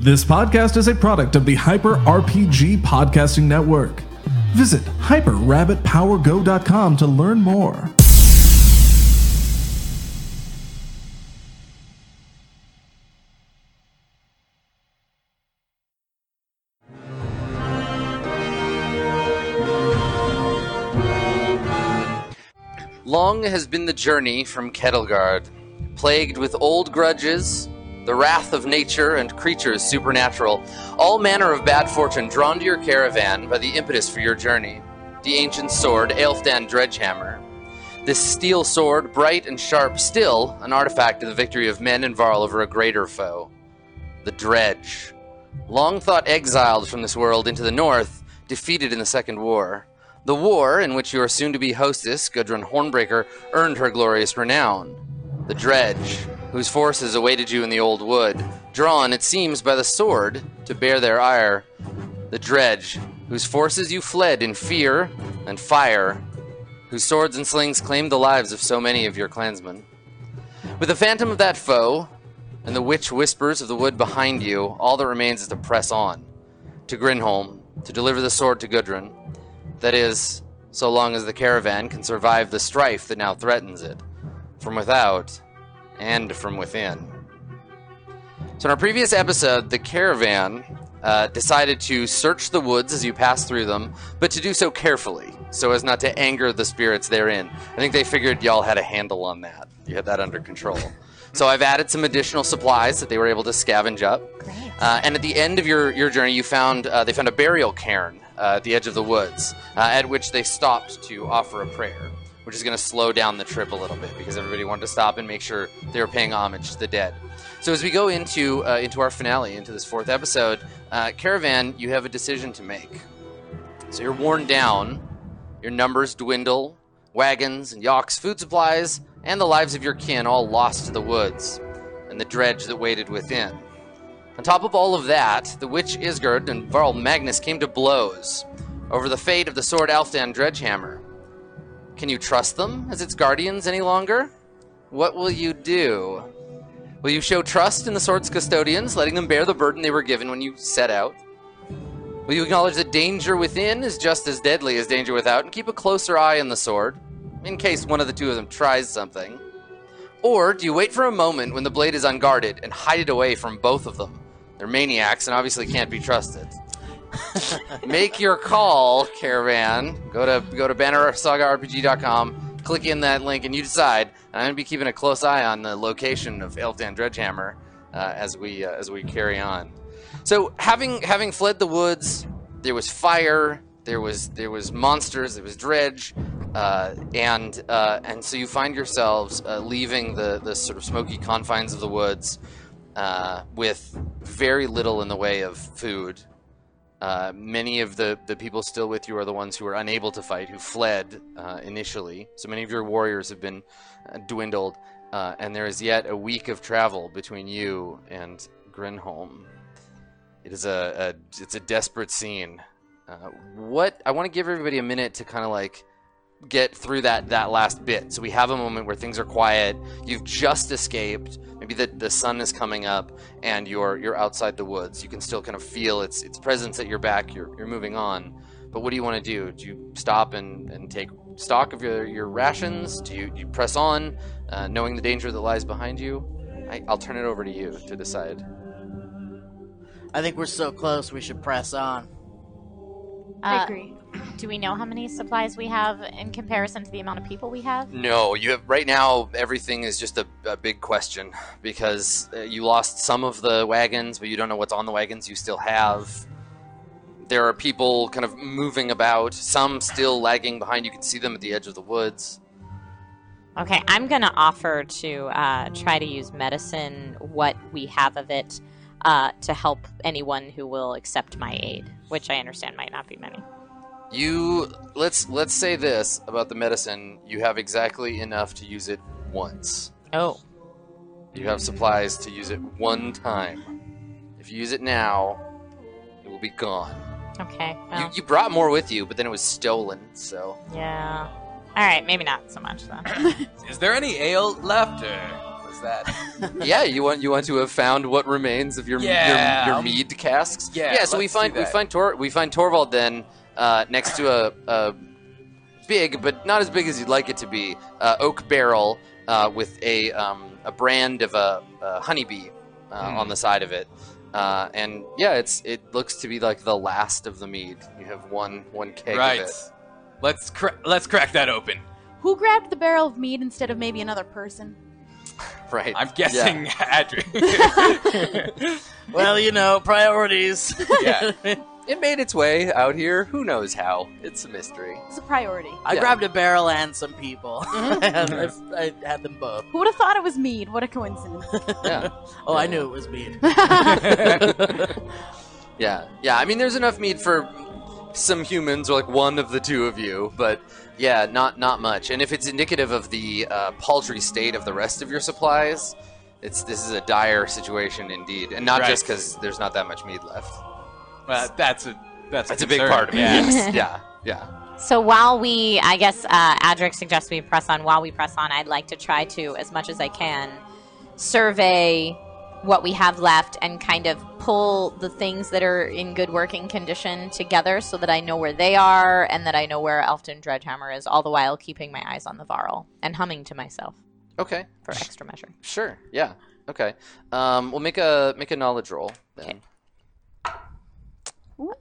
This podcast is a product of the Hyper RPG Podcasting Network. Visit hyperrabbitpowergo.com to learn more. Long has been the journey from Kettleguard, plagued with old grudges, the wrath of nature and creatures supernatural, all manner of bad fortune drawn to your caravan by the impetus for your journey. The ancient sword, Aelfdan Dredgehammer. This steel sword, bright and sharp, still an artifact of the victory of men and Varl over a greater foe. The Dredge. Long thought exiled from this world into the north, defeated in the Second War. The war in which your soon to be hostess, Gudrun Hornbreaker, earned her glorious renown. The Dredge, whose forces awaited you in the old wood, drawn, it seems, by the sword to bear their ire. The Dredge, whose forces you fled in fear and fire, whose swords and slings claimed the lives of so many of your clansmen. With the phantom of that foe, and the witch whispers of the wood behind you, all that remains is to press on. To Grinholm, to deliver the sword to Gudrun. That is, so long as the caravan can survive the strife that now threatens it, from without and from within. So, in our previous episode, the caravan uh, decided to search the woods as you pass through them, but to do so carefully, so as not to anger the spirits therein. I think they figured y'all had a handle on that. You had that under control. so, I've added some additional supplies that they were able to scavenge up. Uh, and at the end of your, your journey, you found uh, they found a burial cairn uh, at the edge of the woods, uh, at which they stopped to offer a prayer, which is going to slow down the trip a little bit because everybody wanted to stop and make sure they were paying homage to the dead. So as we go into uh, into our finale, into this fourth episode, uh, Caravan, you have a decision to make. So you're worn down, your numbers dwindle, wagons and yaks, food supplies, and the lives of your kin all lost to the woods and the dredge that waited within. On top of all of that, the witch Isgard and Varl Magnus came to blows over the fate of the sword Alfdan Dredgehammer. Can you trust them as its guardians any longer? What will you do? Will you show trust in the sword's custodians, letting them bear the burden they were given when you set out? Will you acknowledge that danger within is just as deadly as danger without and keep a closer eye on the sword, in case one of the two of them tries something? Or do you wait for a moment when the blade is unguarded and hide it away from both of them? They're maniacs and obviously can't be trusted. Make your call, caravan. Go to go to bannersagarpg.com, click in that link, and you decide. And I'm going to be keeping a close eye on the location of Elfdan Dredgehammer uh, as we uh, as we carry on. So, having having fled the woods, there was fire, there was there was monsters, there was dredge, uh, and uh, and so you find yourselves uh, leaving the the sort of smoky confines of the woods uh, with very little in the way of food. Uh, many of the, the people still with you are the ones who were unable to fight, who fled uh, initially. So many of your warriors have been uh, dwindled, uh, and there is yet a week of travel between you and Grinholm. It is a, a it's a desperate scene. Uh, what I want to give everybody a minute to kind of like get through that that last bit. So we have a moment where things are quiet. You've just escaped. Maybe the, the sun is coming up and you're you're outside the woods. You can still kind of feel its its presence at your back. You're you're moving on. But what do you want to do? Do you stop and, and take stock of your, your rations? Do you, you press on, uh, knowing the danger that lies behind you? I, I'll turn it over to you to decide. I think we're so close we should press on. I Uh, agree. Do we know how many supplies we have in comparison to the amount of people we have? No, you have right now. Everything is just a, a big question because uh, you lost some of the wagons, but you don't know what's on the wagons you still have. There are people kind of moving about. Some still lagging behind. You can see them at the edge of the woods. Okay, I'm gonna offer to uh, try to use medicine, what we have of it, uh, to help anyone who will accept my aid, which I understand might not be many. You let's let's say this about the medicine. You have exactly enough to use it once. Oh, You have supplies to use it one time. If you use it now, it will be gone. okay. You, Well, you brought more with you, but then it was stolen. So. yeah. All right, maybe not so much then. Is there any ale left? Or was that? yeah, you want you want to have found what remains of your Yeah, your, your um, mead casks. yeah, so we let's find do we that. find Tor we find Torvald then uh, next to a, a big but not as big as you'd like it to be uh, oak barrel uh, with a um, a brand of a, a honeybee uh, Hmm. on the side of it. Uh, and yeah, it's it looks to be like the last of the mead. You have one one keg right. of it. Let's cra- let's crack that open. Who grabbed the barrel of mead instead of maybe another person? Right. I'm Yeah. guessing Adrian. Well, you know, priorities. yeah. It made its way out here. Who knows how? It's a mystery. It's a priority. I Yeah. grabbed a barrel and some people. and I, I had them both. Who would have thought it was mead? What a coincidence. Yeah. Oh, I knew it was mead. Yeah, yeah. I mean, there's enough meat for some humans, or like one of the two of you, but yeah, not not much. And if it's indicative of the uh, paltry state of the rest of your supplies, it's this is a dire situation indeed, and not Right. just because there's not that much meat left. Well, that's a that's, That's a big concern. part of it. Yeah. yes. yeah, yeah. So while we, I guess, uh, Adric suggests we press on. While we press on, I'd like to try to, as much as I can, survey what we have left and kind of pull the things that are in good working condition together so that I know where they are and that I know where Elfton Dredgehammer is, all the while keeping my eyes on the Varl and humming to myself Okay, for extra measure. sure. Yeah. Okay. Um, we'll make a make a knowledge roll. Then.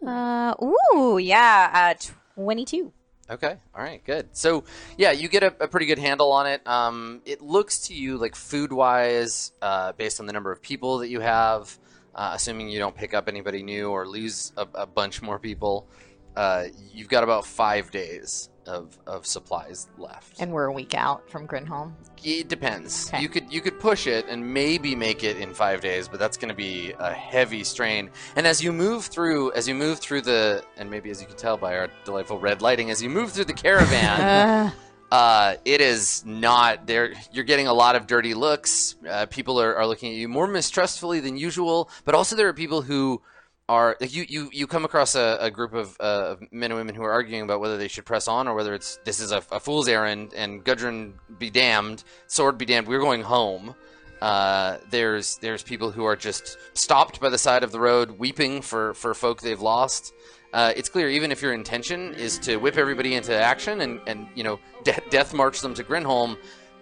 Uh, ooh, yeah, uh, 22. Okay. All right. Good. So, yeah, you get a, a pretty good handle on it. Um, it looks to you like food wise, uh, based on the number of people that you have, uh, assuming you don't pick up anybody new or lose a, a bunch more people, uh, you've got about five days of, of supplies left. And we're a week out from Grinholm. It depends. Okay. You could you could push it and maybe make it in five days, but that's going to be a heavy strain. And as you move through, as you move through the, and maybe as you can tell by our delightful red lighting, as you move through the caravan, Uh, uh, it is not there. You're getting a lot of dirty looks. Uh, people are, are looking at you more mistrustfully than usual, but also there are people who are like you. You, you come across a, a group of uh, of men and women who are arguing about whether they should press on or whether it's this is a, a fool's errand and Gudrun be damned, sword be damned. We're going home. Uh, there's there's people who are just stopped by the side of the road, weeping for for folk they've lost. Uh, it's clear, even if your intention is to whip everybody into action and and you know de- death march them to Grinholm,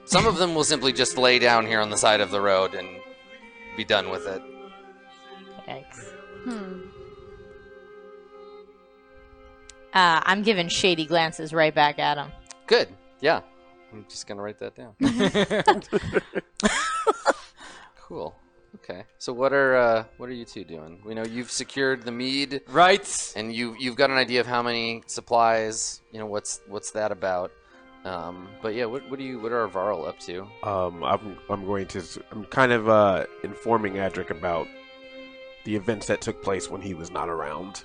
some of them will simply just lay down here on the side of the road and be done with it. yikes. Hmm. Uh, I'm giving shady glances right back at him. Good, yeah. I'm just gonna write that down. cool. Okay. So what are uh, what are you two doing? We know you've secured the mead. Right. and you you've got an idea of how many supplies you know what's what's that about um but yeah what what do you what are varl up to Um, I'm I'm going to s- I'm kind of uh, informing Adric about the events that took place when he was not around.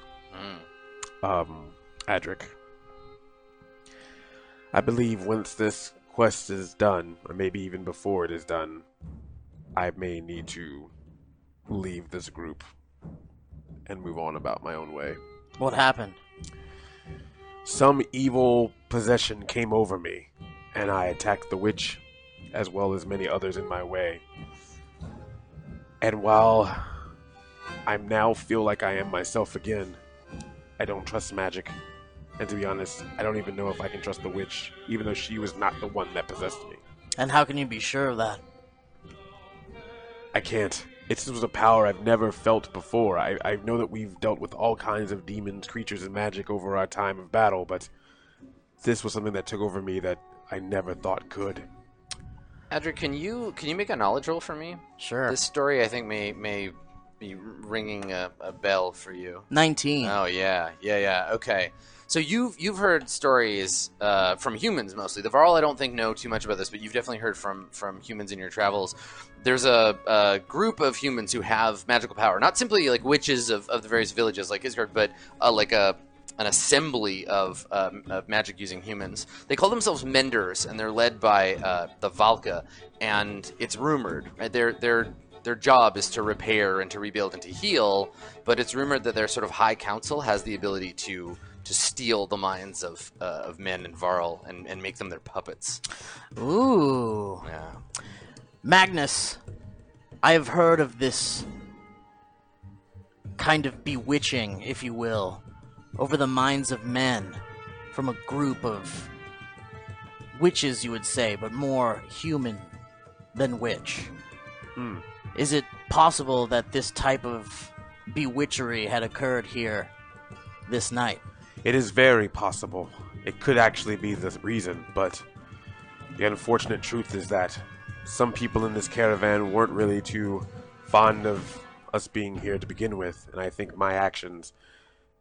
Um, Adric, I believe once this quest is done, or maybe even before it is done, I may need to leave this group and move on about my own way. what happened? some evil possession came over me, and I attacked the witch, as well as many others in my way. And while I now feel like I am myself again, I don't trust magic. And to be honest, I don't even know if I can trust the witch, even though she was not the one that possessed me. And how can you be sure of that? I can't. It's, this was a power I've never felt before. I, I know that we've dealt with all kinds of demons, creatures, and magic over our time of battle, but this was something that took over me that I never thought could. adric can you can you make a knowledge roll for me Sure. this story i think may may be ringing a, a bell for you 19. Oh yeah, yeah, yeah. Okay. So you've you've heard stories uh, from humans mostly. The Varl, I don't think know too much about this, but you've definitely heard from from humans in your travels. There's a, a group of humans who have magical power, not simply like witches of, of the various villages like Isgard, but uh, like a an assembly of, um, of magic using humans. They call themselves Menders, and they're led by uh, the Valka. And it's rumored right? they're they're their job is to repair and to rebuild and to heal, but it's rumored that their sort of high council has the ability to to steal the minds of uh, of men and Varl and, and make them their puppets. Ooh. Yeah. Magnus, I have heard of this kind of bewitching, if you will, over the minds of men from a group of witches, you would say, but more human than witch. Is it possible that this type of bewitchery had occurred here this night? It is very possible. It could actually be the reason, but the unfortunate truth is that some people in this caravan weren't really too fond of us being here to begin with, and I think my actions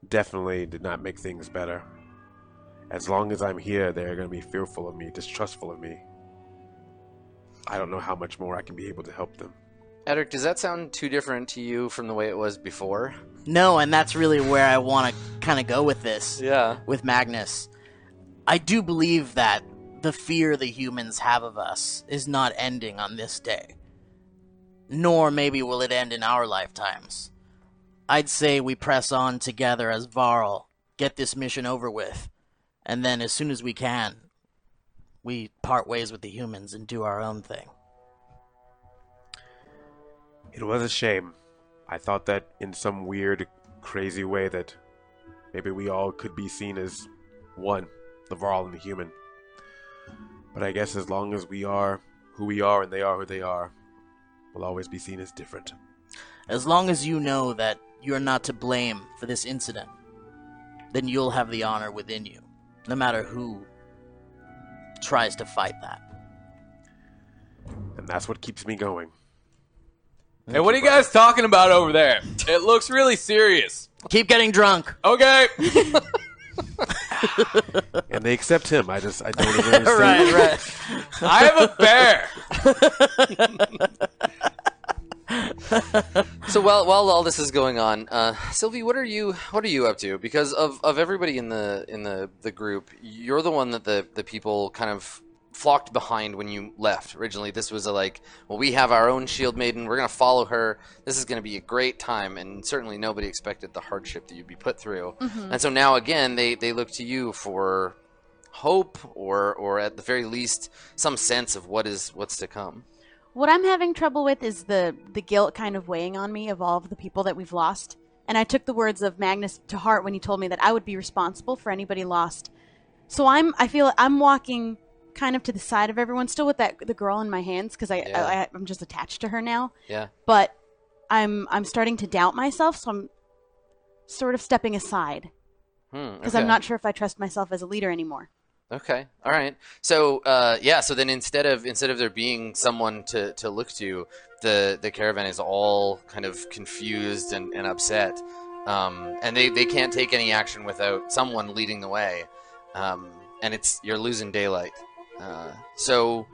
definitely did not make things better. As long as I'm here, they're going to be fearful of me, distrustful of me. I don't know how much more I can be able to help them. Edric, does that sound too different to you from the way it was before? No, and that's really where I want to kind of go with this. Yeah. with Magnus. I do believe that the fear the humans have of us is not ending on this day. Nor maybe will it end in our lifetimes. I'd say we press on together as Varl, get this mission over with, and then as soon as we can, we part ways with the humans and do our own thing. It was a shame. I thought that in some weird, crazy way that maybe we all could be seen as one, the Varl and the human. But I guess as long as we are who we are and they are who they are, we'll always be seen as different. As long as you know that you're not to blame for this incident, then you'll have the honor within you, no matter who tries to fight that. And that's what keeps me going. Hey, what are you guys talking about over there? It looks really serious. Keep getting drunk. Okay. And they accept him. I just, I don't even understand. right. I have a bear. So while while all this is going on, uh, Sylvie, what are you what are you up to? Because of, of everybody in the in the, the group, you're the one that the, the people kind of flocked behind when you left originally. This was a like, well, we have our own shield maiden. We're gonna follow her. This is gonna be a great time, and certainly nobody expected the hardship that you'd be put through. Mm-hmm. And so now again, they they look to you for hope, or or at the very least, some sense of what is what's to come. What I'm having trouble with is the the guilt kind of weighing on me of all of the people that we've lost. And I took the words of Magnus to heart when he told me that I would be responsible for anybody lost. So I'm I feel I'm walking kind of to the side of everyone, still with that the girl in my hands because I, Yeah. I, I I'm just attached to her now. Yeah. But I'm I'm starting to doubt myself, so I'm sort of stepping aside Because because I'm not sure if I trust myself as a leader anymore. Okay. All right. So, uh, yeah. So then, instead of instead of there being someone to, to look to, the the caravan is all kind of confused and, and upset, um, and they, they can't take any action without someone leading the way, um, and it's you're losing daylight. Uh, so,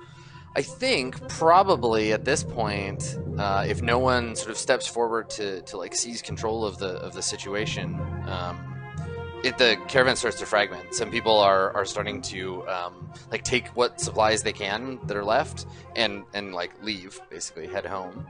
I think probably at this point, uh, if no one sort of steps forward to, to like seize control of the of the situation, um, it, the caravan starts to fragment. Some people are, are starting to um, like take what supplies they can that are left and and like leave, basically head home.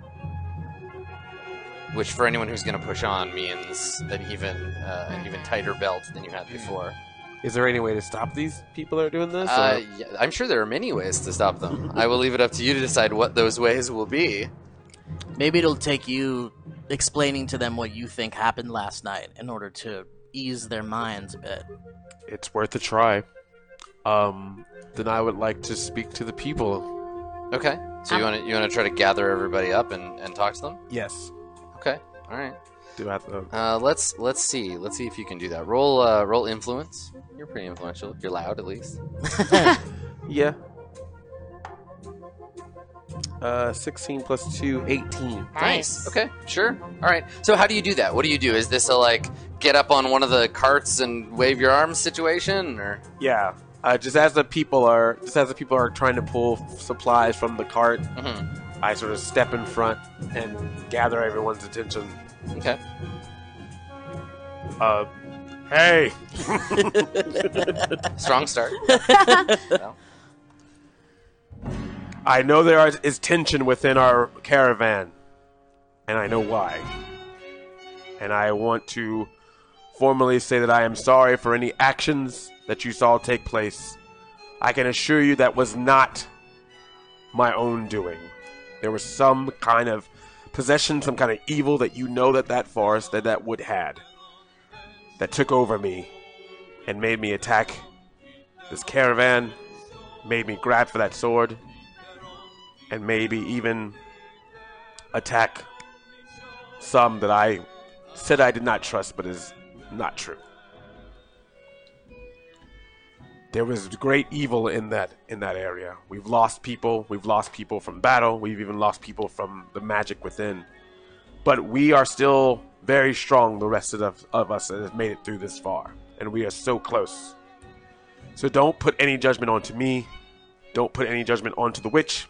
Which for anyone who's going to push on means an even uh, an even tighter belt than you had before. Is there any way to stop these people that are doing this? Uh, yeah, I'm sure there are many ways to stop them. I will leave it up to you to decide what those ways will be. Maybe it'll take you explaining to them what you think happened last night in order to ease their minds a bit. it's worth a try. Um, then I would like to speak to the people. Okay. So you want to you want to try to gather everybody up and, and talk to them. Yes. Okay. All right. Do I have to... Uh, let's let's see. Let's see if you can do that. Roll uh, roll influence. You're pretty influential. You're loud at least. Yeah. Uh, 16 plus 2, 18. Nice. Okay. Sure. All right. So how do you do that? What do you do? Is this a like get up on one of the carts and wave your arms situation or Yeah. Uh, just as the people are, just as the people are trying to pull supplies from the cart, Mhm. I sort of step in front and gather everyone's attention. Okay. Uh, hey, Strong start. I know there is- is tension within our caravan, and I know why. And I want to formally say that I am sorry for any actions that you saw take place. I can assure you that was not my own doing. There was some kind of possession, some kind of evil that you know that that forest, that that wood had, that took over me and made me attack this caravan, made me grab for that sword, and maybe even attack some that I said I did not trust, but is not true. There was great evil in that in that area. We've lost people. We've lost people from battle. We've even lost people from the magic within. But we are still very strong. The rest of, the- of us that have made it through this far, and we are so close. So don't put any judgment onto me. Don't put any judgment onto the witch.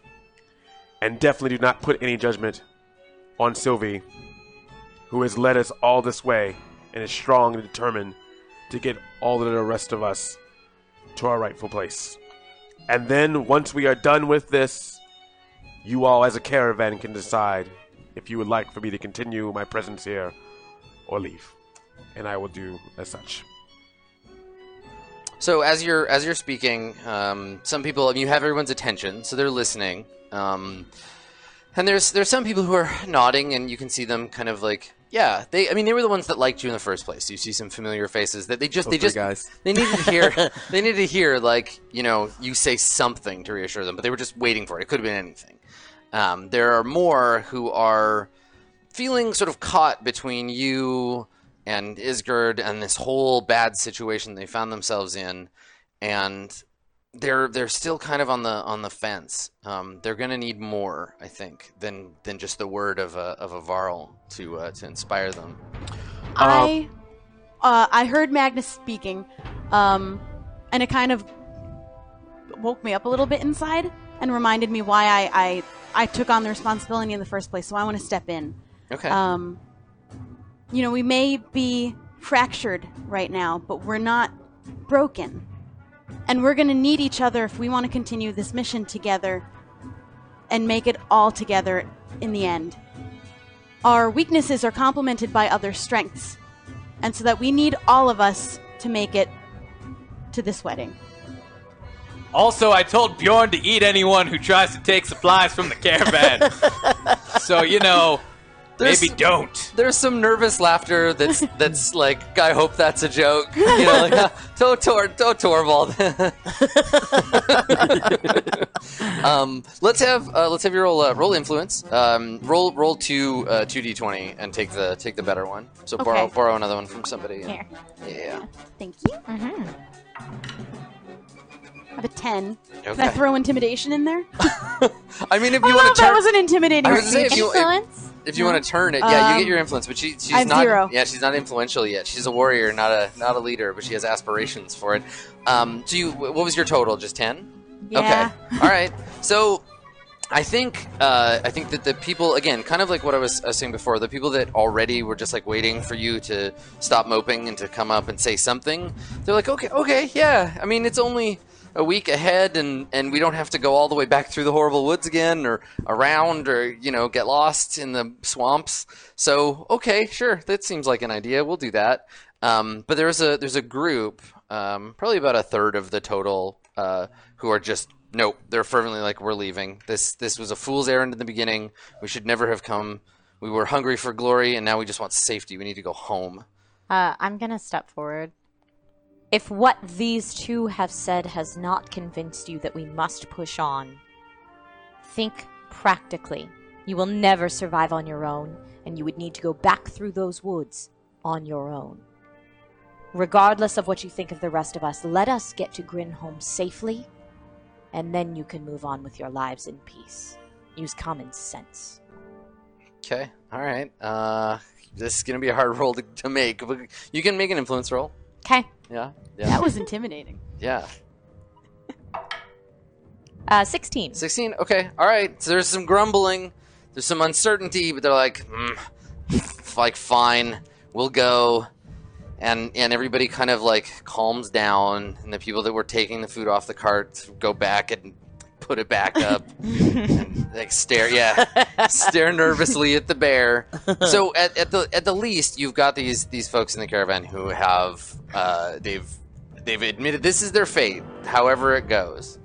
And definitely do not put any judgment on Sylvie, who has led us all this way and is strong and determined to get all of the rest of us to our rightful place. And then, once we are done with this, you all as a caravan can decide if you would like for me to continue my presence here or leave. And I will do as such. So as you're as you're speaking, um, some people you have everyone's attention, so they're listening. Um, and there's there's some people who are nodding, and you can see them kind of like yeah. They I mean they were the ones that liked you in the first place. You see some familiar faces that they just they three just guys. they needed to hear they needed to hear like you know you say something to reassure them, but they were just waiting for it. It could have been anything. Um, there are more who are feeling sort of caught between you and Isgard and this whole bad situation they found themselves in, and they're they're still kind of on the on the fence. Um, they're gonna need more, I think, than than just the word of a of a varl to uh, to inspire them. I uh, I heard Magnus speaking, um, and it kind of woke me up a little bit inside and reminded me why I I, I took on the responsibility in the first place. So I want to step in. Okay. Um, you know, we may be fractured right now, but we're not broken, and we're going to need each other if we want to continue this mission together and make it all together in the end. Our weaknesses are complemented by other strengths and so that we need all of us to make it to this wedding. Also, I told Bjorn to eat anyone who tries to take supplies from the caravan. so, you know, There's- maybe don't. There's some nervous laughter that's that's like I hope that's a joke. You know, like, "Ah, to Tor, to Torvald. um, let's have uh, let's have your roll uh, roll influence. Um, roll roll two uh, two d twenty and take the take the better one. So borrow Okay. borrow another one from somebody. and- Here. Yeah. Thank you. I have a 10. Can I Okay. throw intimidation in there? I mean, if you I don't want know if to Oh, that turn, wasn't intimidating. I was right? gonna say, if you- Influence? if you want to turn it, yeah, you Um, get your influence. But she she's I have not zero. yeah she's not influential yet. She's a warrior, not a not a leader, but she has aspirations for it. Um, do you what was your total? Just ten. yeah. Okay. All right. So I think uh, I think that the people again, kind of like what I was, I was saying before, the people that already were just like waiting for you to stop moping and to come up and say something. They're like, okay, okay, yeah. I mean, it's only a week ahead, and and we don't have to go all the way back through the horrible woods again, or around, or you know, get lost in the swamps. So okay, sure, that seems like an idea. We'll do that. Um, but there's a there's a group, um, probably about a third of the total, uh, who are just nope. They're fervently like we're leaving. This this was a fool's errand in the beginning. We should never have come. We were hungry for glory, and now we just want safety. We need to go home. Uh, I'm going to step forward. If what these two have said has not convinced you that we must push on, think practically. You will never survive on your own, and you would need to go back through those woods on your own. Regardless of what you think of the rest of us, let us get to Grinholm safely, and then you can move on with your lives in peace. Use common sense. Okay. All right. Uh, this is gonna be a hard roll to, to make. But you can make an influence roll. Okay. Yeah. That Yeah. was intimidating. Yeah. Uh, 16. 16 okay all right so there's some grumbling there's some uncertainty but they're like mm, f- like fine we'll go and and everybody kind of like calms down and the people that were taking the food off the cart go back and put it back up and like stare yeah stare nervously at the bear so at, at the at the least you've got these these folks in the caravan who have uh, they've they've admitted this is their fate however it goes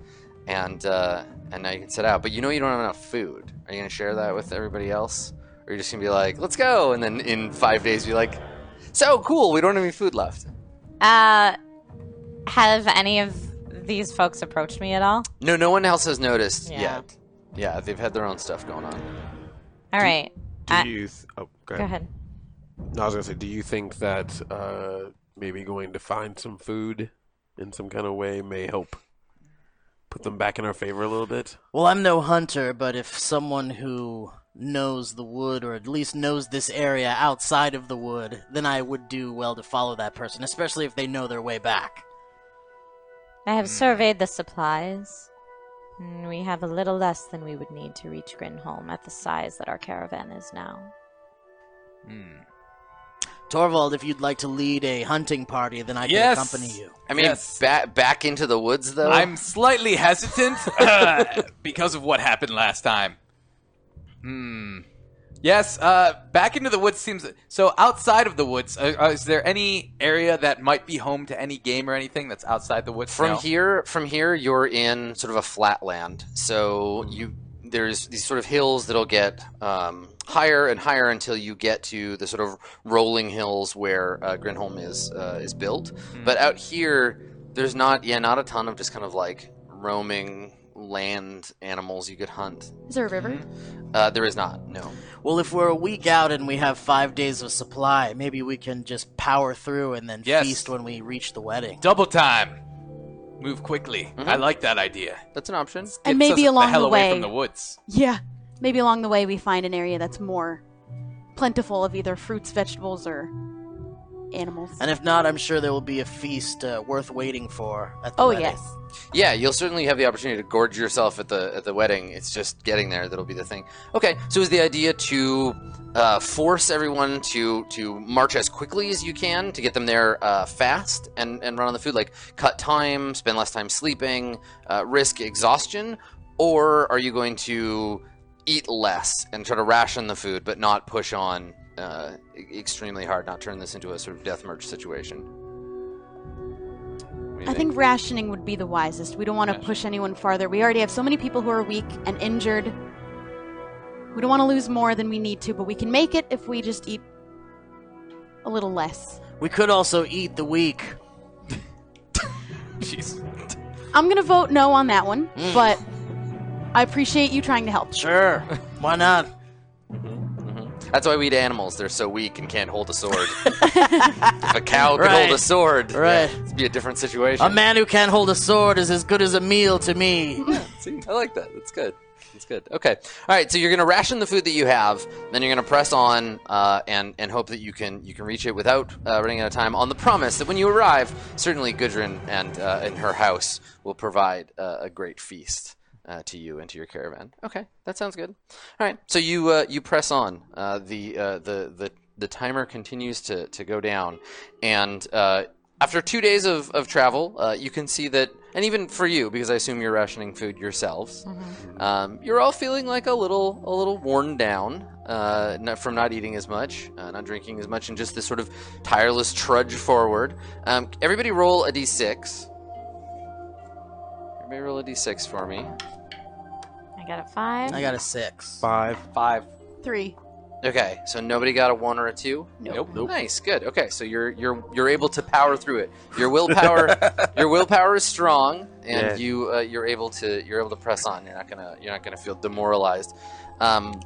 and uh, and now you can set out. But you know you don't have enough food. Are you gonna share that with everybody else, or are you just gonna be like, "Let's go," and then in five days be like, "So cool, we don't have any food left." Uh, have any of these folks approached me at all? No, no one else has noticed Yeah. yet. Yeah, they've had their own stuff going on. All right. Do I- you? Th- oh, go ahead. Go ahead. No, I was gonna say, do you think that uh, maybe going to find some food in some kind of way may help put them back in our favor a little bit? Well, I'm no hunter, but if someone who knows the wood, or at least knows this area outside of the wood, then I would do well to follow that person, especially if they know their way back. I have surveyed the supplies. and We have a little less than we would need to reach Grinholm at the size that our caravan is now. Torvald, if you'd like to lead a hunting party, then I can Yes. accompany you. I mean, Yes. ba- back into the woods though. I'm slightly hesitant uh, because of what happened last time. Hmm. Yes. Uh, back into the woods seems so. Outside of the woods, uh, uh, is there any area that might be home to any game or anything that's outside the woods? from No. here from here you're in sort of a flat land so you there's these sort of hills that'll get um, higher and higher until you get to the sort of rolling hills where uh, Grinholm is uh, is built. But out here, there's not yeah not a ton of just kind of like roaming land animals you could hunt. Is there a river? Mm-hmm. Uh, there is not no. Well, if we're a week out and we have five days of supply, maybe we can just power through and then Yes. feast when we reach the wedding. Double time. Move quickly. Mm-hmm. I like that idea. That's an option. And Gets maybe us along the hell the away way- from the woods. Yeah. Maybe along the way we find an area that's more plentiful of either fruits, vegetables, or animals. And if not, I'm sure there will be a feast uh, worth waiting for. At the Oh wedding. yes. Yeah, you'll certainly have the opportunity to gorge yourself at the at the wedding. It's just getting there that'll be the thing. Okay, so is the idea to uh, force everyone to to march as quickly as you can to get them there uh, fast and and run on the food, like cut time, spend less time sleeping, uh, risk exhaustion, or are you going to eat less and try to ration the food, but not push on uh, e- extremely hard, not turn this into a sort of death merge situation? What do you I think rationing would be the wisest. We don't want to push anyone farther. We already have so many people who are weak and injured. We don't want to lose more than we need to, but we can make it if we just eat a little less. We could also eat the weak. Jeez. I'm going to vote no on that one, but I appreciate you trying to help. Mm. Sure. Why not? That's why we eat animals. They're so weak and can't hold a sword. if a cow could Right. hold a sword, Right. yeah, it'd be a different situation. A man who can't hold a sword is as good as a meal to me. See, I like that. That's good. That's good. Okay. All right. So you're gonna ration the food that you have, then you're gonna press on uh, and and hope that you can you can reach it without uh, running out of time. On the promise that when you arrive, certainly Gudrun and uh, and her house will provide uh, a great feast. Uh, to you and to your caravan. Okay, that sounds good. All right, so you uh, you press on. Uh, the uh, the the the timer continues to to go down, and uh, after two days of, of travel, uh, you can see that, and even for you, because I assume you're rationing food yourselves, um, you're all feeling like a little a little worn down uh, not, from not eating as much, uh, not drinking as much, and just this sort of tireless trudge forward. Um, everybody, roll a d6. Everybody, roll a d6 for me. I got a five. I got a six. Five. Five. Three. Okay, so nobody got a one or a two. Nope. Nope. Nice, good. Okay, so you're you're you're able to power through it. Your willpower your willpower is strong, Yeah. and you uh, you're able to you're able to press on. You're not gonna you're not gonna feel demoralized. Um,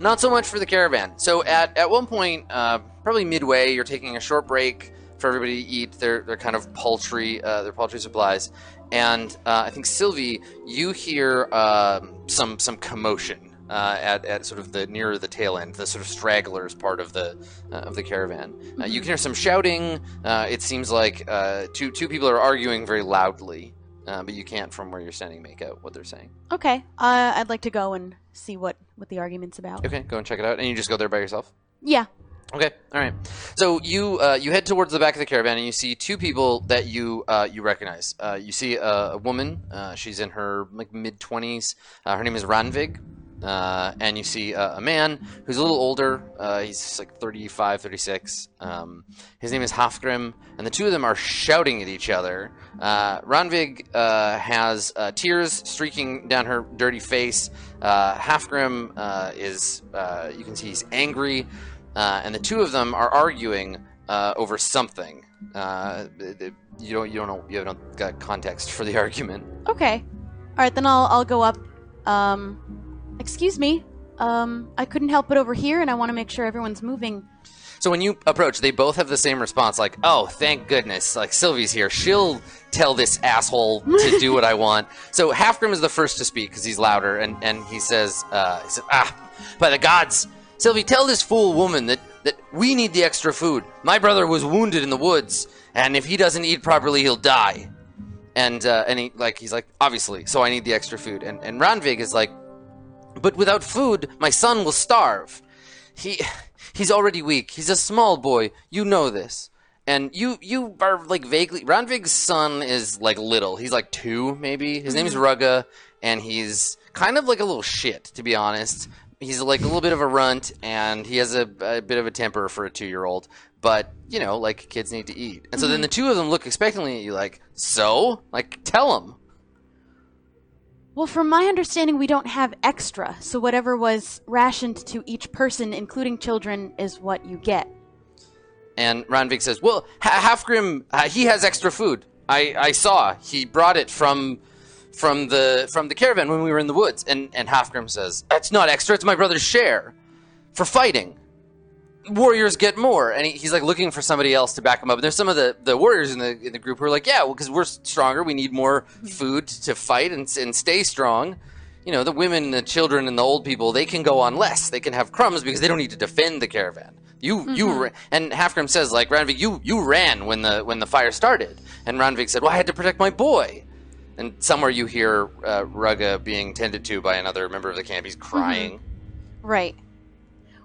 not so much for the caravan. So at at one point, uh, probably midway, you're taking a short break for everybody to eat their their kind of paltry uh, their paltry supplies. And uh, I think Sylvie, you hear um, some some commotion uh, at, at sort of the nearer the tail end, the sort of stragglers part of the uh, of the caravan. Uh, you can hear some shouting. Uh, it seems like uh, two two people are arguing very loudly, uh, but you can't from where you're standing make out what they're saying. Okay. Uh, I'd like to go and see what, what the argument's about. Okay, go and check it out, and you just go there by yourself. Yeah. Okay, all right. So you uh, you head towards the back of the caravan, and you see two people that you uh, you recognize. Uh, you see a, a woman. Uh, she's in her like mid twenties. Uh, her name is Ranvig, uh, and you see uh, a man who's a little older. Uh, he's like 35, 36. Um, his name is Hofgrim, and the two of them are shouting at each other. Uh, Ranvig uh, has uh, tears streaking down her dirty face. Uh, Hofgrim uh, is, uh, you can see he's angry, uh, and the two of them are arguing uh, over something. Uh, th- th- you don't, you don't know, you haven't got context for the argument. Okay. All right, then I'll I'll go up. Um, excuse me. Um, I couldn't help but over here, and I want to make sure everyone's moving. So when you approach, they both have the same response, like, "Oh, thank goodness! Like Sylvie's here. She'll tell this asshole to do what I want." So Halfgrim is the first to speak because he's louder, and and he says, uh, "He says, ah, by the gods, Sylvie, tell this fool woman that that we need the extra food. My brother was wounded in the woods, and if he doesn't eat properly, he'll die." And uh, and he like he's like obviously, so I need the extra food. And and Ranvig is like, but without food, my son will starve. He he's already weak. He's a small boy. You know this. And you you are like vaguely Ranvig's son is like little. He's like 2 maybe. His name's Rugga and he's kind of like a little shit to be honest. He's like a little bit of a runt and he has a, a bit of a temper for a 2-year-old, but you know, like kids need to eat. And so then the two of them look expectantly at you like, "So? Like tell him." Well, from my understanding, we don't have extra, so whatever was rationed to each person, including children, is what you get. And Ranvik says, "Well, ha- Halfgrim, uh, he has extra food. I, I saw he brought it from from the from the caravan when we were in the woods." And and Halfgrim says, "That's not extra. It's my brother's share for fighting. Warriors get more." And he, he's like looking for somebody else to back him up. And there's some of the, the warriors in the in the group who are like, "Yeah, well, because we're stronger, we need more food to fight and s- and stay strong." You know, the women, the children, and the old people, they can go on less. They can have crumbs because they don't need to defend the caravan. You, you, ra- and Halfgrim says, like, Ranvik, you, you ran when the, when the fire started. And Ranvik said, well, I had to protect my boy. And somewhere you hear uh, Rugga being tended to by another member of the camp. He's crying. Right.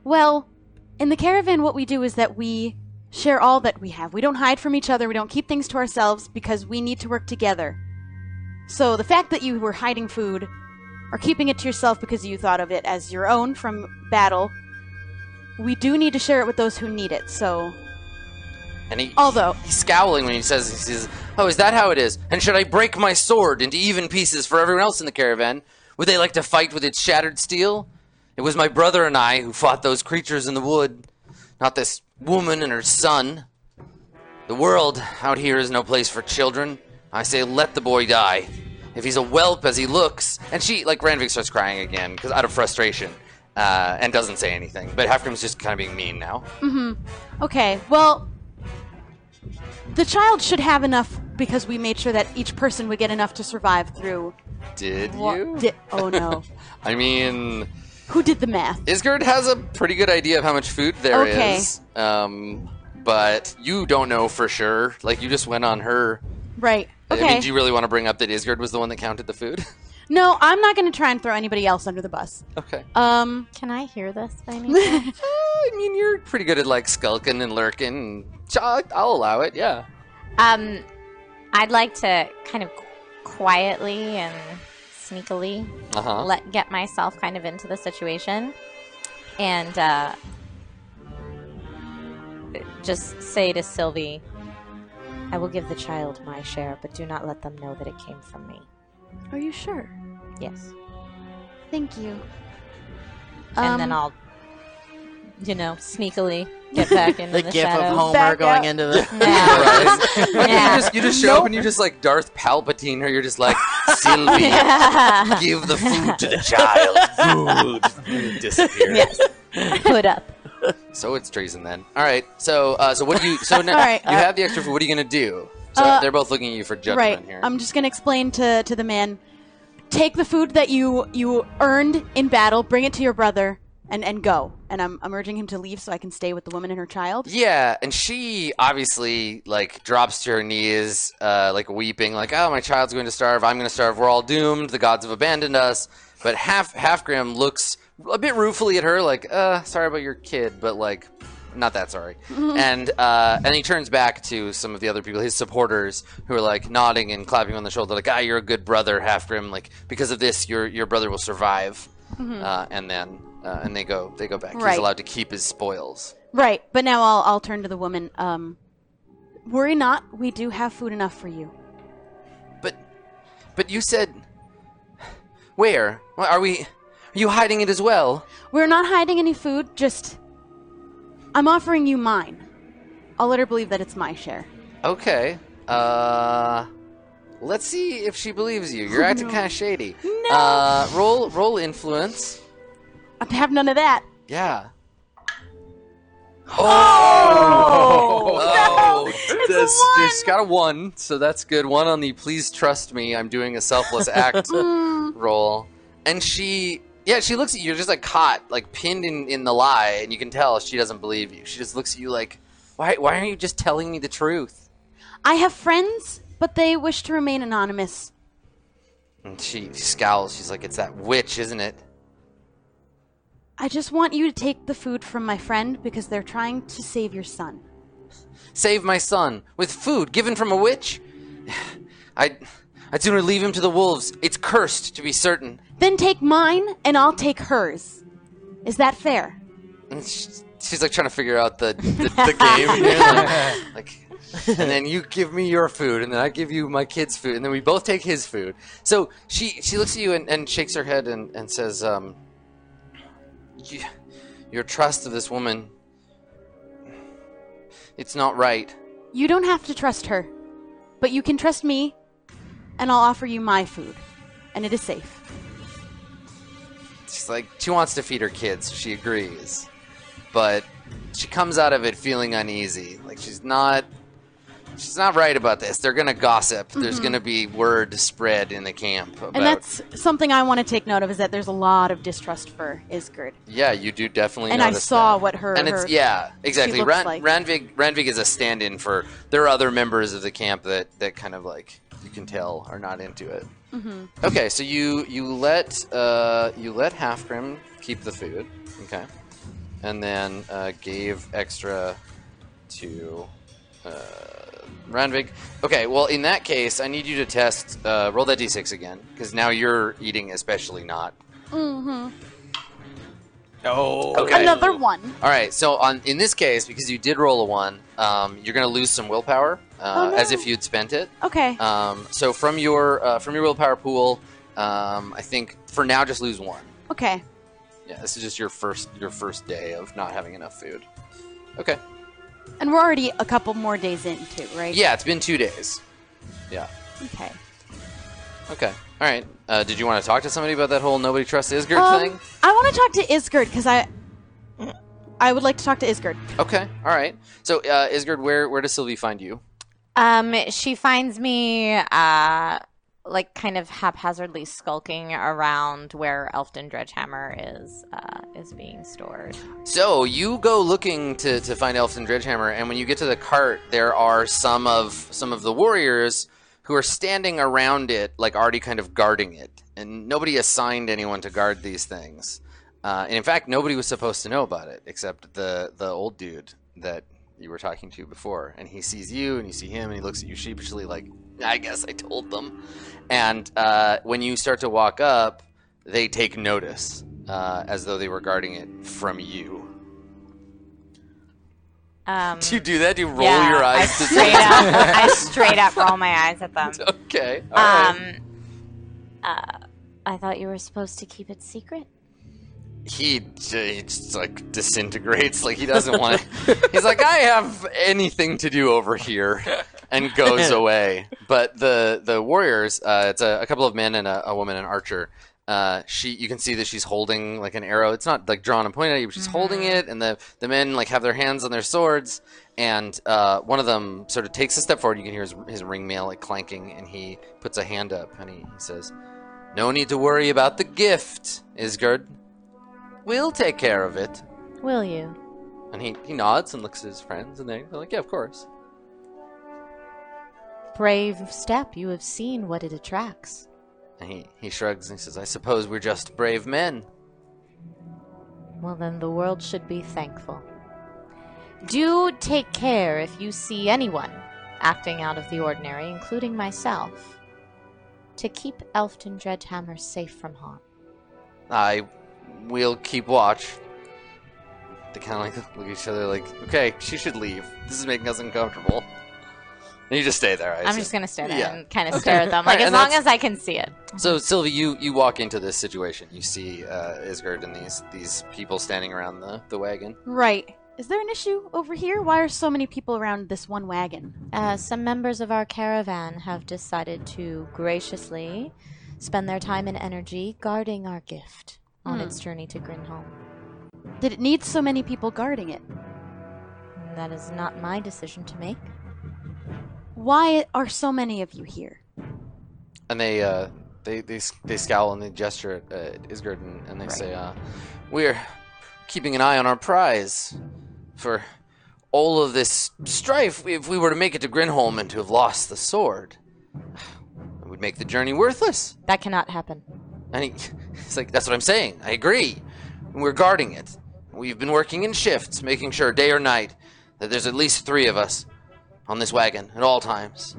Well, in the caravan, what we do is that we share all that we have. We don't hide from each other, we don't keep things to ourselves because we need to work together. So the fact that you were hiding food or keeping it to yourself because you thought of it as your own from battle, we do need to share it with those who need it. So, And he, Although- he's scowling when he says, he says, "Oh, is that how it is? And should I break my sword into even pieces for everyone else in the caravan? Would they like to fight with its shattered steel? It was my brother and I who fought those creatures in the wood, not this woman and her son. The world out here is no place for children. I say, let the boy die. If he's a whelp as he looks, and she, like Ranvik, starts crying again because out of frustration, uh, and doesn't say anything. But Halfgrim's just kind of being mean now. okay, well, the child should have enough because we made sure that each person would get enough to survive through. Did you? Di- oh no. I mean, who did the math? Isgard has a pretty good idea of how much food there is, Okay. Um, but you don't know for sure. Like, you just went on her. Right. Okay. I mean, do you really want to bring up that Isgard was the one that counted the food? No, I'm not going to try and throw anybody else under the bus. okay. Um, Can I hear this by any chance? I mean, you're pretty good at, like, skulking and lurking. And ch- I'll allow it, yeah. Um, I'd like to kind of quietly and sneakily Uh huh. let get myself kind of into the situation and uh, just say to Sylvie, I will give the child my share, but do not let them know that it came from me. are you sure? Yes. Thank you. And Um, then I'll, you know, sneakily get back into The the, gif shadows. of Homer Back going up. into the. Yeah. Right? Like, Yeah. you, just, you just show up and you just, like, Darth Palpatine, or you're just like, Sylvie, give the food to the child. Food. Disappear. Put up. So it's treason then. All right. So uh, so what do you? So now All right, you uh, have the extra food. What are you gonna do? So Uh, they're both looking at you for judgment Right. here. I'm just going to explain to to the man. Take the food that you you earned in battle, bring it to your brother, and and go. And I'm I'm urging him to leave so I can stay with the woman and her child. yeah, and she obviously like drops to her knees, uh, like weeping, like oh my child's going to starve. I'm going to starve. We're all doomed. The gods have abandoned us. But half half Grim looks a bit ruefully at her, like uh, sorry about your kid, but like not that sorry. And uh, and he turns back to some of the other people, his supporters, who are like nodding and clapping on the shoulder, like, "Ah, you're a good brother, Halfgrim. Like because of this, your your brother will survive." uh, and then uh, and they go they go back. He's Right. allowed to keep his spoils. Right, but now I'll I'll turn to the woman. Um, worry not, we do have food enough for you. But but you said where Why are we? Are you hiding it as well? We're not hiding any food. Just, I'm offering you mine. I'll let her believe that it's my share. Okay. Uh, let's see if she believes you. You're acting kind of shady. No. Uh, roll roll influence. I have none of that. Yeah. Oh, This, has got a one, so that's good. One on the please trust me, I'm doing a selfless act Mm. roll. And she, yeah, she looks at you, you're just like caught, like pinned in, in the lie, and you can tell she doesn't believe you. She just looks at you like, why, why aren't you just telling me the truth? I have friends, but they wish to remain anonymous. And she scowls. She's like, it's that witch, isn't it? I just want you to take the food from my friend because they're trying to save your son. Save my son with food given from a witch? I'd, I'd sooner leave him to the wolves. It's cursed, to be certain. Then take mine, and I'll take hers. Is that fair? And sh- she's like trying to figure out the, the, the game. here, like, like, and then you give me your food, and then I give you my kid's food, and then we both take his food. So she she looks at you and, and shakes her head and, and says, um, "You- "Your trust of this woman, it's not right." You don't have to trust her, but you can trust me, and I'll offer you my food, and it is safe. She's like she wants to feed her kids, so she agrees, but she comes out of it feeling uneasy. Like she's not, she's not right about this. They're gonna gossip. There's gonna be word spread in the camp about. Mm-hmm. And that's something I want to take note of is that there's a lot of distrust for Isgard. yeah, you do definitely. And I notice saw that. what her- and it's her- yeah exactly. looks Ran, like. Ranvig Ranvig is a stand-in for. There are other members of the camp that that kind of like you can tell are not into it. Mm-hmm. Okay, so you you let uh, you let Halfgrim keep the food. Okay. and then uh, gave extra to uh, Ranvig. Okay, well, in that case, I need you to test. Uh, roll that d6 again, because now you're eating, especially not. no. Okay. Another one. All right, so on in this case, because you did roll a one, um, you're going to lose some willpower, uh, Oh, no. as if you'd spent it. Okay. Um, so from your uh, from your willpower pool, um, I think for now just lose one. okay. Yeah, this is just your first your first day of not having enough food. Okay. And we're already a couple more days in, too, right? Yeah, it's been two days. Yeah. Okay. Okay. All right. Uh, did you want to talk to somebody about that whole nobody trusts Isgard Um, thing? I want to talk to Isgard because I, I would like to talk to Isgard. Okay. All right. So, uh, Isgard, where where does Sylvie find you? Um, she finds me uh like kind of haphazardly skulking around where Elfton Dredgehammer is uh is being stored. So you go looking to, to find Elfton Dredgehammer, and when you get to the cart, there are some of some of the warriors who are standing around it, like already kind of guarding it, and nobody assigned anyone to guard these things. Uh, and in fact, nobody was supposed to know about it except the the old dude that you were talking to before. And he sees you, and you see him, and he looks at you sheepishly, like I guess I told them. And uh, when you start to walk up, they take notice uh, as though they were guarding it from you. Um Do you do that? Do you roll yeah, your eyes? I to straight up I straight up roll my eyes at them. okay. All right. Um uh, I thought you were supposed to keep it secret. He, j- he just like disintegrates. Like he doesn't want. to He's like, I have anything to do over here, and goes away. But the the warriors, uh, it's a, a couple of men and a, a woman, an archer. Uh, she, you can see that she's holding like an arrow. It's not like drawn and pointed at you, but she's holding it. And the the men like have their hands on their swords. And uh, one of them sort of takes a step forward. You can hear his, his ring mail like clanking, and he puts a hand up and he, he says, "No need to worry about the gift, Isgard." We'll take care of it. Will you? And he, he nods and looks at his friends, and they- they're like, Yeah, of course. Brave step, you have seen what it attracts. And he, he shrugs and he says, I suppose we're just brave men. Well, then the world should be thankful. Do take care if you see anyone acting out of the ordinary, including myself, to keep Elfton Dreadhammer safe from harm. I will keep watch. They kind of like look at each other, like, okay, she should leave. This is making us uncomfortable. And you just stay there. I I'm assume. just gonna stare there Yeah. and kind of stare at them, like Alright, as and long that's- as I can see it. So Sylvie, you you walk into this situation. You see uh, Isgard and these these people standing around the the wagon. Right. Is there an issue over here? Why are so many people around this one wagon? Uh, some members of our caravan have decided to graciously spend their time and energy guarding our gift on Hmm. its journey to Grinholm. Did it need so many people guarding it? That is not my decision to make. Why are so many of you here? and they uh, they they s- they scowl and they gesture at uh, Isgard and, and they say, uh, "We're keeping an eye on our prize for all of this strife. If we were to make it to Grinholm and to have lost the sword, it would make the journey worthless." That cannot happen. And he, it's like, "That's what I'm saying. I agree. And we're guarding it. We've been working in shifts, making sure day or night that there's at least three of us on this wagon at all times."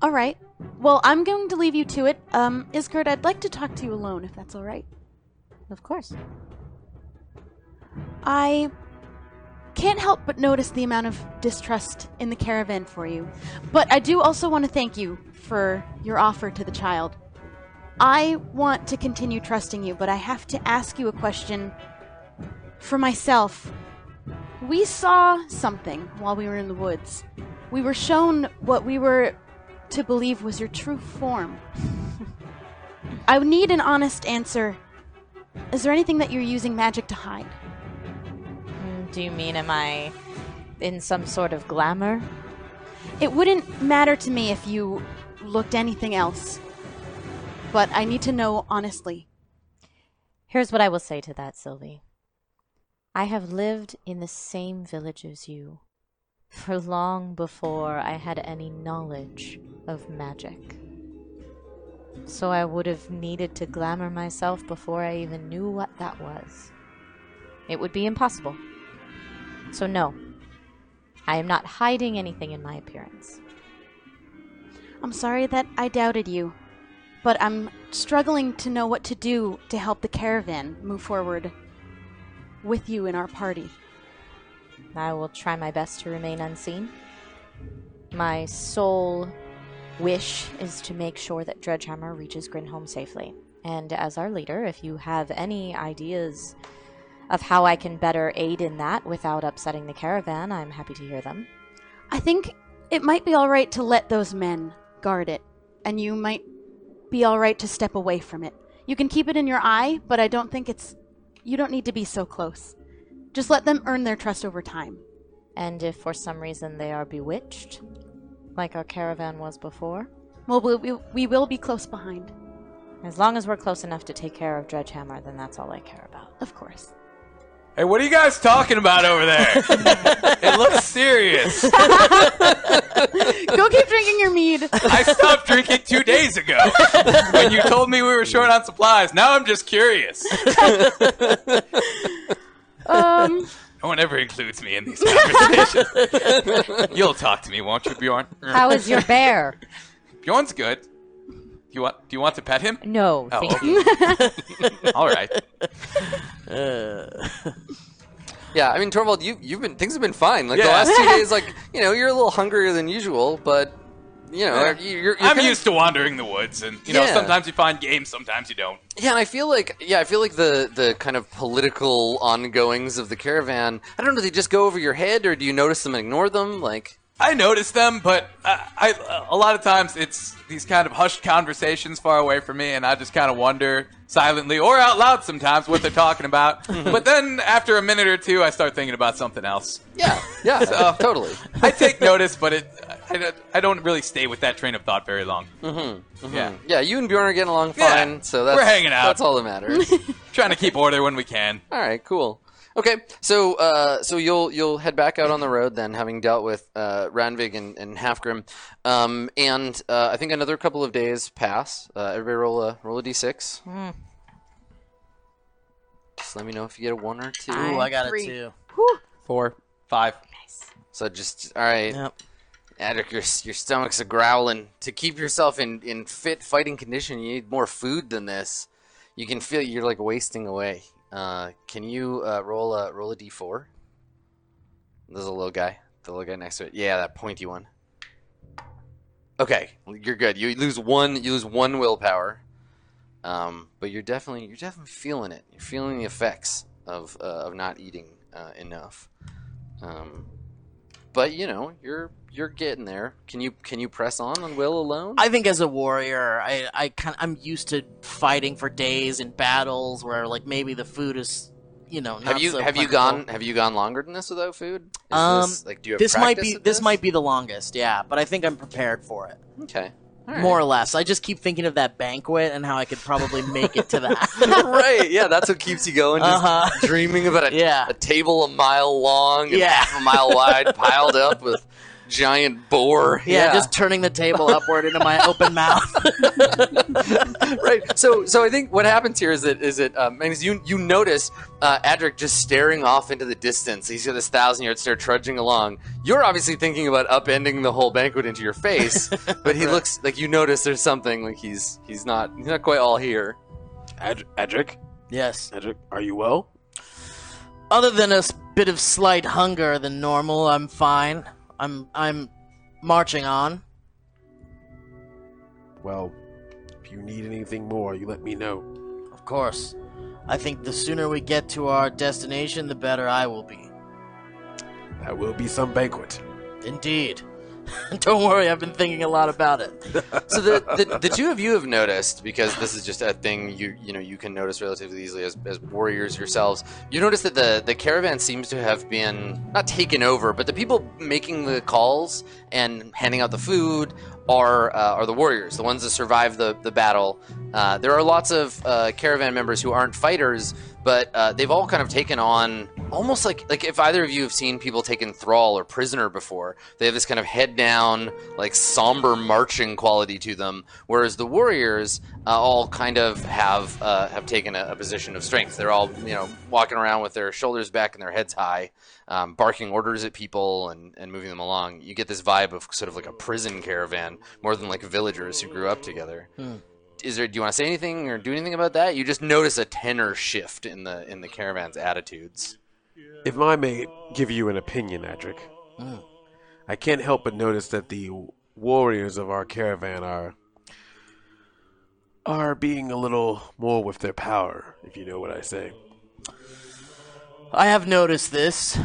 All right. Well, I'm going to leave you to it. Um, Iskard, I'd like to talk to you alone, if that's all right. Of course. I can't help but notice the amount of distrust in the caravan for you. But I do also want to thank you for your offer to the child. I want to continue trusting you, but I have to ask you a question for myself. We saw something while we were in the woods. We were shown what we were to believe was your true form. I need an honest answer. Is there anything that you're using magic to hide? Mm, Do you mean am I in some sort of glamour? It wouldn't matter to me if you looked anything else. But I need to know honestly. Here's what I will say to that, Sylvie. I have lived in the same village as you for long before I had any knowledge of magic. So I would have needed to glamour myself before I even knew what that was. It would be impossible. So, no, I am not hiding anything in my appearance. I'm sorry that I doubted you, but I'm struggling to know what to do to help the caravan move forward with you in our party. I will try my best to remain unseen. My sole wish is to make sure that Dredgehammer reaches Grinholm safely. And as our leader, if you have any ideas of how I can better aid in that without upsetting the caravan, I'm happy to hear them. I think it might be alright to let those men guard it, and you might be alright to step away from it. You can keep it in your eye, but I don't think it's. You don't need to be so close. Just let them earn their trust over time. And if for some reason they are bewitched, like our caravan was before, Well, we, we, we will be close behind, as long as we're close enough to take care of Dredgehammer, then that's all I care about. of course. Hey, what are you guys talking about over there? it looks serious. Go keep drinking your mead. I stopped drinking two days ago when you told me we were short on supplies. Now I'm just curious. Um, No one ever includes me in these conversations. You'll talk to me, won't you, Bjorn? How is your bear? Bjorn's good. Do you want? Do you want to pet him? No, Oh, thank you. okay. All right. Yeah, I mean, Torvald, you you've been things have been fine. Like the Yeah. last two days, like you know, you're a little hungrier than usual, but you know, Yeah. Uh, you're, you're I'm kinda- used to wandering the woods, and you know, Yeah. sometimes you find games, sometimes you don't. Yeah, and I feel like yeah, I feel like the the kind of political ongoings of the caravan. I don't know, do they just go over your head, or do you notice them and ignore them? Like, I notice them, but I, I a lot of times it's these kind of hushed conversations far away from me, and I just kind of wonder silently or out loud sometimes what they're talking about. but then after a minute or two, I start thinking about something else. yeah, yeah, totally. I take notice, but it I, don't- I don't really stay with that train of thought very long. Mm-hmm, Yeah, Yeah, you and Bjorn are getting along Yeah, fine, so that's we're hanging out. That's all that matters. trying to keep order when we can. all right, cool. Okay, so uh, so you'll you'll head back out on the road then, having dealt with uh, Ranvig and, and Halfgrim, um, and uh, I think another couple of days pass. Uh, everybody roll a roll a d6. Just let me know if you get a one or two. Ooh, I got it Three. too. Four, five. So just all right, Yep. Adric, your your stomach's a growling. To keep yourself in in fit fighting condition, you need more food than this. You can feel you're like wasting away. Uh, can you uh, roll a roll a d4? There's a little guy. The little guy next to it. Yeah, that pointy one. Okay, you're good. You lose one. You lose one willpower. Um, but you're definitely you're definitely feeling it. You're feeling the effects of uh, of not eating uh, enough. Um, but you know you're you're getting there. Can you can you press on on will alone? I think as a warrior, I I kind I'm used to fighting for days in battles where like maybe the food is you know not have you so have you plentiful. gone have you gone longer than this without food? Is Um, this, like do you have This might practice be at this? might be the longest, yeah. But I think I'm prepared for it okay. All right. more or less. I just keep thinking of that banquet and how I could probably make it to that. right. Yeah, that's what keeps you going. Just uh huh. dreaming about a, Yeah. a table a mile long and Yeah. half a mile wide, piled up with giant boar. Yeah, just turning the table upward into my open mouth. right. So, so I think what happens here is that is that um, and is you you notice uh, Adric just staring off into the distance. He's got this thousand yard stare, trudging along. You're obviously thinking about upending the whole banquet into your face, but he looks like you notice there's something like he's he's not he's not quite all here. Ad- Adric, yes. Adric, are you well? Other than a s- bit of slight hunger than normal, I'm fine. I'm I'm marching on. Well, if you need anything more, you let me know. Of course. I think the sooner we get to our destination, the better I will be. That will be some banquet. Indeed. Don't worry, I've been thinking a lot about it. so the, the the two of you have noticed because this is just a thing you you know you can notice relatively easily as, as warriors yourselves. You notice that the the caravan seems to have been not taken over, but the people making the calls and handing out the food are uh, are the warriors, the ones that survived the the battle. Uh, there are lots of uh, caravan members who aren't fighters, but uh, they've all kind of taken on almost like like if either of you have seen people taken thrall or prisoner before, they have this kind of head down, like somber marching quality to them. Whereas the warriors uh, all kind of have uh, have taken a, a position of strength. They're all you know walking around with their shoulders back and their heads high, um, barking orders at people and and moving them along. You get this vibe of sort of like a prison caravan more than like villagers who grew up together is there do you want to say anything or do anything about that you just notice a tenor shift in the in the caravan's attitudes If I may give you an opinion, Adric, Hmm. I can't help but notice that the warriors of our caravan are are being a little more with their power, if you know what I say. I have noticed this.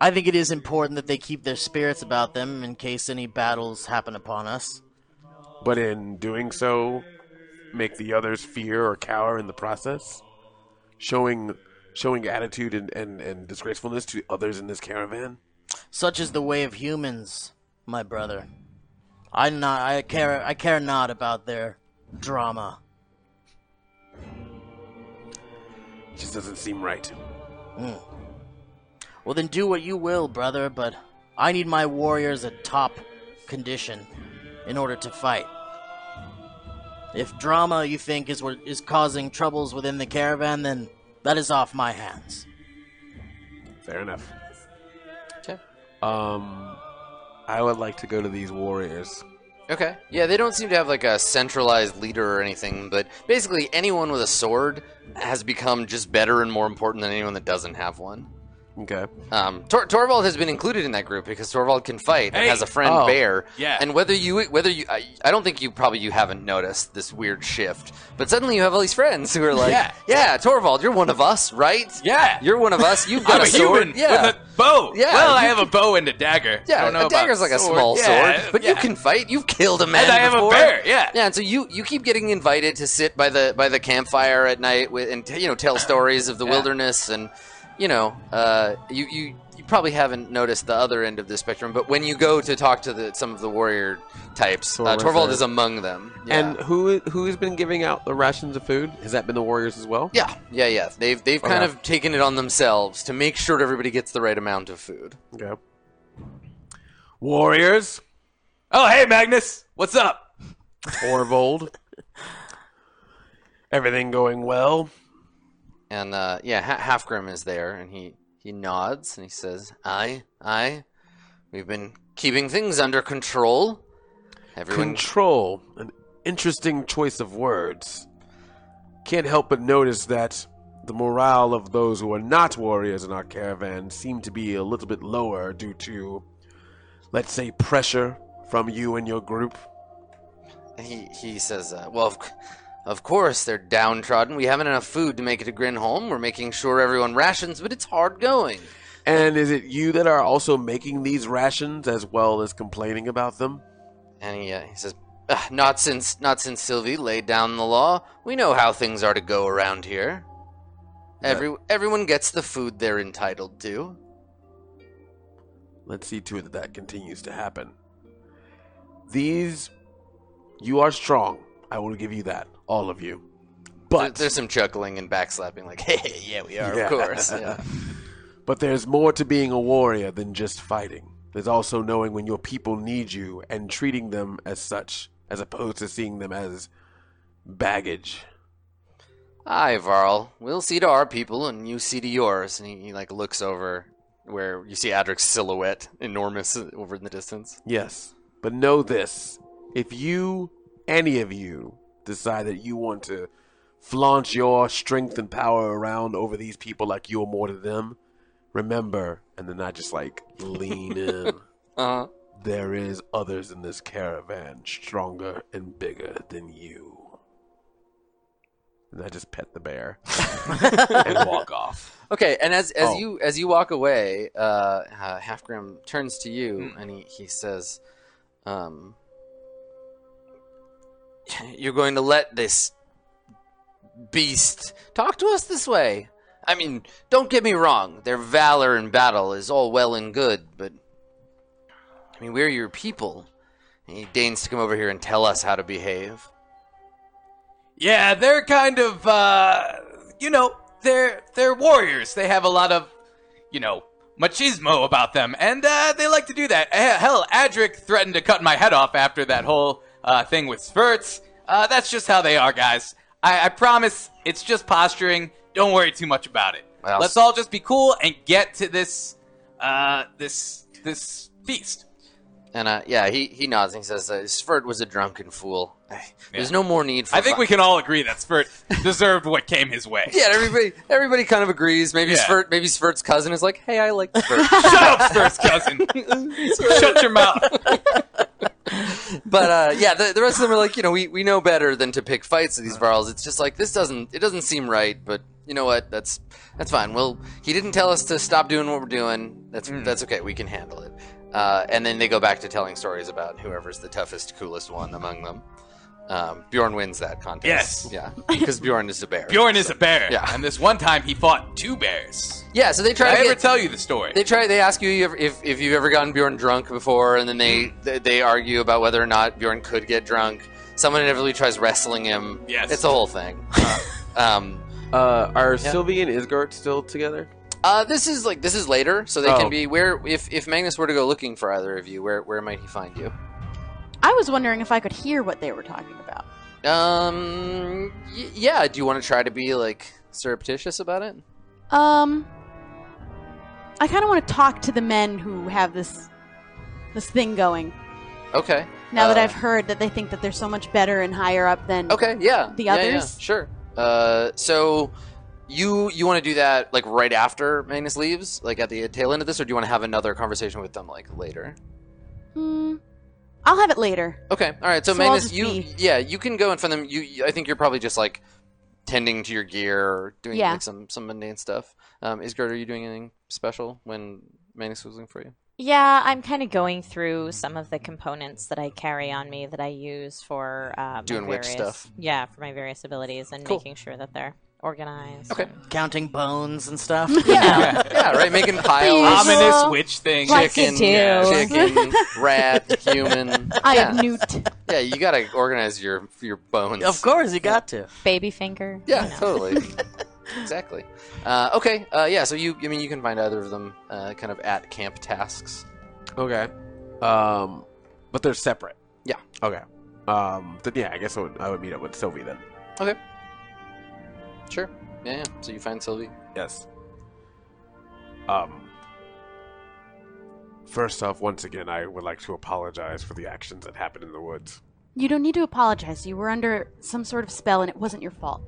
I think it is important that they keep their spirits about them in case any battles happen upon us. But in doing so, make the others fear or cower in the process, showing showing attitude and, and, and disgracefulness to others in this caravan. Such is the way of humans, my brother. I not I care I care not about their drama. It just doesn't seem right. Well then do what you will, brother, but I need my warriors at top condition in order to fight. If drama you think is what is causing troubles within the caravan, then that is off my hands. Fair enough. okay Um, I would like to go to these warriors. okay yeah they don't seem to have like a centralized leader or anything but basically anyone with a sword has become just better and more important than anyone that doesn't have one Okay. um, Tor- Torvald has been included in that group because Torvald can fight and Hey! has a friend Oh, Bear. yeah. And whether you whether you I, I don't think you probably you haven't noticed this weird shift, but suddenly you have all these friends who are like, Yeah. Torvald, you're one of us, right? Yeah. you're one of us. You've got I'm a sword. human yeah, with a bow. Yeah, well, I you have a bow and a dagger. I Yeah, don't know a dagger's about like a sword. small Yeah, sword, but you yeah. can fight. You've killed a man. I have a before. bear, yeah. yeah. And so you you keep getting invited to sit by the by the campfire at night with, and you know Uh, tell stories of the wilderness and you know uh, you you you probably haven't noticed the other end of the spectrum, but when you go to talk to the, some of the warrior types, uh, Torvald. Torvald is among them. Yeah. And who who's been giving out the rations of food? Has that been the warriors as well? yeah, yeah, yeah. They've they've kind Okay. of taken it on themselves to make sure everybody gets the right amount of food. Okay. Warriors, Oh, hey, Magnus. What's up? Orvold. Everything going well? And uh, yeah, ha- Halfgrim is there, and he he nods and he says, "Aye, aye, we've been keeping things under control. Everyone, Control. An interesting choice of words. Can't help but notice that the morale of those who are not warriors in our caravan seem to be a little bit lower due to, let's say, pressure from you and your group. He he says, uh, "Well, of, c- of course they're downtrodden. We haven't enough food to make it to Grinholm. We're making sure everyone rations, but it's hard going. And is it you that are also making these rations as well as complaining about them? And he, uh, he says, "Ah, "Not since not since Sylvie laid down the law. We know how things are to go around here. Every everyone gets the food they're entitled to. Let's see to it that that continues to happen. These, you are strong. I will give you that, all of you. There- But there's some chuckling and backslapping, like, hey, yeah, we are, Yeah. of course. Yeah. But there's more to being a warrior than just fighting. There's also knowing when your people need you and treating them as such, as opposed to seeing them as baggage. Aye, Varl. We'll see to our people, and you see to yours. And he, he like looks over where you see Adric's silhouette, enormous uh, over in the distance. Yes. But know this if you, any of you, decide that you want to flaunt your strength and power around over these people like you're more to them, remember, and then I just like lean in. Uh-huh. There is others in this caravan stronger and bigger than you. And I just pet the bear and walk off. Okay, and as as Oh. you as you walk away, uh, uh, Halfgrim turns to you and he he says, um, "You're going to let this beast talk to us this way? I mean, don't get me wrong. Their valor in battle is all well and good, but I mean, we're your people." And he deigns to come over here and tell us how to behave. Yeah, they're kind of uh you know, they're they're warriors. They have a lot of you know, machismo about them and uh they like to do that. Eh, Hell, Adric threatened to cut my head off after that whole uh thing with Sverts. Uh that's just how they are, guys. I, I promise it's just posturing. Don't worry too much about it. Well, Let's all just be cool and get to this uh this this feast. And uh, yeah, he, he nods and he says, uh, Svert was a drunken fool. There's Yeah. no more need for I think vi- we can all agree that Spurt deserved what came his way. Yeah, and everybody everybody kind of agrees. Maybe Yeah. Svert, maybe Svert's cousin is like, "Hey, I like Svert," Shut up, first cousin. Shut your mouth. but uh, yeah, the, the rest of them are like, you know, we, we know better than to pick fights with these varls. It's just like this doesn't it doesn't seem right, but you know what? That's that's fine. Well, he didn't tell us to stop doing what we're doing. That's Hmm. that's okay. We can handle it. Uh, and then they go back to telling stories about whoever's the toughest, coolest one among them. Um, Bjorn wins that contest. Yes. Yeah, because Bjorn is a bear. Bjorn is a bear. Yeah. And this one time he fought two bears. Yeah, so they Did try I to ever get- tell you the story? They try. They ask you if if you've ever gotten Bjorn drunk before, and then they they, they argue about whether or not Bjorn could get drunk. Someone inevitably tries wrestling him. Yes. it's a whole thing. um, Uh, are Sylvie and Isgard still together? uh, this is like this is later, so they Oh. can be where if if Magnus were to go looking for either of you, where where might he find you? I was wondering if I could hear what they were talking about. Um, y- yeah. Do you want to try to be like surreptitious about it? Um, I kind of want to talk to the men who have this this thing going. Okay. Now that Uh, I've heard that they think that they're so much better and higher up than Okay, yeah. The Yeah, others? yeah, Sure. Uh, so you you want to do that like right after Magnus leaves, like at the tail end of this, or do you want to have another conversation with them like later? Hmm, I'll have it later. Okay. All right. So, So I'll Magnus, just you be- yeah, you can go in front of them. You- You I think you're probably just like tending to your gear or doing Yeah. like some some mundane stuff. Um, Isgard, are you doing anything special when Magnus was looking for you? Yeah, I'm kind of going through some of the components that I carry on me that I use for uh, my Doing witch various, stuff. Yeah, for my various abilities and Cool. making sure that they're organized. Okay. and- Counting bones and stuff. Yeah. yeah. Right. Making piles. usual. Ominous witch thing. Like you do. Chicken, rat, human. I yeah. am Newt. yeah, you gotta organize your your bones. Of course, you got to. Baby finger. Yeah, totally. exactly. Uh, okay. Uh, yeah. So you, I mean, you can find either of them uh, kind of at camp tasks. Okay. Um, but they're separate. Yeah. Okay. Um, then yeah, I guess I would, I would meet up with Sylvie then. Sure. Yeah. yeah. So you find Sylvie. Yes. Um. First off, once again, I would like to apologize for the actions that happened in the woods. You don't need to apologize. You were under some sort of spell, and it wasn't your fault.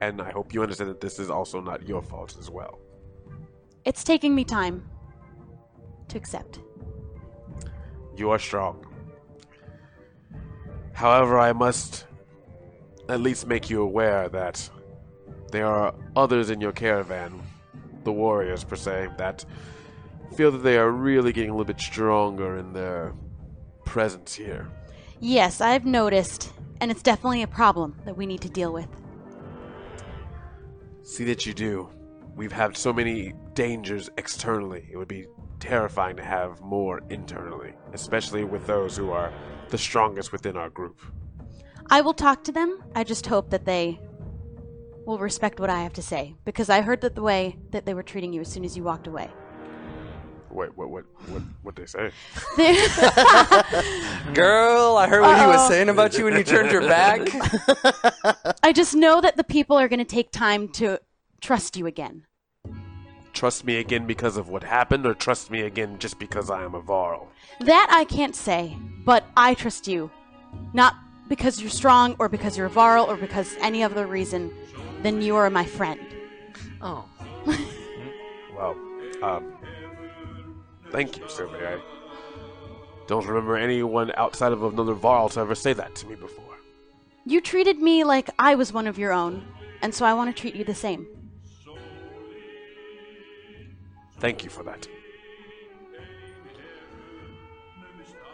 And I hope you understand that this is also not your fault as well. It's taking me time to accept. You are strong. However, I must at least make you aware that there are others in your caravan, the warriors per se, that feel that they are really getting a little bit stronger in their presence here. Yes, I've noticed, and it's definitely a problem that we need to deal with. See that you do. We've had so many dangers externally. It would be terrifying to have more internally, especially with those who are the strongest within our group. I will talk to them. I just hope that they will respect what I have to say because I heard that the way that they were treating you as soon as you walked away. Wait, what? What? What? What they say? They- Girl, I heard what he was saying about you when you turned your back. I just know that the people are going to take time to trust you again. Trust me again because of what happened, or trust me again just because I am a varl. That I can't say, but I trust you. Not because you're strong or because you're a Varl or because any other reason, then you are my friend. oh. Well, um, thank you, Sylvie. I don't remember anyone outside of another varl to ever say that to me before. You treated me like I was one of your own, and so I want to treat you the same. Thank you for that.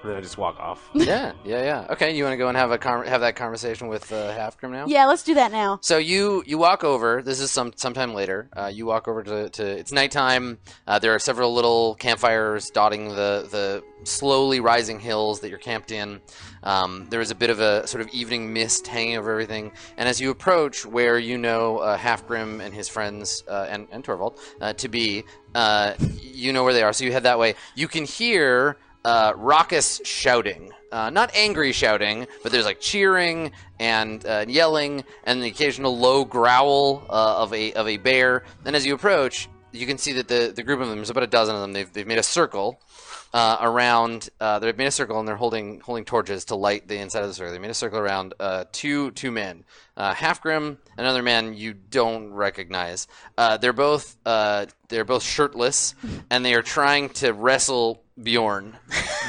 And then I just walk off. Yeah, yeah, yeah. Okay, you want to go and have a con- have that conversation with uh, Halfgrim now? Yeah, let's do that now. So you you walk over. This is some sometime later. Uh, you walk over to, to it's nighttime. Uh, there are several little campfires dotting the the slowly rising hills that you're camped in. Um, there is a bit of a sort of evening mist hanging over everything. And as you approach where you know uh, Halfgrim and his friends uh, and and Torvald uh, to be, uh, you know where they are. So you head that way. You can hear uh, raucous shouting. Uh, not angry shouting, but there's like cheering and uh, yelling and the occasional low growl uh, of a of a bear. And as you approach, you can see that the, the group of them, there's about a dozen of them, they've, they've made a circle uh, around. Uh, they've made a circle and they're holding holding torches to light the inside of the circle. They made a circle around uh, two two men, uh, Halfgrim, another man you don't recognize. Uh, they're both uh, they're both shirtless and they are trying to wrestle Bjorn.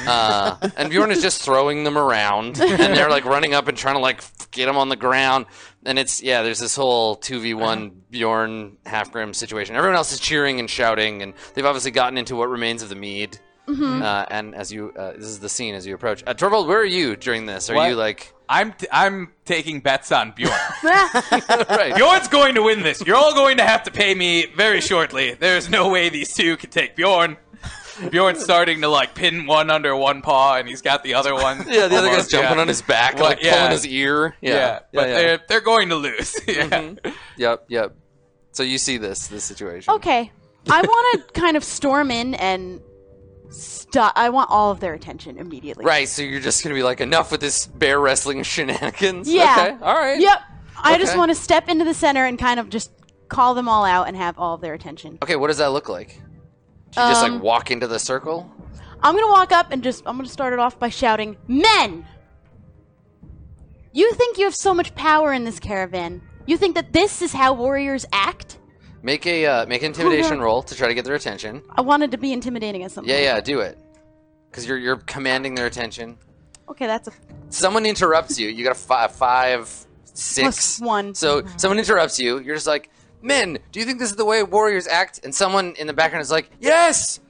Uh, and Bjorn is just throwing them around and they're like running up and trying to like get him on the ground. And it's yeah, there's this whole two v one Bjorn Halfgrim situation. Everyone else is cheering and shouting, and they've obviously gotten into what remains of the mead. Uh, and as you, uh, this is the scene as you approach. Uh, Torvald, where are you during this? Are What? you like I'm t- I'm taking bets on Bjorn. right? Bjorn's going to win this. You're all going to have to pay me very shortly. There's no way these two can take Bjorn. Bjorn's starting to like pin one under one paw, and he's got the other one. Yeah, the other guy's almost, yeah. jumping on his back, and, Well, like yeah. pulling his ear. Yeah, Yeah, but yeah, Mm-hmm. yeah. they're they're going to lose. yeah. Yep, yep. So you see this this situation. Okay. I want to kind of storm in and stop. I want all of their attention immediately. Right, so you're just gonna be like, enough with this bear wrestling shenanigans. Yeah. Okay. All right. Yep. I just Okay. want to step into the center and kind of just call them all out and have all of their attention. Okay, what does that look like? Do you just like Um, walk into the circle? I'm going to walk up and just, I'm going to start it off by shouting, Men! You think you have so much power in this caravan. You think that this is how warriors act? Make a uh, make an intimidation roll to try to get their attention. I wanted to be intimidating at something. Yeah, yeah, do it. Because you're you're commanding their attention. Okay, that's a Someone interrupts you. You got a five, five, six, Plus one. So someone interrupts you. You're just like, men, do you think this is the way warriors act? And someone in the background is like, yes,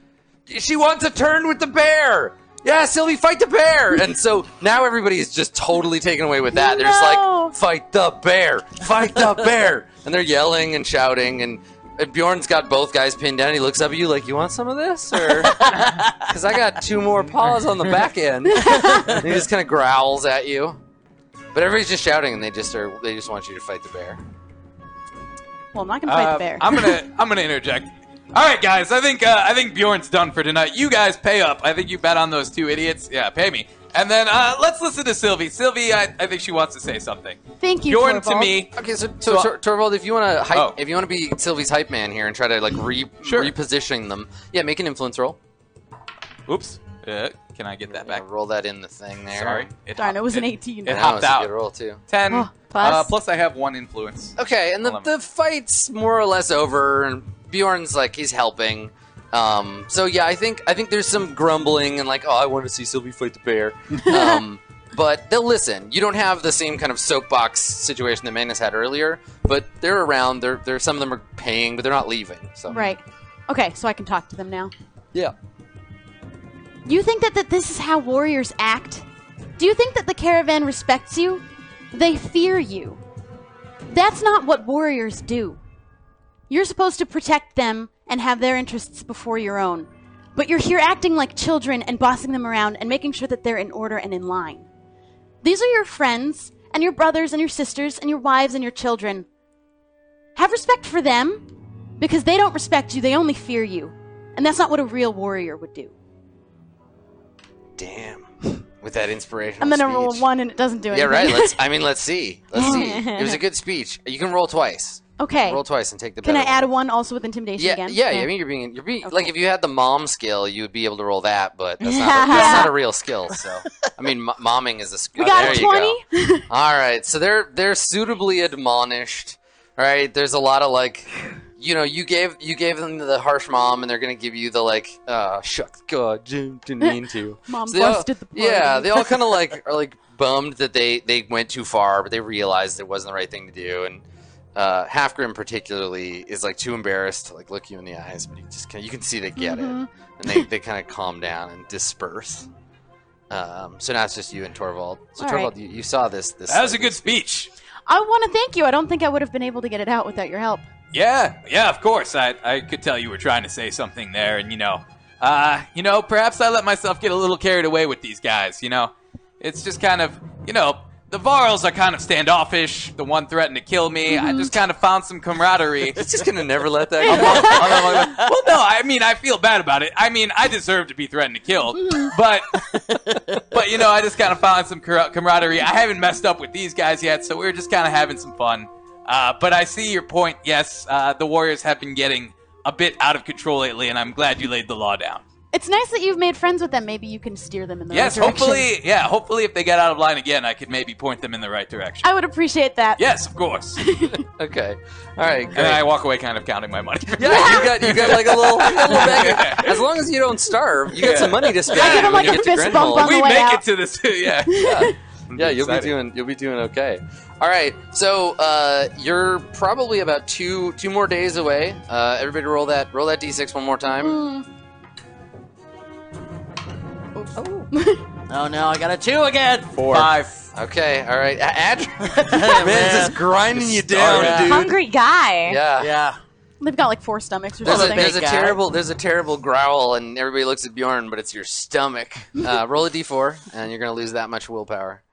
she wants a turn with the bear. Yeah, Sylvie, fight the bear. And so now everybody is just totally taken away with that. They're just No. like, fight the bear, fight the bear. And they're yelling and shouting. And, and Bjorn's got both guys pinned down. He looks up at you like, you want some of this? Or. Because I got two more paws on the back end. And he just kind of growls at you. But everybody's just shouting, and they just are. They just want you to fight the bear. Well, I'm not going to fight Uh, the bear. I'm gonna I'm gonna interject. All right, guys. I think uh, I think Bjorn's done for tonight. You guys pay up. I think you bet on those two idiots. Yeah, pay me. And then uh, let's listen to Sylvie. Sylvie, I, I think she wants to say something. Thank you, Bjorn to Torvald. me. Okay, so, so, So- Tor- Torvald, if you want to, Oh. if you want to be Sylvie's hype man here and try to like re- Sure. reposition them, yeah, make an influence roll. Oops. Uh, can I get that Yeah, back? roll that in the thing there. Sorry. It Darn, it was an it- 18. It Yeah, that hopped was a out. good roll too. Ten. Plus, Uh, plus, I have one influence. Okay, and the, Eleven. the fight's more or less over, and Bjorn's like he's helping. Um, so yeah, I think I think there's some grumbling and like, oh, I want to see Sylvie fight the bear. Um, but they'll listen. You don't have the same kind of soapbox situation that Magnus had earlier, but they're around. They're, they're some of them are paying, but they're not leaving. So right. Okay, so I can talk to them now. yeah. You think that, that this is how warriors act? Do you think that the caravan respects you? They fear you. That's not what warriors do. You're supposed to protect them and have their interests before your own. But you're here acting like children and bossing them around and making sure that they're in order and in line. These are your friends and your brothers and your sisters and your wives and your children. Have respect for them because they don't respect you, they only fear you. And that's not what a real warrior would do. Damn. With that inspiration. I'm gonna roll one and it doesn't do Yeah, anything. right. Let's. I mean, let's see. Let's see. It was a good speech. You can roll twice. okay. Roll twice and take the. Can I better one. add a one also with intimidation yeah, again? Yeah, I mean, you're being, you're being like if you had the mom skill, you would be able to roll that, but that's not, a, that's not a real skill. So, I mean, m- momming is a skill. We got a You go. All right, so they're they're suitably admonished. All right, there's a lot of like, you know, you gave you gave them the harsh mom, and they're gonna give you the like, uh, shucks, God, didn't didn't mean to. Mom they all- busted the party. Yeah, they all kind of like are like bummed that they they went too far, but they realized it wasn't the right thing to do. And uh, Halfgrim particularly is like too embarrassed to like look you in the eyes, but he just can you can see they get it, Mm-hmm. and they, they kind of calm down and disperse. Um, so now it's just you and Torvald. So All right. Torvald, you, you saw this. This That was a good speech. I want to thank you. I don't think I would have been able to get it out without your help. Yeah, yeah, of course. I, I could tell you were trying to say something there, and you know, uh, you know, perhaps I let myself get a little carried away with these guys. You know, it's just kind of, you know, the Varls are kind of standoffish. The one threatened to kill me, I just kind of found some camaraderie. It's just gonna never let that go. well, no, I mean, I feel bad about it. I mean, I deserve to be threatened to kill, but, but you know, I just kind of found some camar- camaraderie. I haven't messed up with these guys yet, so we were just kind of having some fun. Uh, but I see your point. Yes, uh, the Warriors have been getting a bit out of control lately, and I'm glad you laid the law down. It's nice that you've made friends with them. Maybe you can steer them in the Yes, right direction. hopefully, yeah, hopefully, if they get out of line again, I could maybe point them in the right direction. I would appreciate that. yes, of course. okay, all right, and great. I walk away, kind of counting my money. Yeah, you got you got like a little, you got a little bag. Of, as long as you don't starve, you got some money to spend. I give him when like you a get to fist Grenholm. bump on we the way make out. it to this. yeah. yeah, you'll Exciting. be doing you'll be doing okay. All right, so uh, you're probably about two two more days away. Uh, everybody, roll that roll that d6 one more time. Oh no, I got a two again. Four. Five. Okay, all right. A- Ad- man's just grinding you down, Starving. dude. Hungry guy. Yeah. Yeah. They've got like four stomachs or There's a, something. there's a big guy. terrible there's a terrible growl and everybody looks at Bjorn, but it's your stomach. Uh, roll a d4 and you're gonna lose that much willpower.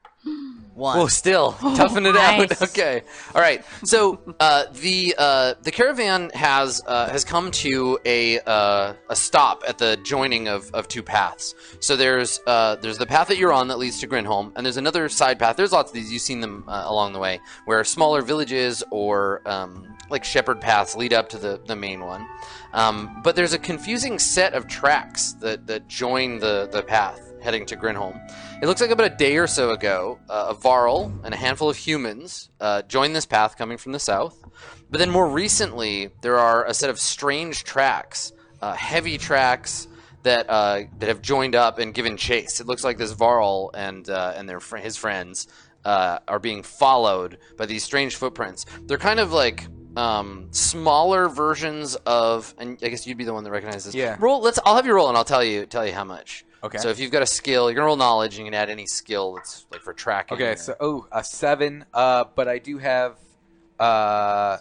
One. Oh, still toughen it nice. out. Okay, all right. So uh, the uh, the caravan has uh, has come to a uh, a stop at the joining of, of two paths. So there's uh, there's the path that you're on that leads to Grinholm, and there's another side path. There's lots of these. You've seen them uh, along the way, where smaller villages or um, like shepherd paths lead up to the, the main one. Um, but there's a confusing set of tracks that, that join the, the path heading to Grinholm. It looks like about a day or so ago, uh, a Varl and a handful of humans uh, joined this path coming from the south. But then more recently, there are a set of strange tracks, uh, heavy tracks that uh, that have joined up and given chase. It looks like this Varl and uh, and their fr- his friends uh, are being followed by these strange footprints. They're kind of like um, smaller versions of, and I guess you'd be the one that recognizes. this. Yeah. Roll. Let's. I'll have you roll, and I'll tell you tell you how much. Okay. So if you've got a skill, you can roll knowledge, and you can add any skill that's like for tracking. Okay, or- so oh, a seven. Uh, but I do have uh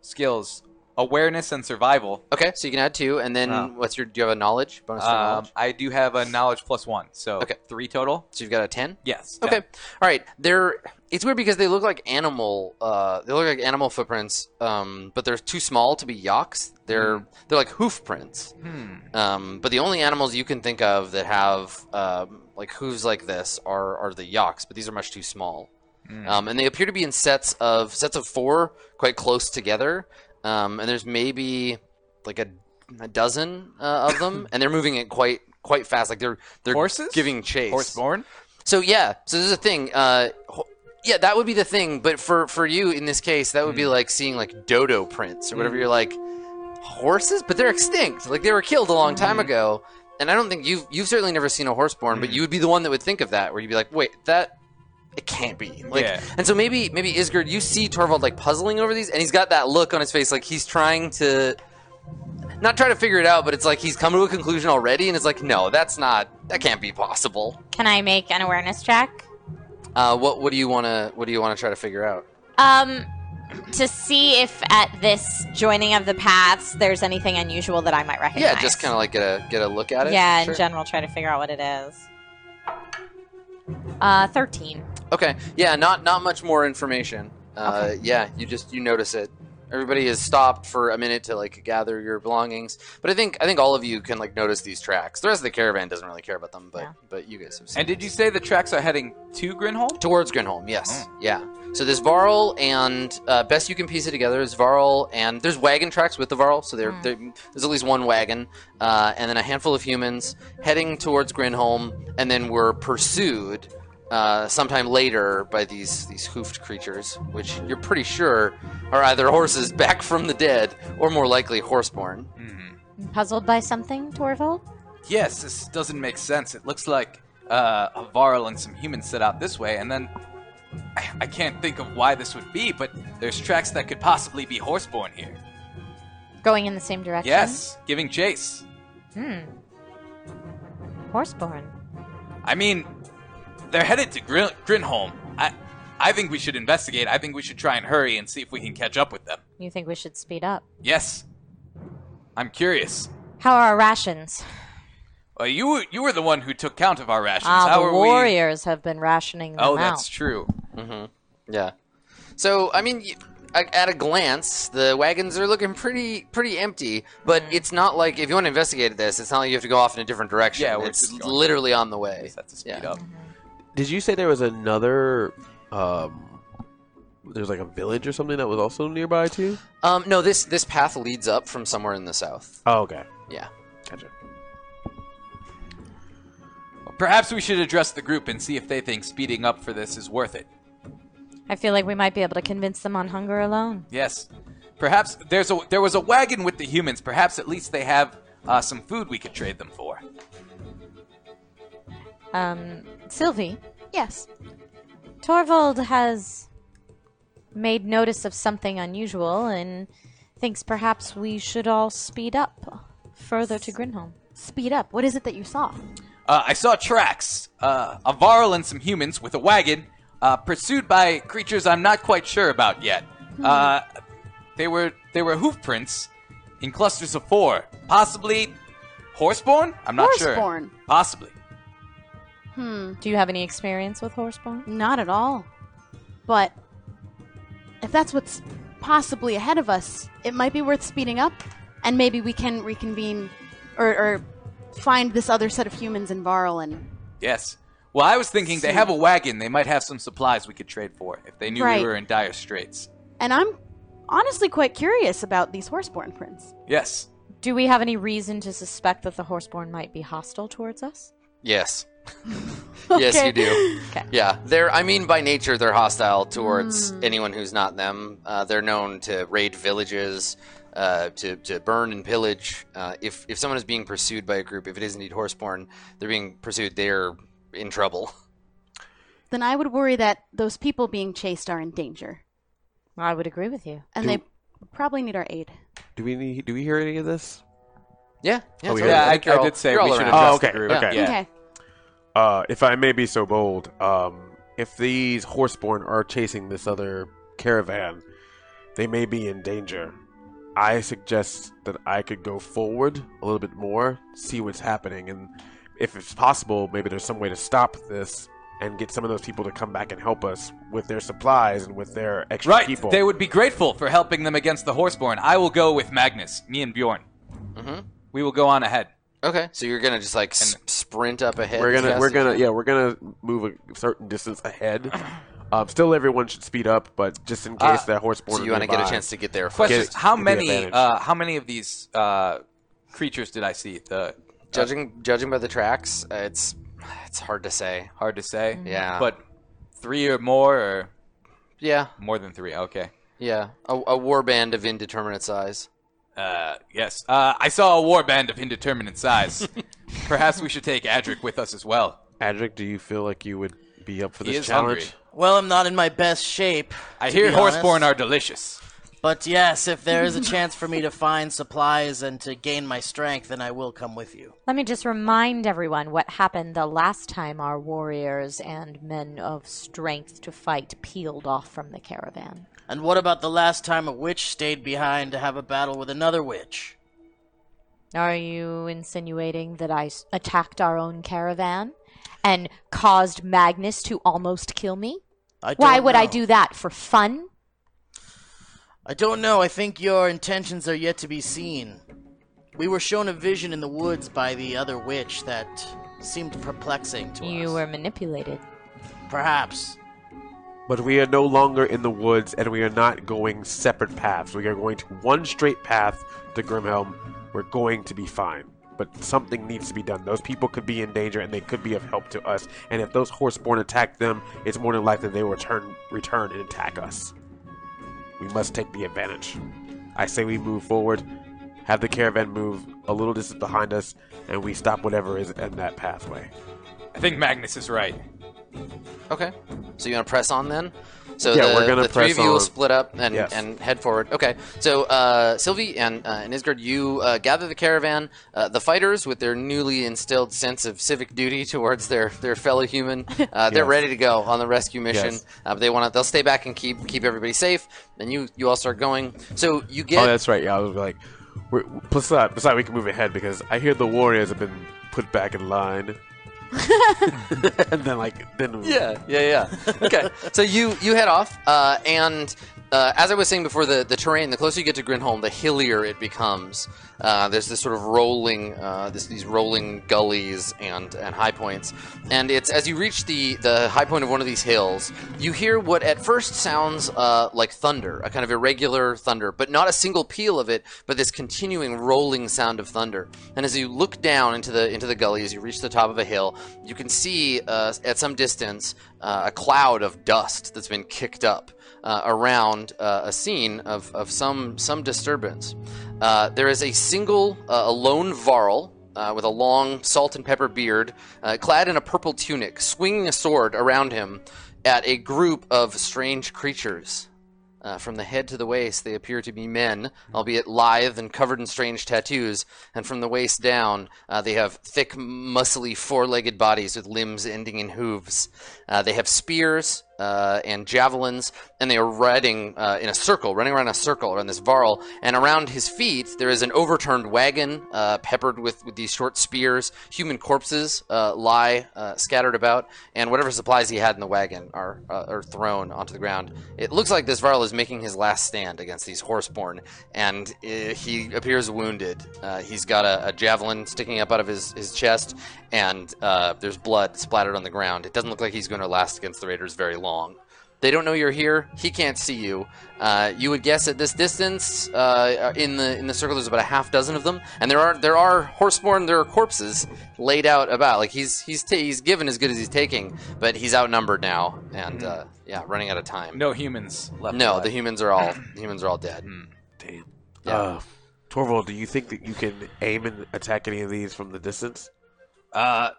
skills, awareness and survival. okay, so you can add two, and then Wow. what's your? Do you have a knowledge bonus? For Um, knowledge? I do have a knowledge plus one, so Okay. three total. So you've got a ten. Yes. Okay. All right. They're it's weird because they look like animal uh they look like animal footprints um but they're too small to be yaks. They're they're like hoof prints. Um but the only animals you can think of that have um like hooves like this are are the yaks, but these are much too small. Um and they appear to be in sets of sets of 4 quite close together. Um and there's maybe like a a dozen uh, of them and they're moving it quite quite fast like they're they're Horses? giving chase. Horseborn. So yeah, so this is a thing. Uh, ho- yeah, that would be the thing. But for for you in this case, that would be like seeing like dodo prints or whatever. You're like horses, but they're extinct. Like they were killed a long time ago. And I don't think you've you've certainly never seen a horse born, but you would be the one that would think of that, where you'd be like, wait, that it can't be. Like, Yeah. and so maybe maybe Isgard, you see Torvald like puzzling over these, and he's got that look on his face, like he's trying to not try to figure it out, but it's like he's come to a conclusion already, and it's like, no, that's not that can't be possible. Can I make an awareness check? Uh, what what do you wanna what do you wanna try to figure out? Um, to see if at this joining of the paths there's anything unusual that I might recognize. Yeah, just kind of like get a get a look at it. Yeah, Sure. in general, try to figure out what it is. Uh, thirteen. Okay. Yeah, not not much more information. Uh, Yeah, you just you notice it. Everybody has stopped for a minute to like gather your belongings, but I think I think all of you can like notice these tracks. The rest of the caravan doesn't really care about them, but Yeah. but you guys have seen. And did you say the tracks are heading to Grinholm? towards Grinholm? Yes. Yeah. So there's Varl and uh, best you can piece it together is Varl and there's wagon tracks with the Varl, so there there- there's at least one wagon, uh, and then a handful of humans heading towards Grinholm, and then we're pursued uh, sometime later by these these hoofed creatures, which you're pretty sure are either horses back from the dead or more likely horseborn. Puzzled by something, Torvald? Yes, this doesn't make sense. It looks like uh, a varl and some humans set out this way, and then I, I can't think of why this would be, but there's tracks that could possibly be horseborn here. Going in the same direction? Yes, giving chase. Hmm. Horseborn. I mean, they're headed to Grin- Grinholm. I, I think we should investigate. I think we should try and hurry and see if we can catch up with them. You think we should speed up? Yes, I'm curious. How are our rations? Well, you you were the one who took count of our rations. Ah, How the are we? warriors have been rationing them Oh, out. that's true. Yeah. So I mean, y- a- at a glance, the wagons are looking pretty pretty empty. But Mm-hmm. it's not like if you want to investigate this, it's not like you have to go off in a different direction. Yeah, we're it's just going- literally on the way. That's a speed Yeah. up. Did you say there was another? Um, there's like a village or something that was also nearby too. Um, no, this this path leads up from somewhere in the south. Oh, okay. Yeah. Gotcha. Perhaps we should address the group and see if they think speeding up for this is worth it. I feel like we might be able to convince them on hunger alone. Yes. Perhaps there's a there was a wagon with the humans. Perhaps at least they have uh, some food we could trade them for. Um, Sylvie, Yes. Torvald has made notice of something unusual and thinks perhaps we should all speed up further to Grinholm. Speed up. What is it that you saw? Uh, I saw tracks, uh, a varl and some humans with a wagon, uh, pursued by creatures I'm not quite sure about yet. Hmm. Uh, they were they were hoof prints in clusters of four, possibly horseborn. I'm not Horseborn. sure. Possibly. Do you have any experience with horseborn? Not at all. But if that's what's possibly ahead of us, it might be worth speeding up, and maybe we can reconvene or, or find this other set of humans in Varl and Yes. Well, I was thinking they have a wagon. They might have some supplies we could trade for if they knew Right. we were in dire straits. and I'm honestly quite curious about these horseborn prints. Yes. Do we have any reason to suspect that the horseborn might be hostile towards us? Yes. Yes, you do. Okay. Hmm. Yeah, they're. I mean, by nature, they're hostile towards anyone who's not them. Uh, they're known to raid villages, uh, to to burn and pillage. Uh, if if someone is being pursued by a group, if it is indeed horseborn, they're being pursued. They're in trouble. Then I would worry that those people being chased are in danger, I would agree with you. and they probably need our aid. Do we need, do we hear any of this? Yeah, yeah, Oh, totally. we heard Yeah, that. I- think you're I all- did say you're we all should around. address Oh, okay, the group. okay. Yeah. Okay. Uh, if I may be so bold, um, if these horseborn are chasing this other caravan, they may be in danger. I suggest that I could go forward a little bit more, see what's happening, and if it's possible, maybe there's some way to stop this and get some of those people to come back and help us with their supplies and with their extra Right. people. They would be grateful for helping them against the horseborn. I will go with Magnus, me and Bjorn. Mhm. We will go on ahead. Okay, so you're gonna just like s- sprint up ahead. We're as gonna fast we're as you gonna can? yeah we're gonna move a certain distance ahead. Um, still, everyone should speed up, but just in case Uh, that horseborn. So you want to get a nearby- chance to get there. first. Question: Get- How get the many? advantage. Uh, how many of these uh, creatures did I see? The Judging judging by the tracks, uh, it's it's hard to say. hard to say. Yeah, But Three or more, or Yeah, more than three? Okay. yeah. A, a warband of indeterminate size. Uh, yes. Uh, I saw a warband of indeterminate size. Perhaps we should take Adric with us as well. Adric, do you feel like you would be up for He this is challenge? hungry. Well, I'm not in my best shape. I to hear be honest. horseborn are delicious. But yes, if there is a chance for me to find supplies and to gain my strength, then I will come with you. Let me just remind everyone what happened the last time our warriors and men of strength to fight peeled off from the caravan. And what about the last time a witch stayed behind to have a battle with another witch? Are you insinuating that I s- attacked our own caravan and caused Magnus to almost kill me? I Why don't would I know. do that? For fun? I don't know. I think your intentions are yet to be seen. We were shown a vision in the woods by the other witch that seemed perplexing to us. You were manipulated. perhaps. But we are no longer in the woods, and we are not going separate paths. We are going to one straight path to Grimhelm. We're going to be fine. But something needs to be done. Those people could be in danger, and they could be of help to us. And if those horseborn attack them, it's more than likely they will return, return and attack us. We must take the advantage. I say we move forward, have the caravan move a little distance behind us, and we stop whatever is in that pathway. I think Magnus is right. Okay. So you want to press on then? So Yeah, the, we're gonna the three press of you will on. split up and, Yes. and head forward. Okay. So uh, Sylvie and, uh, and Isgard, you uh, gather the caravan. Uh, the fighters, with their newly instilled sense of civic duty towards their, their fellow human, uh, they're Yes. ready to go on the rescue mission. Yes. Uh, but they want to. They'll stay back and keep keep everybody safe. And you you all start going. So you get. Oh, that's right. Yeah, I was like, we're, besides, besides, we can move ahead because I hear the warriors have been put back in line. and then, like, then Yeah, yeah, yeah. Okay, so you you head off, uh, and uh, as I was saying before, the, the terrain, the closer you get to Grinholm, the hillier it becomes. Uh, there's this sort of rolling, uh, this, these rolling gullies and, and high points, and it's as you reach the the high point of one of these hills, you hear what at first sounds uh, like thunder, a kind of irregular thunder, but not a single peal of it, but this continuing rolling sound of thunder. And as you look down into the into the gully, as you reach the top of a hill, you can see uh, at some distance uh, a cloud of dust that's been kicked up uh, around uh, a scene of, of some some disturbance. Uh, there is a single, uh, a lone varl uh, with a long salt and pepper beard, uh, clad in a purple tunic, swinging a sword around him at a group of strange creatures. Uh, from the head to the waist, they appear to be men, albeit lithe and covered in strange tattoos. And from the waist down, uh, they have thick, muscly, four legged bodies with limbs ending in hooves. Uh, they have spears uh, and javelins, and they are riding uh, in a circle, running around a circle around this varl. And around his feet, there is an overturned wagon uh, peppered with, with these short spears. Human corpses uh, lie uh, scattered about, and whatever supplies he had in the wagon are, uh, are thrown onto the ground. It looks like this Varl is making his last stand against these horseborn, and uh, he appears wounded. Uh, he's got a, a javelin sticking up out of his, his chest, and uh, there's blood splattered on the ground. It doesn't look like he's going to last against the Raiders very long. They don't know you're here. He can't see you. Uh, you would guess at this distance, uh, in the in the circle, there's about a half dozen of them, and there are there are horseborn, there are corpses laid out about. Like he's he's ta he's given as good as he's taking, but he's outnumbered now, and uh, yeah, running out of time. No humans left. no, alive. the humans are all the humans are all dead. Damn. Yeah. Uh, Torvald, do you think that you can aim and attack any of these from the distance? Uh,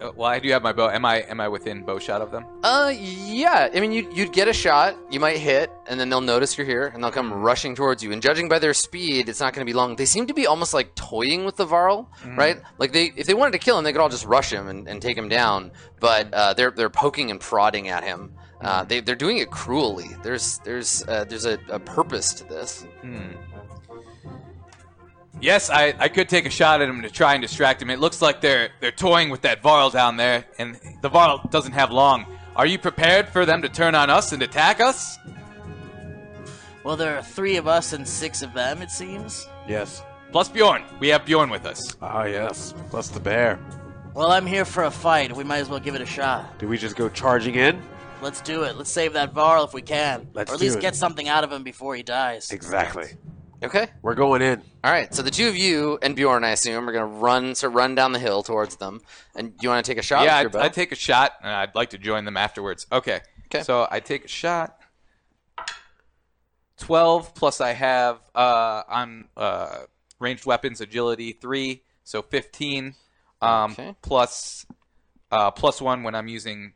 uh, well, I do have my bow. Am I am I within bowshot of them? Uh, yeah. I mean, you, you'd get a shot, you might hit, and then they'll notice you're here, and they'll come rushing towards you. And judging by their speed, it's not going to be long. They seem to be almost like toying with the Varl, right? Like they, if they wanted to kill him, they could all just rush him and, and take him down. But uh, they're they're poking and prodding at him. Uh, they, they're doing it cruelly. There's there's uh, there's a, a purpose to this. Yes, I, I could take a shot at him to try and distract him. It looks like they're they're toying with that varl down there, and the varl doesn't have long. Are you prepared for them to turn on us and attack us? Well, there are three of us and six of them, it seems. Yes. Plus Bjorn, we have Bjorn with us. Ah, yes. Plus the bear. Well, I'm here for a fight. We might as well give it a shot. Do we just go charging in? Let's do it. Let's save that Varl if we can. Let's or at do least it. get something out of him before he dies. Exactly. Okay. We're going in. All right. So the two of you and Bjorn, I assume, are going to run so run down the hill towards them. And do you want to take a shot? yeah, with your I'd, bow? I'd take a shot, and I'd like to join them afterwards. Okay. 'Kay. So I take a shot. Twelve plus I have uh, on uh, ranged weapons agility three, so fifteen. Um, Okay. plus, uh, plus one when I'm using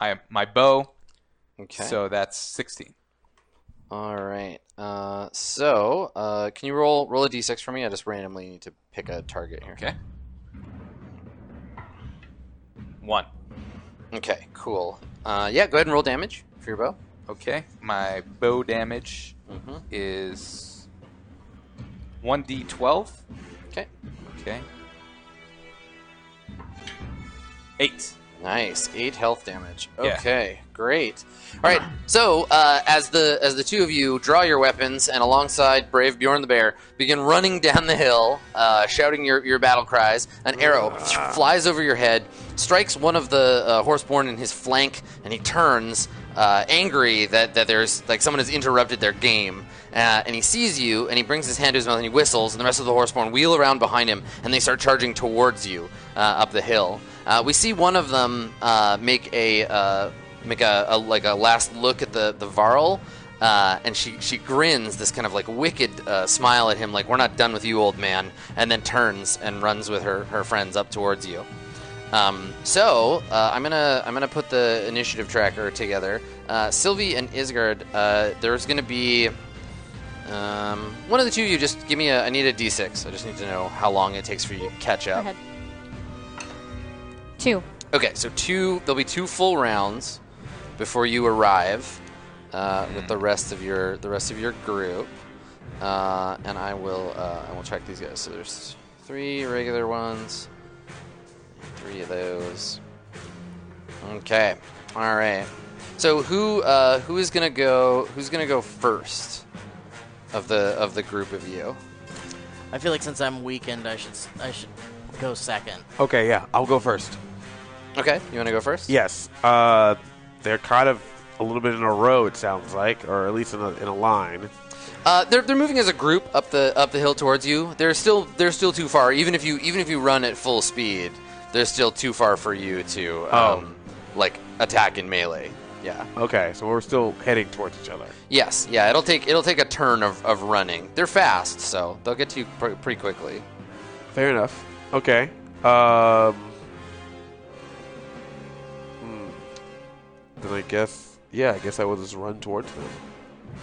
my my bow. Okay. So that's sixteen. All right. Uh, so uh, can you roll roll a d6 for me? I just randomly need to pick a target here. Okay. One. Okay. Cool. Uh, yeah. Go ahead and roll damage for your bow. Okay. My bow damage Mm-hmm. is one d twelve. Okay. Okay. Eight. Nice, eight health damage. Yeah. Okay, great. All right, so uh, as the as the two of you draw your weapons and alongside brave Bjorn the bear begin running down the hill, uh, shouting your, your battle cries, an arrow flies over your head, strikes one of the uh, horseborn in his flank, and he turns uh, angry that, that there's like someone has interrupted their game. Uh, and he sees you, and he brings his hand to his mouth, and he whistles, and the rest of the horseborn wheel around behind him, and they start charging towards you uh, up the hill. Uh, we see one of them uh, make a uh, make a, a like a last look at the the varl, uh, and she she grins this kind of like wicked uh, smile at him, like "We're not done with you, old man," and then turns and runs with her her friends up towards you. Um, so uh, I'm gonna I'm gonna put the initiative tracker together. Uh, Sylvie and Isgard, uh, there's gonna be um, one of the two of you. Just give me a I need a d6. I just need to know how long it takes for you to catch up. ahead. Two. Okay, so two. There'll be two full rounds before you arrive uh, with the rest of your the rest of your group, uh, and I will uh, I will track these guys. So there's three regular ones, three of those. Okay, all right. So who uh, who is gonna go? Who's gonna go first of the of the group of you? I feel like since I'm weakened, I should s- I should go second. Okay, yeah, I'll go first. Okay, you want to go first? Yes, uh, they're kind of a little bit in a row. It sounds like, or at least in a, in a line. Uh, they're, they're moving as a group up the up the hill towards you. They're still they're still too far. Even if you even if you run at full speed, they're still too far for you to Oh. um, like attack in melee. Yeah. Okay, so we're still heading towards each other. Yes. Yeah. It'll take it'll take a turn of, of running. They're fast, so they'll get to you pr- pretty quickly. Fair enough. Okay. Um. hmm. Then I guess, yeah, I guess I will just run towards them.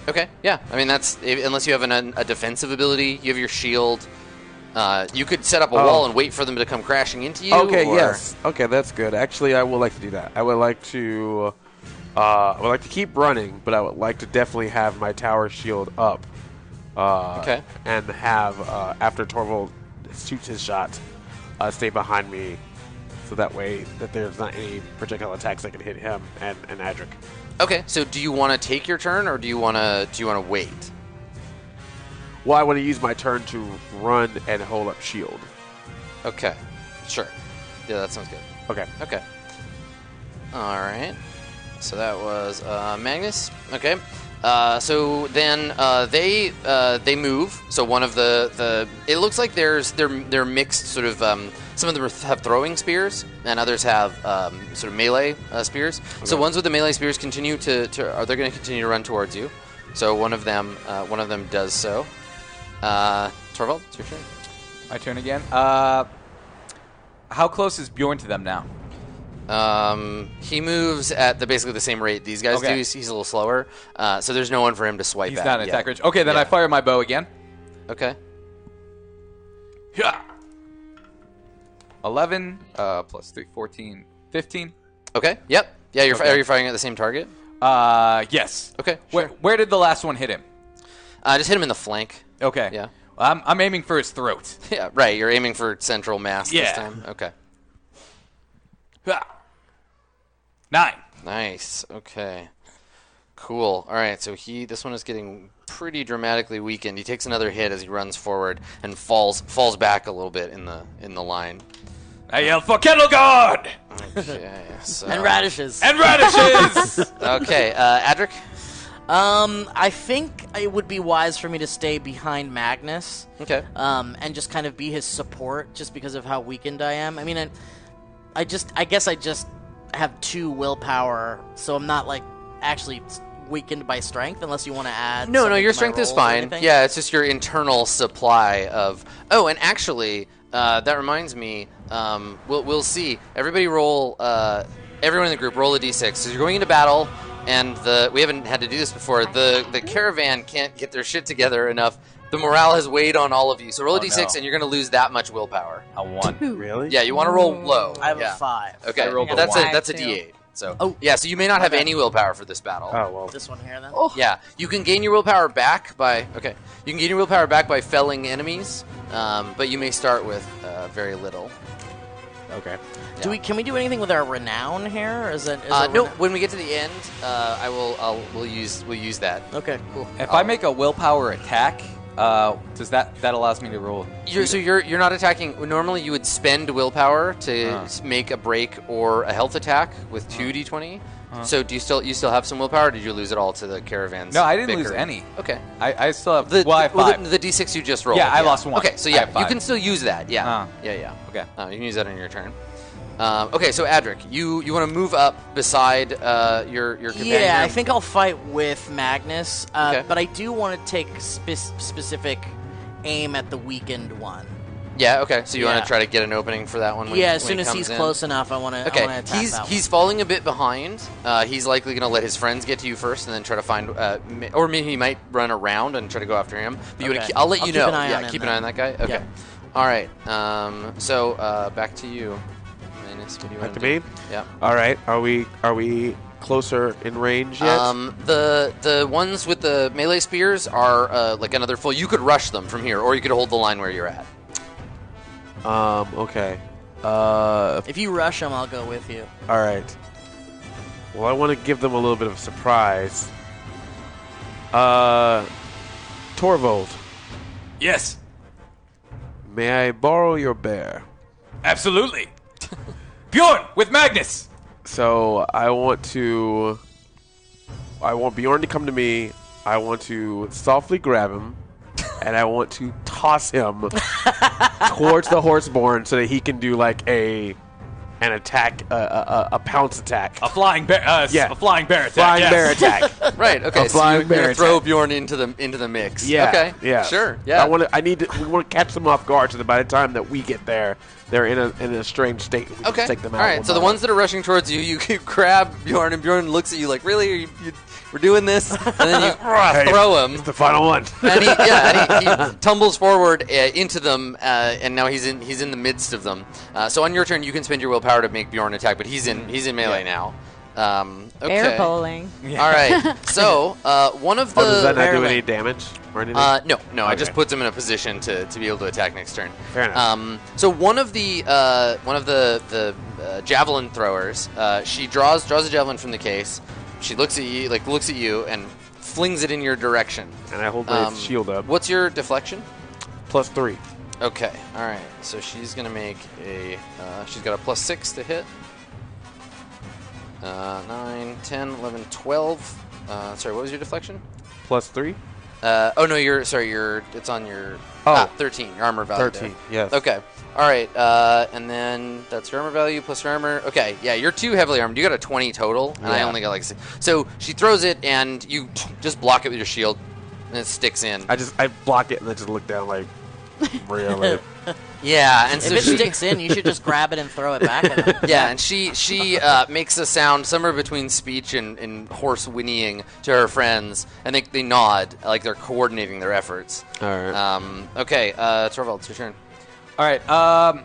Okay. Yeah. I mean that's i unless you have an, a defensive ability, you have your shield. Uh, you could set up a Oh. wall and wait for them to come crashing into you. Okay, or- yes. Okay, that's good. Actually, I would like to do that. I would like to. Uh, I would like to keep running, but I would like to definitely have my tower shield up. Uh, Okay. And have uh, after Torvald shoots his shot, uh, stay behind me, so that way that there's not any projectile attacks that can hit him and and Adric. Okay. So do you want to take your turn or do you want to do you want to wait? Well, I want to use my turn to run and hold up shield. Okay. Sure. Yeah, that sounds good. Okay. Okay. All right. So that was uh, Magnus. Okay. Uh, so then uh, they uh, they move. So one of the, the it looks like there's they're they're mixed sort of. Um, some of them have throwing spears, and others have um, sort of melee uh, spears. So ones with the melee spears continue to, to are they going to continue to run towards you? So one of them uh, one of them does so. Uh, Torvald, it's your turn. My turn again. Uh, how close is Bjorn to them now? Um, he moves at the basically the same rate these guys Okay. do. He's, he's a little slower, uh, so there's no one for him to swipe He's at. not an yet. attack range. Okay, then Yeah. I fire my bow again. Okay. Yeah. 11 uh, plus 3, 14, 15. Okay. Yep. Yeah. You're fi- Okay. are you firing at the same target? Uh, yes. Okay, Where, sure. where did the last one hit him? Uh, just hit him in the flank. Okay. Yeah. I'm, I'm aiming for his throat. Yeah. Right. You're aiming for central mass Yeah. this time. Okay. Yeah. Nine. Nice. Okay. Cool. All right. So he this one is getting pretty dramatically weakened. He takes another hit as he runs forward and falls falls back a little bit in the in the line. I yell for Kettle Guard Okay. so- And radishes. and radishes. okay. Uh, Adric. Um, I think it would be wise for me to stay behind Magnus. Okay. um, and just kind of be his support just because of how weakened I am. I mean, I, I just, I guess I just have two willpower, so I'm not like actually s- weakened by strength. Unless you want to add. No, no, something your to my strength is rolls or fine. anything. Yeah, it's just your internal supply of. Oh, and actually, uh, that reminds me. Um, we'll we'll see. Everybody roll. Uh, everyone in the group roll a d6. So you're going into battle, and the we haven't had to do this before. The the caravan can't get their shit together enough. The morale has weighed on all of you. So roll a Oh, d6, no. and you're going to lose that much willpower. A one. Really? Yeah, you want to roll low. I have yeah. a five. Okay, I rolled a that's one. a that's a Too. d8. So Oh. yeah, so you may not have Okay. any willpower for this battle. Uh, Oh well. This one here, then. Yeah, you can gain your willpower back by okay. You can gain your willpower back by felling enemies, um, but you may start with uh, very little. Okay. Do we? Can we do anything with our renown here? Or is it? Is Uh, it no, rena- when we get to the end, uh, I will. I'll, we'll use. We'll use that. Okay. Cool. If I make a willpower attack, uh, does that that allows me to roll? You're, so you're you're not attacking. Normally, you would spend willpower to Uh. s- make a break or a health attack with Ah. two d20. So do you still you still have some willpower? Or did you lose it all to the caravans? No, I didn't lose bickering? any. Okay. I, I still have The, well, I have well, five. the, the d6 you just rolled. Yeah, I lost one. Okay, so I yeah, have you five. can still use that. Yeah, Uh. yeah, yeah. okay. Uh, you can use that on your turn. Um, okay, so Adric, you, you want to move up beside uh, your your companion? Yeah, I think I'll fight with Magnus, uh, Okay. but I do want to take spe- specific aim at the weakened one. Yeah. Okay. So you want Yeah. to try to get an opening for that one? When, yeah, as when soon he as comes he's in? close enough, I want to. I Okay. want to attack He's that he's falling a bit behind. Uh, he's likely going to let his friends get to you first, and then try to find, uh, mi- or maybe he might run around and try to go after him. But you Okay. would, I'll let I'll you keep know. an eye yeah. on him keep an then. eye on that guy. Okay. Yeah. All right. Um, so uh, back to you, Linus. What do you Back want to do? me. Yeah. All right. Are we are we closer in range yet? Um, the the ones with the melee spears are uh, like another full. You could rush them from here, or you could hold the line where you're at. Um, okay. Uh, one. If you rush him, I'll go with you. all right. Well, I want to give them a little bit of a surprise. Uh, Torvold, Yes, May I borrow your bear? absolutely. Bjorn with Magnus. So I want to. I want Bjorn to come to me. I want to softly grab him, and I want to toss him towards the horseborn so that he can do like a an attack, a, a, a- a pounce attack, A flying bear. Uh, s- Yeah. A flying bear attack. flying yes. bear attack. Right. Okay. So flying you're gonna bear throw attack. Bjorn into the into the mix. Yeah. Okay. Yeah. Sure. Yeah. I want to. I need. To, we want to catch them off guard so that by the time that we get there, they're in a in a strange state. We can Okay. just take them out. All right. one So the by one. ones that are rushing towards you, you can grab Bjorn, and Bjorn looks at you like, "Really? Are you, you, we're doing this?" And then you Right. throw him. It's the final one. and he, yeah, and he, he tumbles forward uh, into them, uh, and now he's in he's in the midst of them. Uh, so on your turn, you can spend your willpower to make Bjorn attack, but he's in he's in melee now. Um, okay. Air bowling. All right. So uh, one of the Oh, does that not do any damage or anything? uh, no, no. I just Okay. puts him in a position to, to be able to attack next turn. Fair enough. Um, so one of the uh, one of the the uh, javelin throwers, uh, she draws draws a javelin from the case. She looks at you, like looks at you, and flings it in your direction. and I hold my Um, shield up. What's your deflection? Plus three. Okay. All right. So she's gonna make a. Uh, she's got a plus six to hit. Uh, 9, 10, 11, 12. Uh, sorry, what was your deflection? Plus three. Uh, oh no, you're sorry. You're it's on your Oh. ah, 13, your armor value. 13, there. yes. Okay. All right. Uh, and then that's your armor value plus your armor. Okay. Yeah, you're too heavily armed. You got a 20 total, and I Yeah. only got like six. So she throws it, and you just block it with your shield, and it sticks in. I just I block it and I just look down like really. yeah, and If so it she, sticks in, you should just grab it and throw it back at him. Yeah, and she she uh, makes a sound somewhere between speech and, and horse whinnying to her friends, and they, they nod like they're coordinating their efforts. All right. Um, okay, uh, Torvald, it's your turn. All right. Um,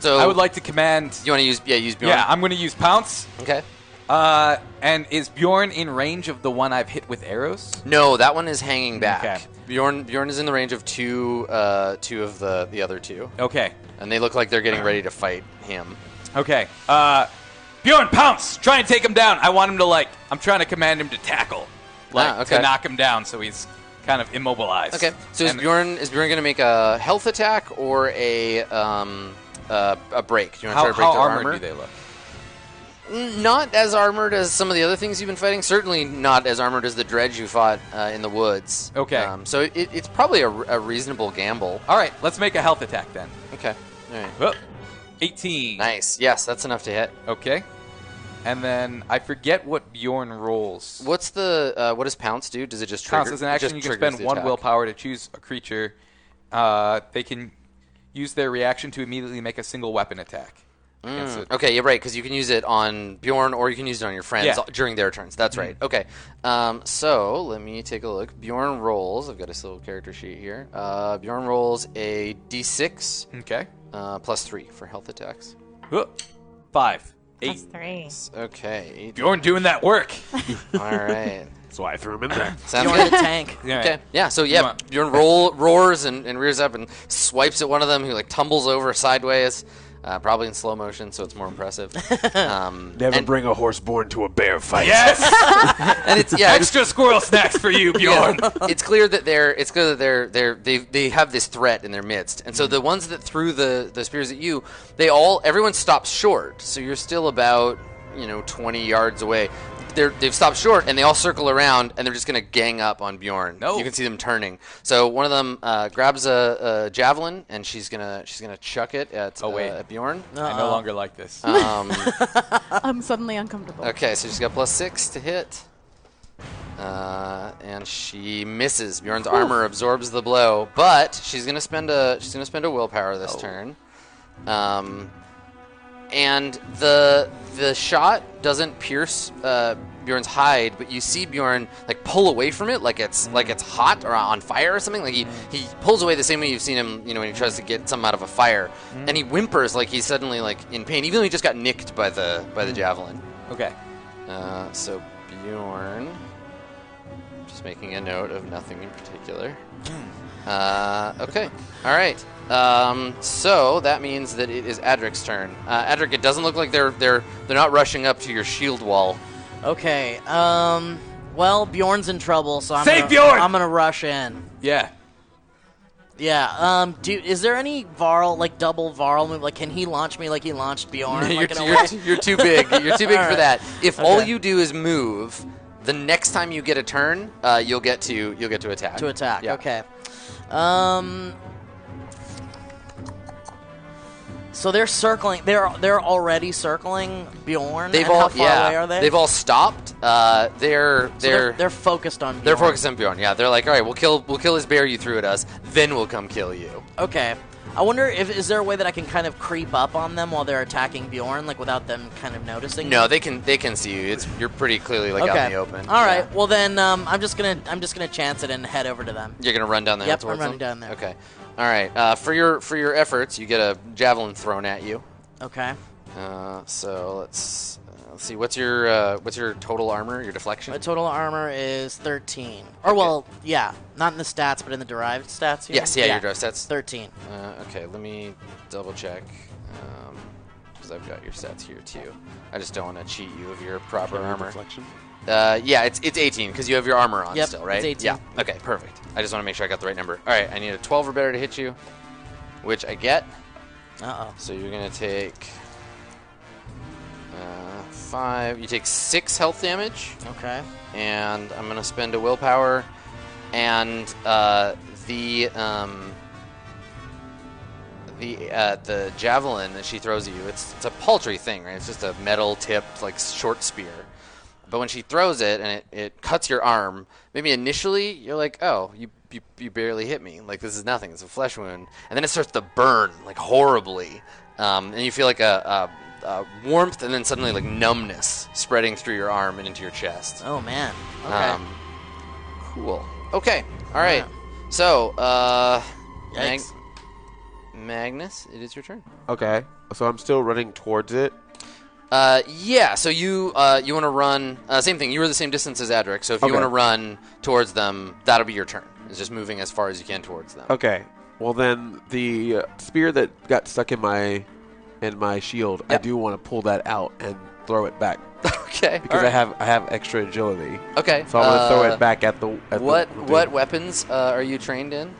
So I would like to command. You want to use yeah use Bjorn? Yeah, I'm going to use pounce. okay. Uh, and is Bjorn in range of the one I've hit with arrows? No, that one is hanging back. Okay. Bjorn Bjorn is in the range of two uh, two of the the other two, Okay. and they look like they're getting ready to fight him. Okay. Uh, Bjorn, pounce! Try and take him down. I want him to like. I'm trying to command him to tackle, like Ah, okay. to knock him down, so he's kind of immobilized. Okay. So is And- Bjorn is Bjorn going to make a health attack or a um, uh, a break? Do you want to try how, to break how their armored armor? do they look? N- Not as armored as some of the other things you've been fighting. Certainly not as armored as the dredge you fought uh, in the woods. Okay. Um, so it, it's probably a, a reasonable gamble. Oh, All right, let's make a health attack then. Okay. All right. Whoop. 18. Nice. Yes, that's enough to hit. Okay. and then I forget what Bjorn rolls. What's the uh, what does pounce do? Does it just trigger? counts as an it action. You just can triggers spend the one attack. willpower to choose a creature. Uh, they can use their reaction to immediately make a single weapon attack. Hmm. against it. Mm, Okay, yeah, right. Because you can use it on Bjorn, or you can use it on your friends Yeah. during their turns. That's right. Mm-hmm. Okay. Um, so let me take a look. Bjorn rolls. I've got his little character sheet here. Uh, Bjorn rolls a d6 Okay. uh, plus three for health attacks. Huh. Five. That's Eight. three. Okay. eight- Bjorn doing that work. All right. That's why I threw him in there. Sounds You're in good. the tank. Yeah. Okay. Yeah. So yeah, want- Bjorn roll, roars and, and rears up and swipes at one of them, who like tumbles over sideways, uh, probably in slow motion, so it's more impressive. Um, Never and, bring a horse born to a bear fight. Yes. and it's yeah, it's, Extra squirrel snacks for you, Bjorn. yeah, it's clear that they're it's clear that they're they're they they have this threat in their midst, and Mm-hmm. so the ones that threw the the spears at you, they all everyone stops short, so you're still about you know 20 yards away. They're, they've stopped short and they all circle around and they're just gonna gang up on Bjorn. No. you can see them turning. So one of them uh, grabs a, a javelin and she's gonna she's gonna chuck it at, Oh, wait. uh, at Bjorn. I no longer like this. Um, I'm suddenly uncomfortable. Okay, so she's got plus six to hit. Uh, and she misses. Bjorn's armor absorbs the blow, but she's gonna spend a she's gonna spend a willpower this turn. Um, and the the shot doesn't pierce uh, Bjorn's hide, but you see Bjorn like pull away from it, like it's like it's hot or on fire or something. Like he, he pulls away the same way you've seen him, you know, when he tries to get something out of a fire, and he whimpers like he's suddenly like in pain, even though he just got nicked by the by the javelin. Okay. Uh, so Bjorn, just making a note of nothing in particular. Uh, okay, all right. Um, so that means that it is Adric's turn. Uh, Adric, it doesn't look like they're they're they're not rushing up to your shield wall. Okay. Um. Well, Bjorn's in trouble, so I'm gonna, Save Bjorn! I'm gonna rush in. Yeah. Yeah. Um. Dude, is there any Varl like double Varl move? Like, can he launch me like he launched Bjorn? you're, like, in too, a you're, way? too- you're too big. You're too big for Alright. that. If all Okay. you do is move, the next time you get a turn, uh, you'll get to you'll get to attack. to attack. Yeah. Okay. Um. So they're circling. They're they're already circling Bjorn. They've and all how far yeah. away are they? They've all stopped. Uh, they're So they're, they're focused on. Bjorn. They're focused on Bjorn. Yeah, they're like, all right, we'll kill, we'll kill his bear you threw at us, then we'll come kill you. Okay. I wonder if is there a way that I can kind of creep up on them while they're attacking Bjorn, like without them kind of noticing? No, they can, they can see you. It's you're pretty clearly like okay. out in the open. All right. Yeah. Well then, um, I'm just gonna I'm just gonna chance it and head over to them. You're gonna run down there. Yep, I'm towards running them? down there. Okay. All right. Uh, for your for your efforts, you get a javelin thrown at you. Okay. Uh, so let's uh, let's see. What's your uh, what's your total armor? Your deflection? My total armor is 13. Or well, yeah, not in the stats, but in the derived stats. you yes. mean? Yeah, Your drive stats. 13. Uh, okay. Let me double check. Um, because I've got your stats here too. I just don't want to cheat you of your proper armor. Reflection. Uh, yeah, it's it's 18 because you have your armor on Yep, still, right? it's 18. Yeah. Okay, perfect. I just want to make sure I got the right number. All right, I need a 12 or better to hit you, which I get. Uh oh. So you're gonna take uh, five. You take six health damage, Okay. and I'm gonna spend a willpower, and uh, the um. The, uh, the javelin that she throws at you it's, it's a paltry thing right it's just a metal tipped like short spear but when she throws it and it, it cuts your arm, maybe initially you're like, oh, you, you, you barely hit me. Like, this is nothing. It's a flesh wound. And then it starts to burn, like, horribly. Um, and you feel like a, a, a warmth and then suddenly, like, numbness spreading through your arm and into your chest. Oh man. Okay. Um, cool. Okay. All right. So, uh, Mag- Yikes. Magnus, it is your turn. Okay, so I'm still running towards it. Uh, yeah. So you uh, you want to run? Uh, same thing. You were the same distance as Adric. So if you Okay. want to run towards them, that'll be your turn. It's just moving as far as you can towards them. Okay. Well, then the uh, spear that got stuck in my in my shield, I do want to pull that out and throw it back Okay. because I have I have extra agility, Okay. so I'm gonna throw uh, it back at the. At the- What the, what weapons uh, are you trained in?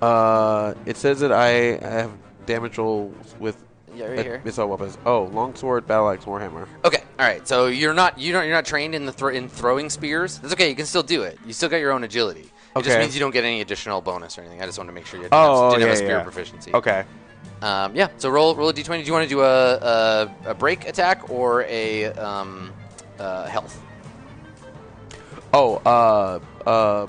Uh, it says that I, I have damage rolls with Yeah, right uh, here. missile weapons. Oh, longsword, battle axe, warhammer. Okay. All right. So you're not you don't you're not trained in the thro- in throwing spears. That's okay. You can still do it. You still got your own agility. It just Okay. means you don't get any additional bonus or anything. I just want to make sure you didn't, Oh, have, didn't yeah, have a spear yeah. proficiency. Okay. Um, yeah. So roll roll a d20. Do you want to do a, a, a break attack or a um, uh, health? Oh, uh, uh,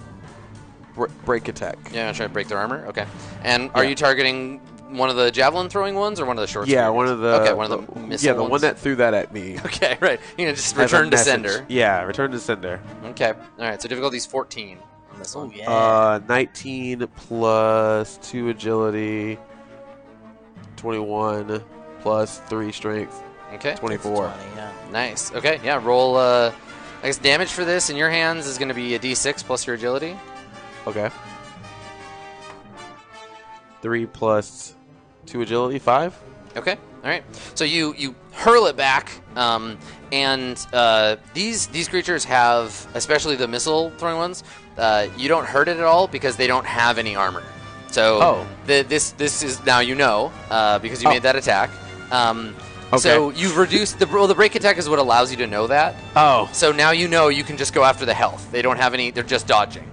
br- break attack. Yeah, try to break their armor. Okay. And are Yeah. you targeting one of the javelin throwing ones or one of the short? Yeah, sword one ones? of the. Okay, one of the, missile Yeah, the one ones. that threw that at me. Okay, right. You know, just as a return to message. sender. Yeah, return to sender. Okay. All right. So difficulty's 14 on this one. Oh yeah. Uh, 19 plus 2 agility, 21 plus 3 strength, Okay. 24. Funny, yeah. Nice. Okay. Yeah. Roll. Uh, I guess damage for this in your hands is going to be a d6 plus your agility. Okay. 3 plus 2 agility, 5? Okay. All right. So you you hurl it back, um, and uh, these these creatures have, especially the missile throwing ones, uh, you don't hurt it at all because they don't have any armor. So Oh. the, this this is now you know uh, because you Oh. made that attack. Um, So you've reduced the well, the break attack is what allows you to know that. Oh. So now you know you can just go after the health. They don't have any. They're just dodging.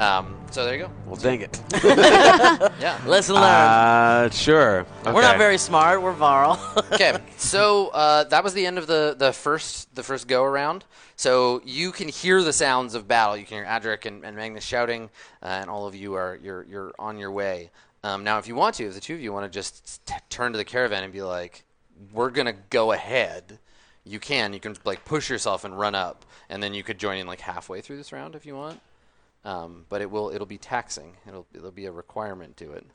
Um, so there you go. Well, dang it. Yeah. Lesson learned. uh, sure. We're Okay. not very smart. We're Varl. okay, so uh, that was the end of the, the first the first go around. So you can hear the sounds of battle. You can hear Adric and, and Magnus shouting, uh, and all of you are you're you're on your way. Um, now, if you want to, if the two of you want to just t- turn to the caravan and be like, "We're gonna go ahead," you can. You can like push yourself and run up, and then you could join in like halfway through this round if you want. Um, but it will it'll be taxing. It'll it'll be a requirement to it.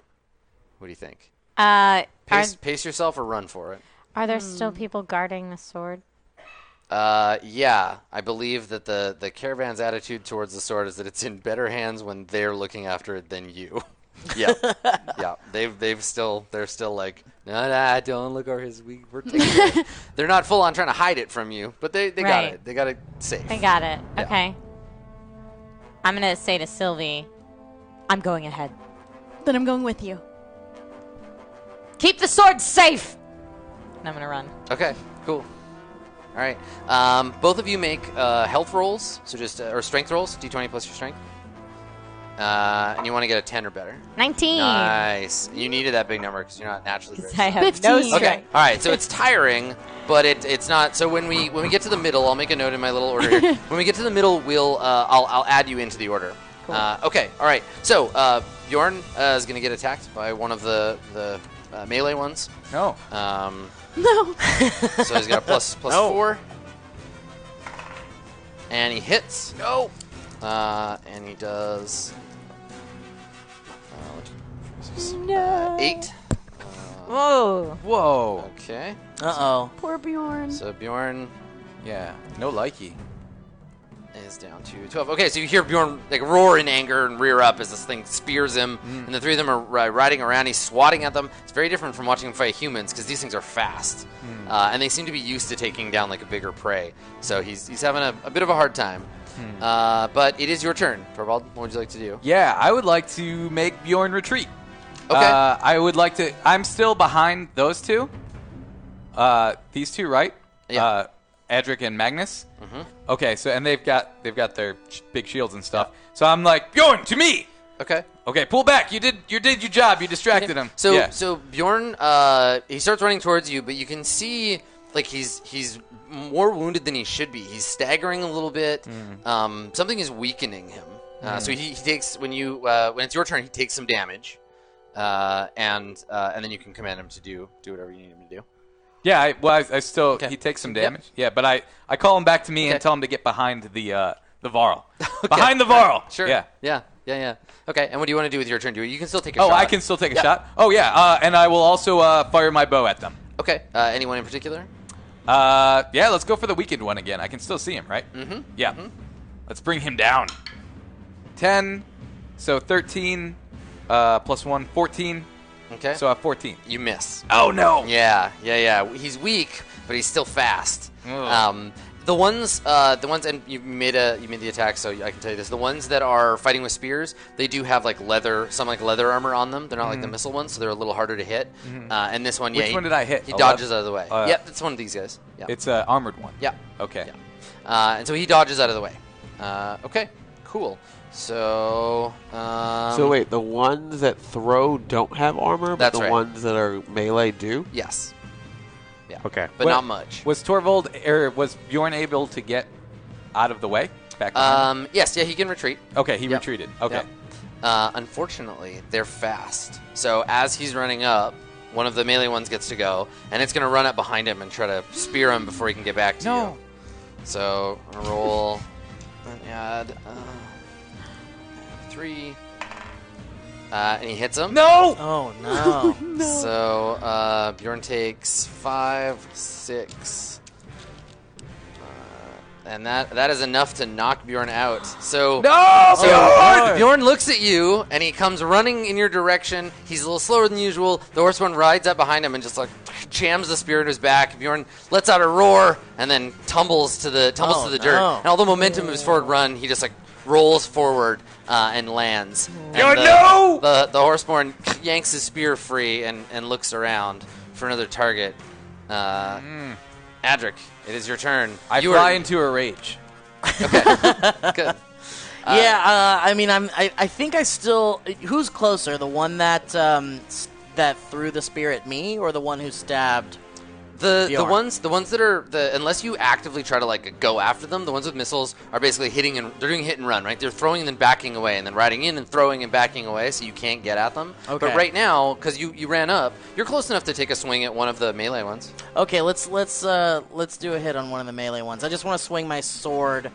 What do you think? Uh, are, Pace, pace yourself or run for it. are there still people guarding the sword? Uh, yeah, I believe that the the caravan's attitude towards the sword is that it's in better hands when they're looking after it than you. yeah, yeah. They've they've still they're still like no, nah, don't look over his weak. We're taking it." they're not full on trying to hide it from you, but they they got Right. it. They got it safe. I got it. Okay. I'm gonna say to Sylvie, I'm going ahead. Then I'm going with you. Keep the sword safe. And I'm gonna run. Okay, cool. All right, um, both of you make uh, health rolls, so just uh, or strength rolls, d20 plus your strength, uh, and you want to get a 10 or better. 19. Nice. You needed that big number because you're not naturally. very I have no 15. strength. Okay. All right. So it's tiring, but it, it's not. So when we when we get to the middle, I'll make a note in my little order here. when we get to the middle, we'll uh, I'll I'll add you into the order. Uh, okay. All right. So uh, Bjorn uh, is going to get attacked by one of the the uh, melee ones. No. Um, No. so he's got a plus plus four, and he hits. No. Uh, and he does. Uh, what- uh, eight. Whoa. Whoa. Okay. Uh oh. Poor Bjorn. So Bjorn Yeah. No likey. is down to 12. Okay, so you hear Bjorn like roar in anger and rear up as this thing spears him, and the three of them are uh, riding around. He's swatting at them. It's very different from watching him fight humans because these things are fast, uh, and they seem to be used to taking down like a bigger prey. So he's he's having a, a bit of a hard time. Uh, but it is your turn, Torvald. What would you like to do? Yeah, I would like to make Bjorn retreat. Okay. Uh, I would like to. I'm still behind those two. Uh, these two, right? Yeah. Uh, Edric and Magnus. Mm-hmm. Okay. So and they've got they've got their sh- big shields and stuff. So I'm like Bjorn to me. Okay. Okay, pull back. You did you did your job. You distracted him. So yeah. so Bjorn, uh, he starts running towards you, but you can see like he's he's more wounded than he should be. He's staggering a little bit. Mm. Um, something is weakening him. Uh, so he, he takes when you uh, when it's your turn, he takes some damage, uh, and uh, and then you can command him to do do whatever you need him to do. yeah. I, well, I, I still Okay. he takes some damage. Yeah, but I I call him back to me Okay. and tell him to get behind the uh, the varl. Behind the varl. Sure. Yeah. Yeah. Yeah. Yeah. Okay. And what do you want to do with your turn? Do you you can still take a Oh, shot. I can still take a Yeah. shot. Oh yeah. Uh, and I will also uh, fire my bow at them. Okay. Uh, anyone in particular? Uh, yeah, let's go for the weekend one again. I can still see him, right? Mm-hmm. Yeah. Let's bring him down. 10, so 13, uh, plus 1, 14. Okay. So I have 14. you miss. Oh, no! Yeah, yeah, yeah. He's weak, but he's still fast. Ugh. Um, the ones, uh, the ones, and you made a you made the attack, so I can tell you this: the ones that are fighting with spears, they do have like leather, some like leather armor on them. They're not like the missile ones, so they're a little harder to hit. Uh, and this one, yeah, Mm-hmm. Which he- one did I hit? He Eleven? dodges out of the way. Uh, yep, it's one of these guys. Yeah, It's an armored one. yeah, Okay. yeah. Uh, and so he dodges out of the way. Uh, okay, Cool. So. Um, so wait, the ones that throw don't have armor, but That's the right. ones that are melee do. Yes, Okay. but Well- not much. Was Torvald or was Bjorn able to get out of the way? Back behind? Um, yes, yeah, he can retreat. okay, he yep. retreated. Uh-huh. Okay. Yep. Uh, unfortunately, they're fast. So as he's running up, one of the melee ones gets to go, and it's going to run up behind him and try to spear him before he can get back to No. you. So I'm gonna roll and add uh, three, uh, and he hits him. No. Oh no. So uh, Bjorn takes five, six, uh, and that that is enough to knock Bjorn out. So No. so Bjorn! Bjorn! looks at you and he comes running in your direction. He's a little slower than usual. The horseman rides up behind him and just like jams the spear in his back. Bjorn lets out a roar and then tumbles to the tumbles Oh, to the dirt. no. And all the momentum of his forward run, he just like rolls forward uh, and lands. And Bjorn, the, Mm-hmm. no! The the horseborn yanks his spear free and and looks around for another target. Uh, Adric, it is your turn. Mm. I you fly are into a rage. good. yeah, uh, I mean, I'm. I, I think I still. Who's closer, the one that um s- that threw the spear at me, or the one who stabbed? The the Bjorn. ones the ones that are the unless you actively try to like go after them, the ones with missiles are basically hitting and they're doing hit and run, right? They're throwing and then backing away, and then riding in and throwing and backing away, so you can't get at them. Okay. But right now, because you you ran up, you're close enough to take a swing at one of the melee ones. Okay, let's let's uh let's do a hit on one of the melee ones. I just want to swing my sword,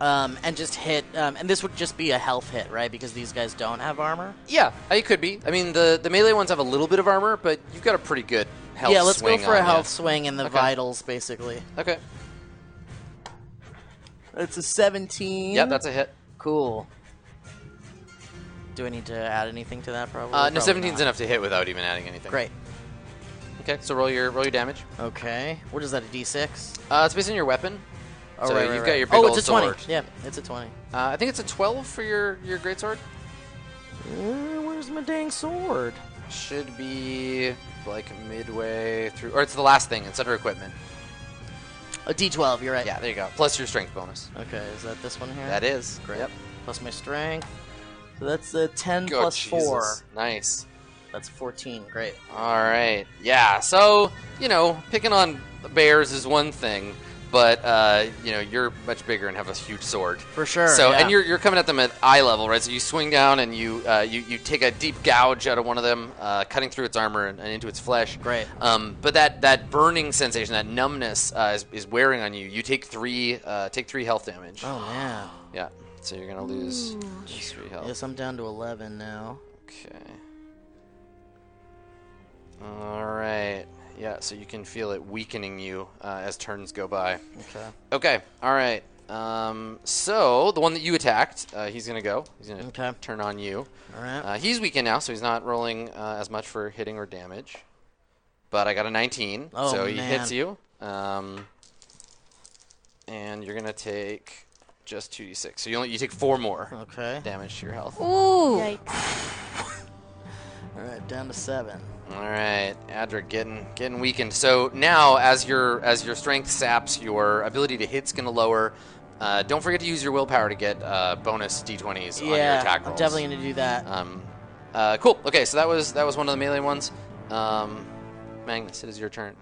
um, and just hit. Um, and this would just be a health hit, right? Because these guys don't have armor. Yeah, it could be. I mean, the the melee ones have a little bit of armor, but you've got a pretty good health. yeah, let's go swing for a on ya. health swing in the Okay. vitals, basically. Okay. It's a seventeen. Yep, that's a hit. Uh, cool. Do I need to add anything to that? Probably. Uh, no, Probably 17's not. enough to hit without even adding anything. Great. Okay, so roll your roll your damage. Okay. What is that? A D six. Uh, it's based on your weapon. Oh, So right, right, you've right. got your big oh, old it's a sword. twenty. Yeah, it's a twenty. Uh, I think it's a 12 for your your greatsword. Uh, where's my dang sword? Should be like midway through, or it's the last thing. It's under equipment. A D twelve. You're right. Yeah, there you go. Plus your strength bonus. Okay. Is that this one here? That is Great. Yep. Plus my strength. So that's a ten Good, plus four. Oh, Jesus. Nice. That's fourteen. Great. All right. Yeah. So you know, picking on bears is one thing, but uh, you know, you're much bigger and have a huge sword. For sure. So yeah. and you're, you're coming at them at eye level, right? So you swing down and you uh, you you take a deep gouge out of one of them, uh, cutting through its armor and, and into its flesh. Great. Um, but that that burning sensation, that numbness, uh, is, is wearing on you. You take three uh, take three health damage. Oh man. Yeah. So you're gonna lose lose three health. Yes, I'm down to eleven now. Okay. All right. Yeah. So you can feel it weakening you uh, as turns go by. Okay. Okay. All right. Um, so the one that you attacked, uh, he's gonna go. He's gonna Okay. turn on you. All right. Uh, he's weakened now, so he's not rolling uh, as much for hitting or damage. But I got a 19, Oh, so he man. hits you. Um, and you're gonna take just 2d6. So you only you take four more okay. damage to your health. Ooh. All right. Down to seven. All right, Adric getting getting weakened. So now, as your as your strength saps, your ability to hit's gonna lower. Uh, don't forget to use your willpower to get uh, bonus d20s on your yeah. attack I'm rolls. definitely gonna do that. Um, uh, cool. Okay, so that was that was one of the melee ones. Um, Magnus, it is your turn.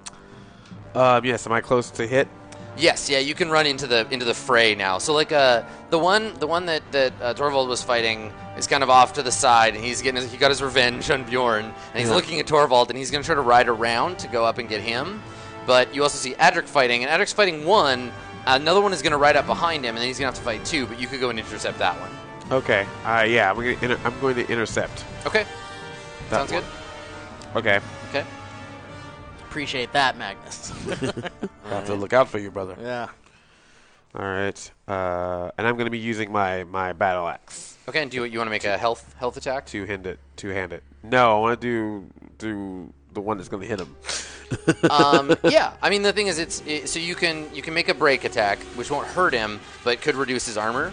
Um, yes. Am I close to hit? Yes, yeah, you can run into the into the fray now. So like uh, the one the one that that uh, Torvald was fighting is kind of off to the side, and he's getting his, he got his revenge on Bjorn, and he's looking at Torvald, and he's gonna try to ride around to go up and get him. But you also see Adric fighting, and Adric's fighting one. Another one is gonna ride up behind him, and then he's gonna have to fight two. But you could go and intercept that one. Okay. Uh, yeah. I'm going to inter- I'm going to intercept. Okay, that sounds one. good. Okay. Okay. Appreciate that, Magnus. I have to look out for you, brother. yeah. All right. Uh, and I'm going to be using my my battle axe Okay, and do you, you want to make a health health attack? to hand it to hand it. No, I want to do do the one that's going to hit him. um, yeah, I mean the thing is, it's it, so you can you can make a break attack, which won't hurt him, but could reduce his armor.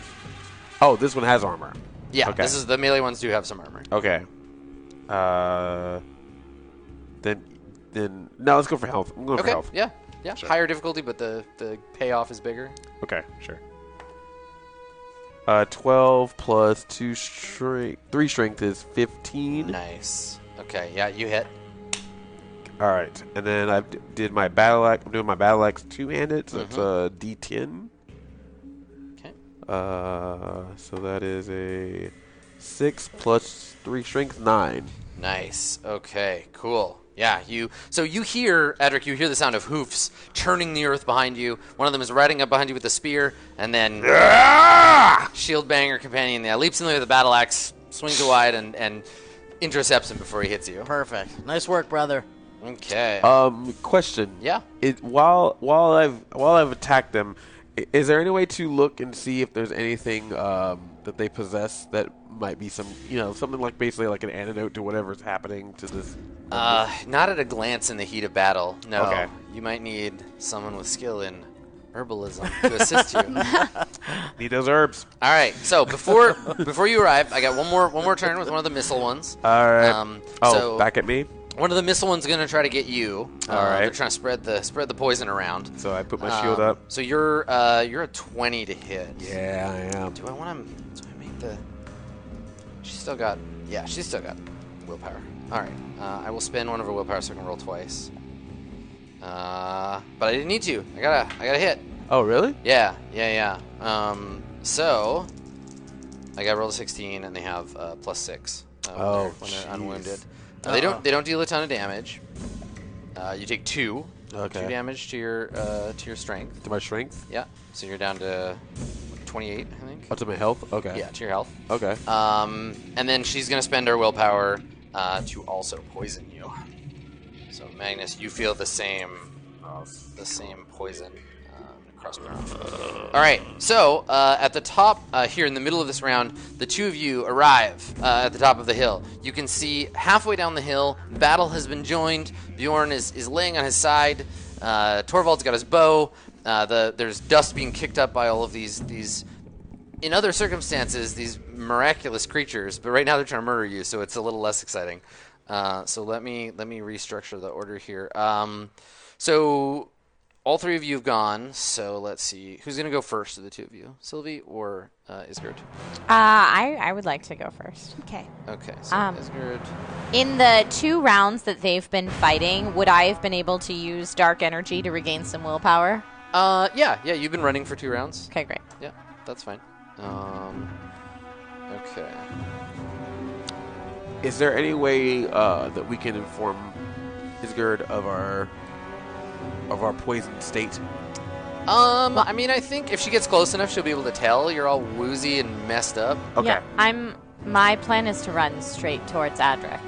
Oh, this one has armor. Yeah, Okay. this is the melee ones do have some armor. Okay. Uh, then then no, let's go for health. I'm going for Okay, health. yeah, yeah, higher difficulty, but the the payoff is bigger. Okay, sure. Uh, 12 plus 2 strength, 3 strength is 15. Nice. Okay, yeah, you hit. All right. And then I d- did my battle axe. I'm doing my battle axe two-handed, so it's uh, a D10. Okay. Uh, so that is a 6 plus 3 strength, 9. Nice. Okay. Cool. Yeah. You. So you hear Edric. You hear the sound of hoofs churning the earth behind you. One of them is riding up behind you with a spear, and then shield banger companion. Yeah, leaps in the way with a battle axe, swings wide, and and intercepts him before he hits you. Perfect. Nice work, brother. Okay. Um, question. Yeah. It, while while I've while I've attacked them, i- is there any way to look and see if there's anything um, that they possess that might be some you know something like basically like an antidote to whatever's happening to this? Uh, not at a glance in the heat of battle. No. Okay. You might need someone with skill in herbalism to assist you. Need those herbs. All right. So before before you arrive, I got one more one more turn with one of the missile ones. All right. Um, oh, so- back at me. One of the missile ones gonna try to get you. Uh, All right. They're trying to spread the spread the poison around. So I put my shield Um, up. So you're uh, you're a twenty to hit. Yeah, I am. Do I want to? Do I make the? She's still got. Yeah, she's still got willpower. All right. Uh, I will spend one of her willpower so I can roll twice. Uh, but I didn't need to. I got a I got a hit. Oh, really? Yeah, yeah, yeah. Um, so I got rolled a sixteen, and they have uh, plus six. Uh, when Oh, they're- when they're jeez. unwounded, Uh, they don't they don't deal a ton of damage. Uh, you take two, Okay. two damage to your uh, to your strength. To my strength? Yeah, so you're down to twenty-eight, I think. Oh, to my health? Okay. Yeah, to your health. Okay. Um, and then she's gonna spend her willpower uh, to also poison you. So Magnus, you feel the same, uh, the same poison. uh, across the room. All right. So uh, at the top uh, here in the middle of this round, the two of you arrive uh, at the top of the hill. You can see halfway down the hill, battle has been joined. Bjorn is is laying on his side. Uh, Torvald's got his bow. Uh, the there's dust being kicked up by all of these these in other circumstances, these miraculous creatures, but right now they're trying to murder you, so it's a little less exciting. Uh, so let me let me restructure the order here. Um, so all three of you have gone. So let's see who's gonna go first of the two of you, Sylvie or uh, Isgard. Uh, I, I would like to go first. Okay. Okay, so Um, Isgard. In the two rounds that they've been fighting, would I have been able to use dark energy to regain some willpower? Uh, yeah, yeah, you've been running for two rounds. Okay, great. Yeah, that's fine. Um, okay. Is there any way uh, that we can inform Isgard of our of our poison state? Um, I mean, I think if she gets close enough, she'll be able to tell you're all woozy and messed up. Okay. Yeah, I'm. My plan is to run straight towards Adric,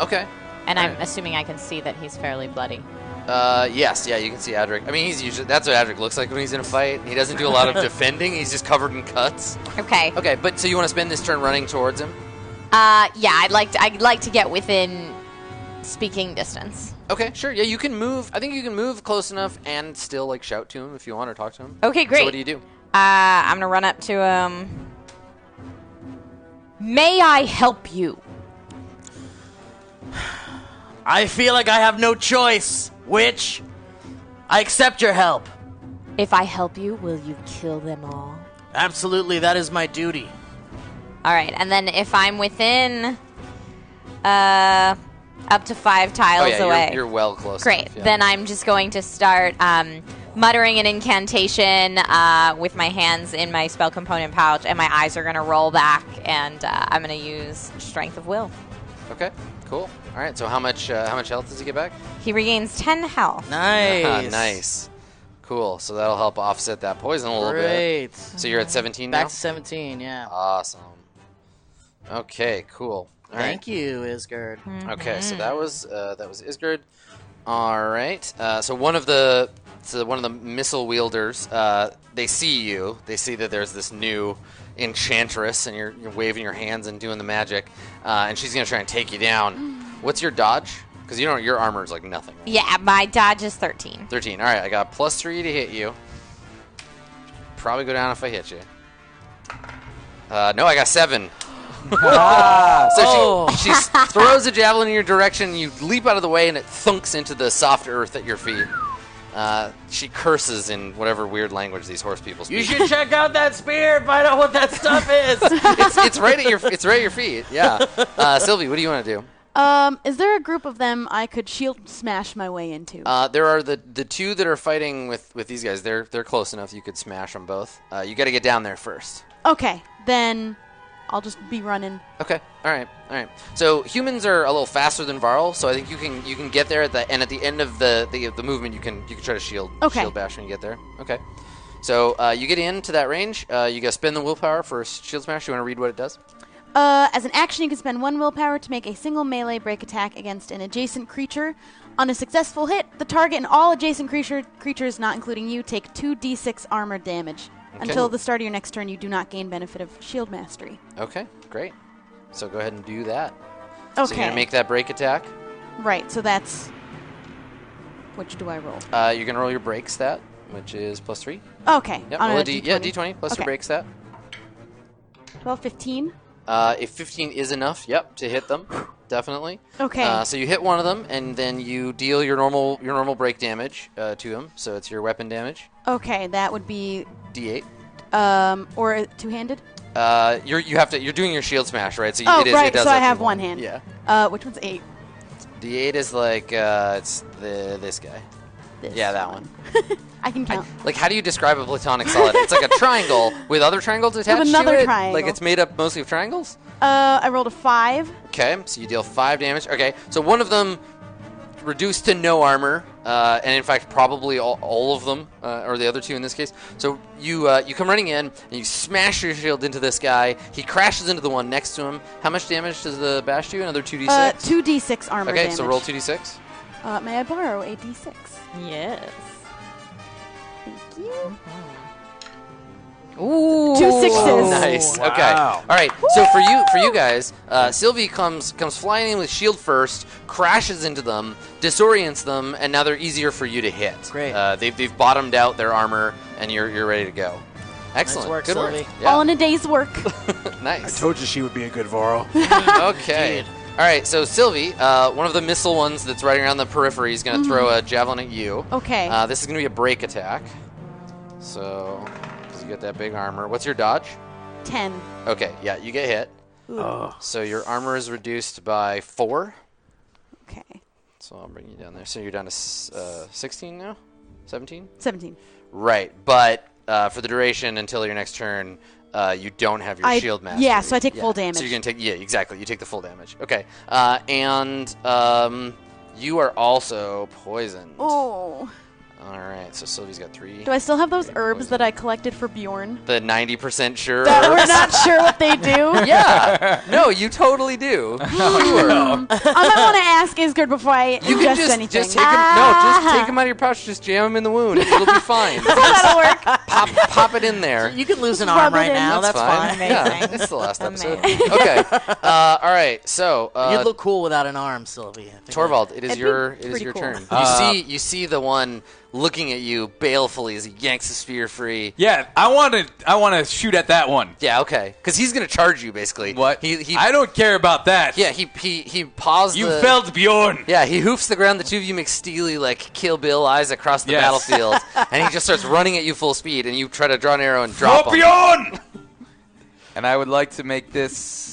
Okay. and I'm Alright. assuming I can see that he's fairly bloody. Uh, yes, yeah, you can see Adric. I mean, he's usually that's what Adric looks like when he's in a fight. He doesn't do a lot of defending. He's just covered in cuts. Okay. Okay, but so you want to spend this turn running towards him? Uh, yeah, I'd like to. I'd like to get within speaking distance. Okay, sure. Yeah, you can move. I think you can move close enough and still like shout to him if you want or talk to him. Okay, great. So what do you do? Uh, I'm gonna run up to him. May I help you? I feel like I have no choice, witch. I accept your help. If I help you, will you kill them all? Absolutely, that is my duty. All right, and then if I'm within, uh, up to five tiles oh yeah, away. You're, you're well close. Great. enough, yeah. Then I'm just going to start um, muttering an incantation uh, with my hands in my spell component pouch, and my eyes are going to roll back, and uh, I'm going to use Strength of Will. Okay. Cool. All right. So how much uh, how much health does he get back? He regains 10 health. Nice. Ah, nice. Cool. So that'll help offset that poison a little bit. Great. So you're at 17 Back now. to 17, yeah. Awesome. Okay. Cool. All right. Thank you, Isgard. Hmm. Okay, so that was uh, that was Isgard. All right. Uh, so one of the so one of the missile wielders, uh, they see you. They see that there's this new enchantress, and you're, you're waving your hands and doing the magic, uh, and she's gonna try and take you down. What's your dodge? Because you don't your armor is like nothing. right? Yeah, my dodge is 13. Thirteen. All right, I got plus three to hit you. Probably go down if I hit you. Uh, no, I got seven. So she, she throws a javelin in your direction, you leap out of the way, and it thunks into the soft earth at your feet. Uh, she curses in whatever weird language these horse people speak. You should check out that spear. Find out what that stuff is. it's, it's right at your it's right at your feet. Yeah, uh, Sylvie, what do you want to do? Um, is there a group of them I could shield smash my way into? Uh, there are the the two that are fighting with, with these guys. They're they're close enough. You could smash them both. Uh, you got to get down there first. okay, then I'll just be running. Okay. All right. All right. So humans are a little faster than Varl, so I think you can you can get there at the and at the end of the the, the movement you can you can try to shield Okay. shield bash when you get there. Okay. So uh, you get into that range. Uh, you got to spend the willpower for shield smash. You want to read what it does? Uh, as an action, you can spend one willpower to make a single melee break attack against an adjacent creature. On a successful hit, the target and all adjacent creature creatures, not including you, take 2d6 armor damage. Until the start of your next turn, you do not gain benefit of shield mastery. Okay. Great. So go ahead and do that. Okay. So you're gonna make that break attack. right, so that's. Which do I roll? Uh, you're gonna roll your break stat, which is plus three. Okay. Yep, on roll a a D- yeah, D20. D20 plus Okay. your break stat. 12, 15. Uh, if 15 is enough, yep, to hit them, definitely. Okay. Uh, so you hit one of them, and then you deal your normal your normal break damage uh, to him. So it's your weapon damage, Okay, that would be. D8. Um, or two handed? Uh, you're you have to you're doing your shield smash, right? So you, Oh, it is, right, It does so I to have you. one hand. Yeah, Uh, which one's 8? D8 is like uh, it's the this guy. This Yeah, that I can count. Like, how do you describe a platonic solid? It's like a triangle with other triangles attached another to it. triangle. Like it's made up mostly of triangles. Uh, I rolled a 5. Okay, so you deal five damage. Okay, so one of them reduced to no armor, uh, and in fact, probably all, all of them, uh, or the other two in this case. So you uh, you come running in and you smash your shield into this guy. He crashes into the one next to him. How much damage does the bash do? Another two d Uh, six. 2d6 armor Okay, damage. so roll two d six. Uh, may I borrow a d6? Yes. Thank you. Ooh. Two Oh, sixes. Nice. Okay. All right. So for you, for you guys, uh, Sylvie comes comes flying in with shield E first, crashes into them, disorients them, and now they're easier for you to hit. Great. Uh, they've, they've bottomed out their armor, and you're you're ready to go. Excellent. work, Good Sylvie. work. Yeah. All in a day's work. nice. Told you she would be a good Varl. okay. All right. So Sylvie, uh, one of the missile ones that's right around the periphery, is going to throw a javelin at you. Mm-hmm. Okay. Uh, this is going to be a break attack. So, 'cause you got that big armor. What's your dodge? 10. Okay. Yeah, you get hit. oh, So your armor is reduced by four. Okay. So I'll bring you down there. So you're down to s- uh, 16 now? 17? 17. Right. But uh, for the duration until your next turn, uh, you don't have your I- shield mastery. yeah, so I take full damage. So you're going to take, yeah, exactly. You take the full damage. Okay. Uh, and um, you are also poisoned. Oh. All right. So Sylvie's got three. Do I still have those herbs that I collected for Bjorn? the 90% sure. That we're not sure what they do? yeah. No, you totally do. I might want to ask Isgard before I You can ingest just, anything. just Ah, take 'em- no, just take them out of your pouch. Just jam them in the wound. It'll be fine. That'll work. pop, pop it in there. You could lose an arm Rub it right in. now. That's, fine. Yeah, Amazing. it's the last episode. Amazing. okay. Uh, all right. So, uh, You'd look cool without an arm, Sylvie. I think Torvald, it is It'd be your it is pretty your cool. turn. You Uh, see you see the one looking at you balefully as he yanks the spear free. Yeah, I want to. I want to shoot at that one. Yeah. Okay. Because he's gonna charge you basically. What? He, he I don't care about that. Yeah. He he he paused. you the- felt Bjorn. Yeah, he hoofs the ground. The two of you make steely, like Kill Bill eyes across the Yes. battlefield, and he just starts running at you full speed. And you try to draw an arrow and drop Oh, him. Bjorn! and I would like to make this.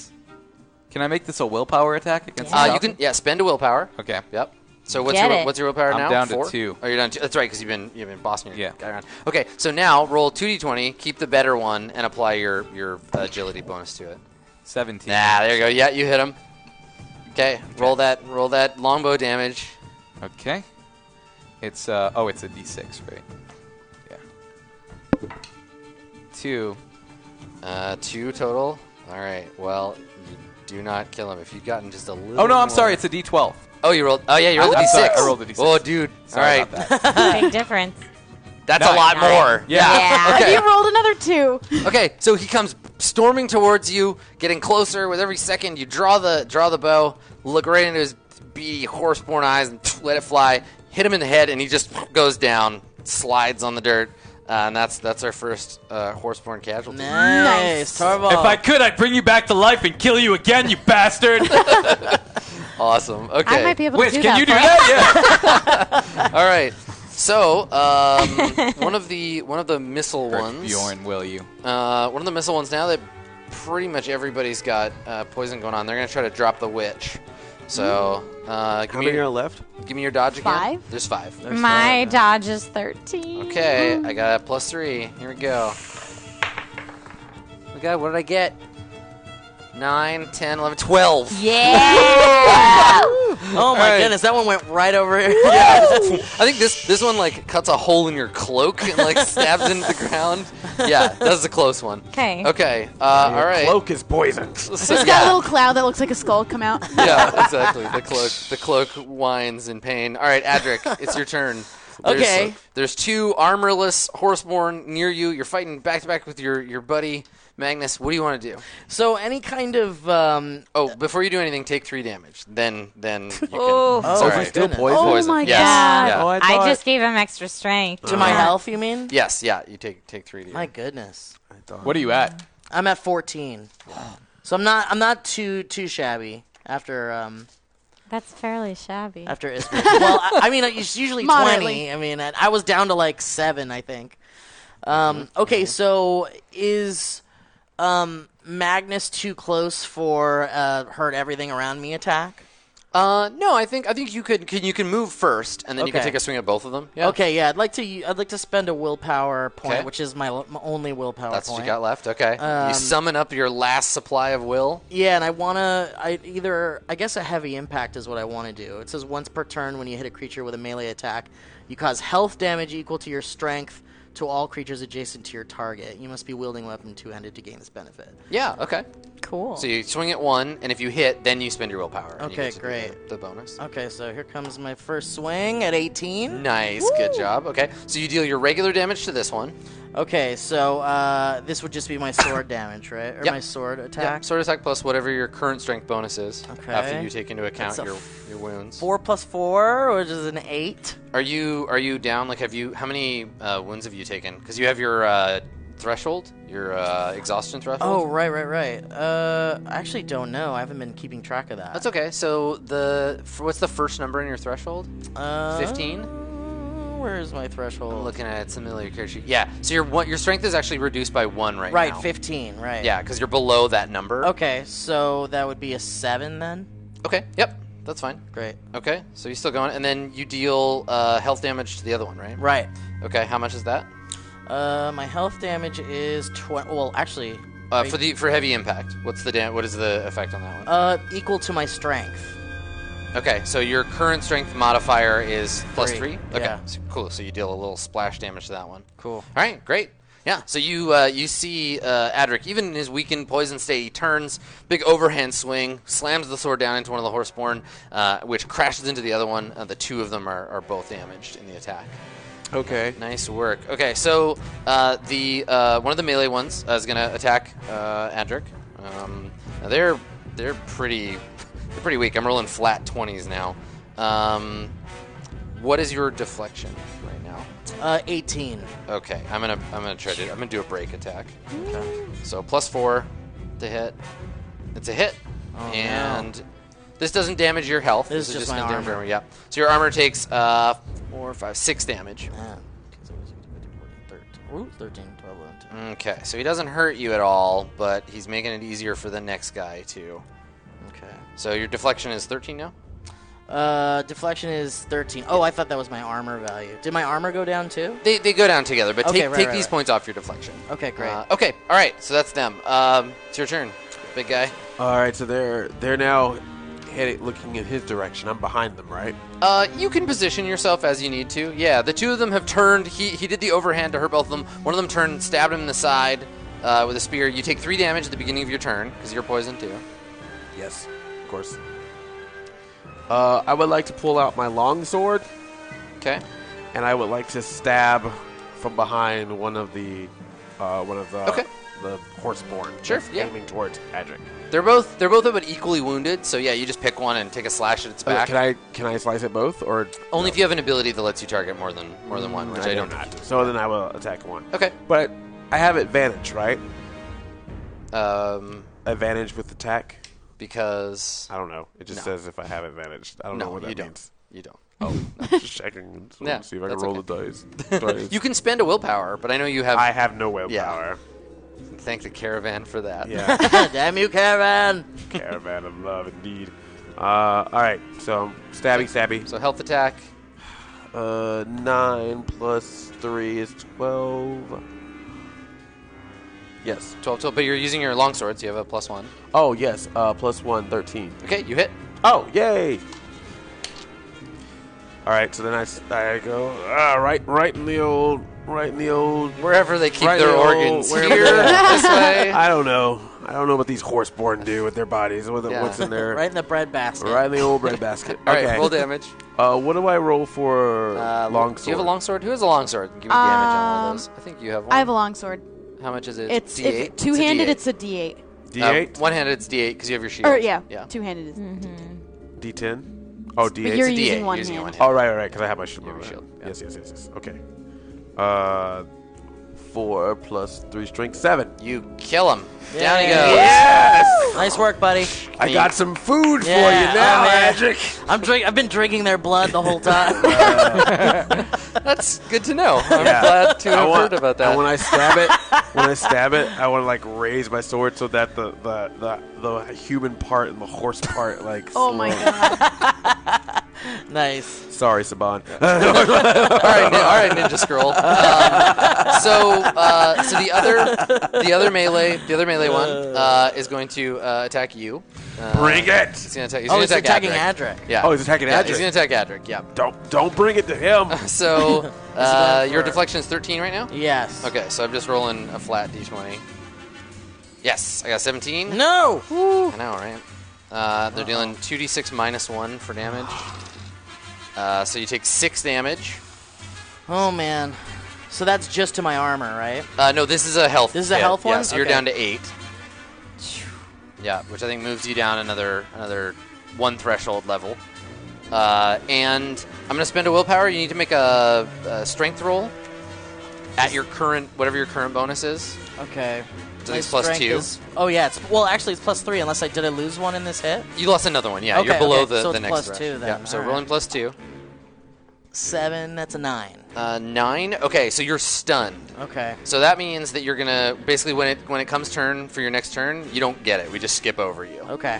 Can I make this a willpower attack against? Uh, the you Falcon? can yeah spend a willpower. Okay. Yep. So what's Get your it. what's your willpower I'm now? down to Four? two. Oh, you're down two. That's right, because you've been you've been bossing your Yeah. guy around. Okay, so now roll two d20, keep the better one, and apply your your agility bonus to it. Seventeen. Nah, there you go. Yeah, you hit him. Okay, roll that roll that longbow damage. Okay. It's uh oh, it's a D6, right? Yeah. Two. Uh, two total. All right. Well, you do not kill him. If you'd gotten just a little. Oh no, I'm more- sorry. It's a D12. Oh, you rolled. Oh yeah, you rolled I'm the sorry, d6. I rolled a D6. Oh, dude. Sorry all right, about that. Big difference. that's a Nine. lot more. Yeah. Okay. You rolled another 2. Okay, so he comes storming towards you, getting closer with every second. You draw the draw the bow, look right into his beady horse-born eyes, and let it fly. Hit him in the head, and he just goes down, slides on the dirt, uh, and that's that's our first uh, horse-born casualty. Nice, Torvald. If I could, I'd bring you back to life and kill you again, you bastard. Awesome. Okay. I might be able Which to do can that. you do for- that? All right. So um, one of the one of the missile Hurt ones. Bjorn, will you? Uh, one of the missile ones now that pretty much everybody's got uh, poison going on. They're gonna try to drop the witch. So uh, give, How me many are your, left? give me your dodge again. Five? There's five. Mm. There's My five. dodge is 13. Okay, I got a plus three. Here we go. We got what did I get? Nine, ten, eleven, twelve. Yeah! Oh my Alright. goodness, that one went right over. I think this this one like cuts a hole in your cloak and like stabs into the ground. Yeah, that's a close one. okay. Okay. Uh, all right. Cloak is poisoned. So, There's got a little cloud that looks like a skull come out. yeah, exactly. The cloak, the cloak whines in pain. All right, Adric, it's your turn. There's, Okay. There's two armorless horseborn near you. You're fighting back to back with your your buddy Magnus. What do you want to do? so any kind of um, Oh, before you do anything, take three damage. Then then you can. Oh. It's Oh, all my right. goodness. Still poisoned. Oh Poison. my Yes. god. Yeah. Oh, I, I thought- just gave him extra strength. to my health, you mean? Yes. Yeah. You take take three damage. My goodness, I thought- What are you at? I'm at 14, so I'm not I'm not too too shabby after um That's fairly shabby. after Ismail. well, I, I mean it's usually Moderately. 20. I mean I, I was down to like seven, I think. Um, Mm-hmm. okay, so is um, Magnus too close for uh, hurt everything around me attack? Uh, no, I think I think you could can you can move first, and then you can Okay. take a swing at both of them. Yeah. Okay, yeah, I'd like to. I'd like to spend a willpower point, Okay. which is my, l- my only willpower That's what point. you got left. Okay. Um, you summon up your last supply of will. Yeah, and I wanna. I either. I guess a heavy impact is what I want to do. It says once per turn, when you hit a creature with a melee attack, you cause health damage equal to your strength to all creatures adjacent to your target. You must be wielding a weapon two-handed to gain this benefit. Yeah. Okay. cool. So you swing at one, and if you hit, then you spend your willpower. and you Okay, get to do the- great. The bonus. Okay, so here comes my first swing at 18. Nice, good job. Okay, so you deal your regular damage to this one. Okay, so uh, this would just be my sword damage, right? Or Yep. my sword Yeah, attack. sword attack plus whatever your current strength bonus is. After Okay. you take into account That's a your your wounds. Four plus four, which is an eight. Are you are you down? Like, have you how many uh, wounds have you taken? Because you have your uh, threshold, your uh, exhaustion Oh, threshold. right, right, right. Uh, I actually don't know. I haven't been keeping track of that. That's okay. So the f- what's the first number in your threshold? Uh, Fifteen. Where's my threshold? Looking at it, similar character. Yeah. So your one, your strength is actually reduced by one right, right, now. 15, right. Yeah, because you're below that number. Okay, so that would be a 7 then? Okay. Yep. That's fine. Great. Okay, so you're still going, and then you deal uh, health damage to the other one, right? Right. Okay, how much is that Uh, my health damage is 20. Well, actually, uh, for the for heavy impact? What's the dam- What is the effect on that one? uh, equal to my strength. okay, so your current strength modifier is plus Three, three. Okay, yeah. so- cool. So you deal a little splash damage to that one. Cool. All right, great. Yeah, so you uh, you see uh, Adric, even in his weakened poison state, he turns, big overhand swing, slams the sword down into one of the horseborn, uh, which crashes into the other one. Uh, the two of them are, are both damaged in the attack. Okay. Nice work. Okay, so uh, the uh, one of the melee ones uh, is gonna attack uh, Adric. Um, now they're they're pretty they're pretty weak. I'm rolling flat twenties now. Um, what is your deflection right now? Uh, 18. Okay, I'm gonna I'm gonna try to I'm gonna do a break attack. So plus four to hit. It's a hit, and this doesn't damage your health. Oh, This is just my gonna damage armor. your Yeah. So your armor takes uh four, five, six damage. Man. 'cause it was 13, Ooh, 13, 12, 11, 10. Okay, so he doesn't hurt you at all, but he's making it easier for the next guy too. Mm, Okay. So your deflection is 13 now. Uh, deflection is 13. Oh, I thought that was my armor value. Did my armor go down too? They, they go down together, but Okay, take right, take right, these right. points off your deflection. Okay, great. Uh, okay, all right. So that's them. Um, it's your turn, big guy. All right. So they're they're now headed looking in his direction. I'm behind them, right? Uh, you can position yourself as you need to. Yeah, the two of them have turned. He he did the overhand to hurt both of them. One of them turned, stabbed him in the side uh, with a spear. You take three damage at the beginning of your turn because you're poisoned too. Yes, of course. Uh, I would like to pull out my longsword, Okay. and I would like to stab from behind one of the uh, one of the Okay. the horseborn. Sure, that's yeah. aiming towards Adric. They're both they're both about equally wounded. So yeah, you just pick one and take a slash at its Okay, back. Oh, can I can I slice it both or Only if you have an ability that lets you target more than more than one, which I, do don't. not. So then Mm, I will attack one. Okay. But I have advantage, right? Um, Advantage with attack. because I don't know. It just No. says if I have advantage. I don't know no, what that you don't. means. Oh. You don't. Just checking. So Yeah, see if I can that's roll the dice. Dice. You can spend a willpower, but I know you have. I have no willpower. Thank the caravan for that. Yeah. Damn you, Karen! Caravan of love, indeed. Uh, all right. So stabby, stabby. So health attack. Uh, nine plus three is twelve. Yes. 12, 12, but you're using your longsword, so you have a plus one. Oh, yes. Uh, plus one, 13. Okay, you hit. Oh, yay! All right. So then I, s- I go. Ah, right, right in the old, right in the old. Wherever they keep Right, their oh, organs. where- Here, this way. I don't know. I don't know what these horseborn do with their bodies. What, Yeah. What's in there? Right in the bread basket. Right in the old bread basket. All right, okay. roll damage. uh, what do I roll for Uh, long Do you have a sword? longsword? Who has a longsword? Give me damage on one Um, of those. I think you have one. I have a longsword. How much is it? It's D8. if two-handed. a It's a D8. D8? one handed, it's D8 because you have your shield. Or yeah, Yeah. two-handed is. D10? Oh, D8. But you're It's a using D8, one using hand. one hand. All right, all right, because I have my shield. You have your right. shield, yeah. Yes, yes, yes, yes. Okay. Uh, four plus three strength, seven. You kill him. Down he Yeah. goes. Yes! Nice work, buddy. I got some food for Yeah, you now, oh, man. Magic. I'm drink. I've been drinking their blood the whole time. That's good to know. I'm Yeah. glad to I have want- heard about that. And when I stab it, when I stab it, I want to like raise my sword so that the the, the, the human part and the horse part like. Oh my slow- god. nice. Sorry, Saban. all right, nin- all right, Ninja Scroll. Um, so, uh, so the other, the other melee, the other melee one uh, is going to uh, attack you. Uh, bring it. He's gonna attack. He's Oh, gonna he's attack attacking Adric. Adric. Yeah. Oh, he's attacking yeah, Adric. He's gonna attack Adric. Yeah. Don't don't bring it to him. So uh, your for- deflection is 13 right now. Yes. Okay, so I'm just rolling a flat d20. Yes, I got 17. No. I know, right? Uh, they're dealing 2d6 minus one for damage. Uh, so you take six damage. Oh man. So that's just to my armor, right? Uh, no, this is a health. This is a hit. health Yeah, one? so you're Okay. down to eight. Yeah, which I think moves you down another another one threshold level. Uh, and I'm gonna spend a willpower. You need to make a, a strength roll at your current whatever your current bonus is. Okay. So it's plus strength two? is- oh yeah. It's well, actually, it's plus three. Unless I did I lose one in this hit? You lost another one. Yeah, you're Okay, below okay, the, so the it's next plus thresh. two then, Yeah, so all rolling right. plus two. Seven. That's a nine. Uh, nine. Okay, so you're stunned. Okay. So that means that you're gonna basically when it when it comes turn for your next turn, you don't get it. We just skip over you. Okay.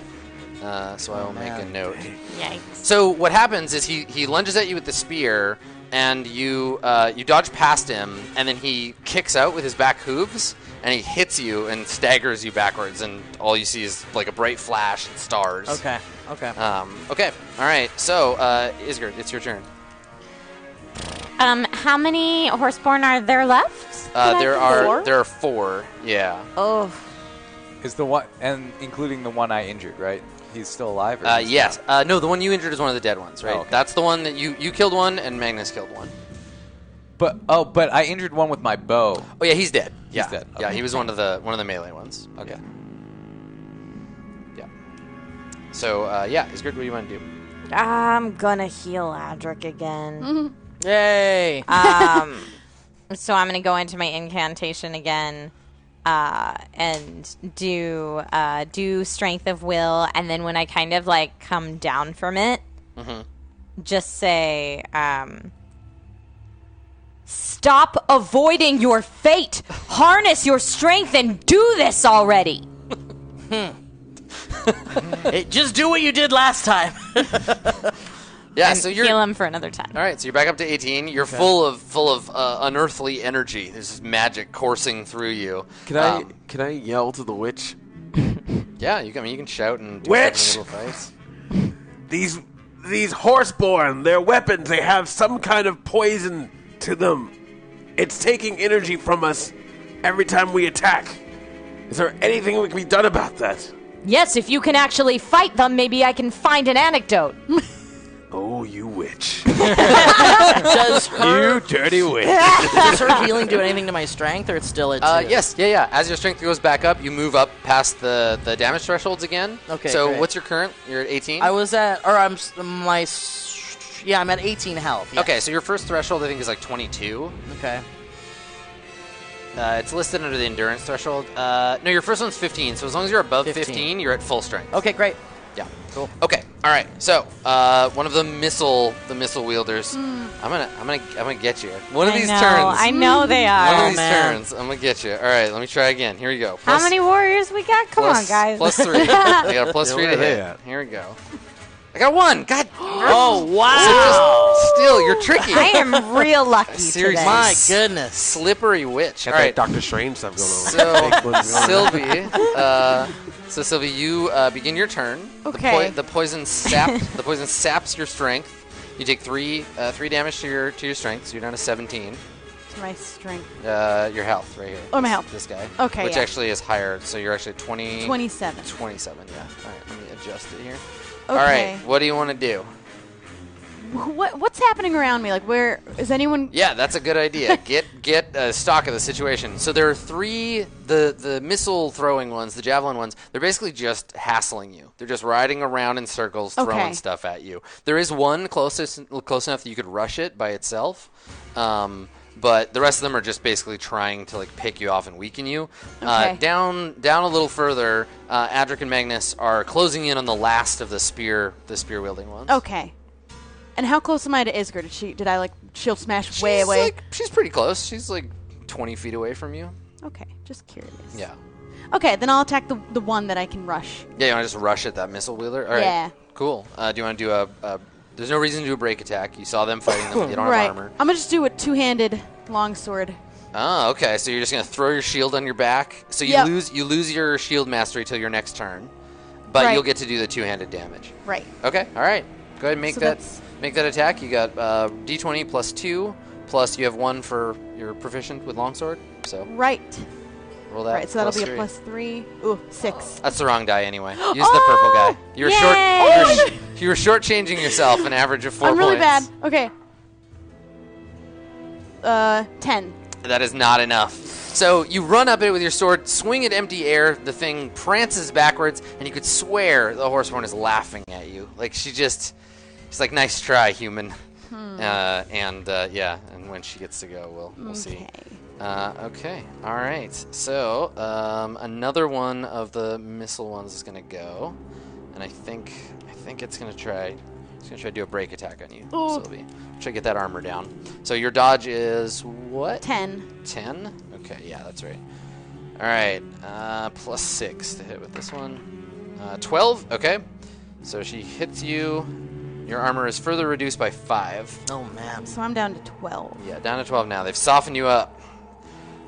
Uh, so I will make a man. note. Yikes. So what happens is he, he lunges at you with the spear, and you uh, you dodge past him, and then he kicks out with his back hooves, and he hits you and staggers you backwards, and all you see is like a bright flash and stars. Okay. Okay. Um, okay. All right. So uh, Isgard, it's your turn. Um, how many horseborn are there left? Uh, Did I there do are four? there are four. Yeah. Oh. Is the one and including the one I injured, right? He's still alive. Or Uh, he's yes. down? Uh, no, the one you injured is one of the dead ones, right? Oh, okay. That's the one that you you killed one, and Magnus killed one. But oh, but I injured one with my bow. Oh yeah, he's dead. yeah. dead. Yeah, Okay. he was one of the one of the melee ones. Okay. Yeah. So uh, yeah, Isgard, what do you want to do? I'm gonna heal Adric again. Yay. Ah, um, so I'm going to go into my incantation again uh, and do uh, do strength of will, and then when I kind of like come down from it, Mm-hmm. just say, um, "Stop avoiding your fate. Harness your strength and do this already." Hey, just do what you did last time. Yeah. And So you're heal all him for another ten. right. So you're back up to 18. You're full of full of uh, unearthly energy. There's just magic coursing through you. Can I Um, can I yell to the witch? yeah. You can. I mean, you can shout and do Witch! stuff in the middle of fights. These these horseborn, their weapons, they have some kind of poison to them. It's taking energy from us every time we attack. Is there anything we can be done about that? Yes, if you can actually fight them, maybe I can find an anecdote. Oh, you witch. Does her you dirty witch. does her healing do anything to my strength, or it's still at Uh, two? yes. Yeah. Yeah. As your strength goes back up, you move up past the the damage thresholds again. Okay, So great. what's your current? You're at 18. I was at, or I'm s- my, s- yeah, I'm at 18 health. yes. Okay, so your first threshold I think is like 22. Okay. Uh, it's listed under the endurance threshold. Uh, no, your first one's 15. So as long as you're above 15, 15. you're at full strength. Okay, great. Yeah. Cool. Okay. All right, so uh, one of the missile, the missile wielders. Hmm. I'm gonna, I'm gonna, I'm gonna get you. One of I these know, turns. I know they are. One of these man. turns. I'm gonna get you. All right, let me try again. Here we go. How Plus- many warriors we got? Come plus- on, guys. Plus three. I got a plus Yeah, three where to are they hit. at? Here we go. I got one. God. Oh wow! Just, still, you're tricky. I am real lucky Seriously. today. My goodness. Slippery witch. All Got right. that Doctor Strange stuff going on. So, Fake ones going on. Sylvie, uh, so Sylvie, you uh, begin your turn. Okay. The, poi- the poison sap. the poison saps your strength. You take three uh, three damage to your to your strength, so you're down to 17. It's my strength. Uh, your health, right here. Oh, my This- health. This guy. Okay, Which yeah. actually is higher, so you're actually 20. 27. 27. Yeah. All right. Let me adjust it here. All Okay. right. What do you want to do? Wh- What, what's happening around me? Like, where is anyone? Yeah, that's a good idea. Get get uh, stock of the situation. So there are three the the missile throwing ones, the javelin ones. They're basically just hassling you. They're just riding around in circles, throwing Okay. stuff at you. There is one closest close enough that you could rush it by itself, um, but the rest of them are just basically trying to like pick you off and weaken you. Uh, Okay. down down a little further, uh, Adric and Magnus are closing in on the last of the spear the spear wielding ones. Okay. And how close am I to Isgard? Did she? Did I like shield smash she's way away? like she's pretty close. She's like twenty feet away from you. okay, just curious. Yeah. Okay, then I'll attack the the one that I can rush. Yeah, you want to just rush at that missile wheeler? All right. Yeah. Cool. Uh, do you want to do a, a. There's no reason to do a break attack. You saw them fighting them. You don't right. have armor. I'm gonna just do a two-handed longsword. Oh, okay. So you're just going to throw your shield on your back. So you Yep. lose you lose your shield mastery till your next turn, but Right. you'll get to do the two handed damage. Right. Okay. All right. Go ahead and make So that that's- make that attack. You got uh, d20 plus two, plus you have one for your proficient with longsword. So Right. roll that. right. So that'll plus be three. a plus three. Ooh, six. That's the wrong die anyway. Use the Oh! purple guy. You were short. You were, sh- you were shortchanging yourself an average of 4 I'm really bad. points. Okay. Uh, ten. That is not enough. So you run up it with your sword, swing at empty air. The thing prances backwards, and you could swear the horseborn is laughing at you. Like she just, she's like, "Nice try, human." Uh, and uh, yeah, and when she gets to go, we'll we'll see. Uh, okay. All right. So um, another one of the missile ones is gonna go, and I think I think it's gonna try. It's gonna try to do a break attack on you, Sylvie. Try to get that armor down. So your dodge is what? Ten. Ten. Okay. Yeah, that's right. All right. Uh, plus six to hit with this one. Uh, Twelve. Okay. So she hits you. Your armor is further reduced by five. Oh man. So I'm down to twelve. Yeah, down to 12 now. They've softened you up.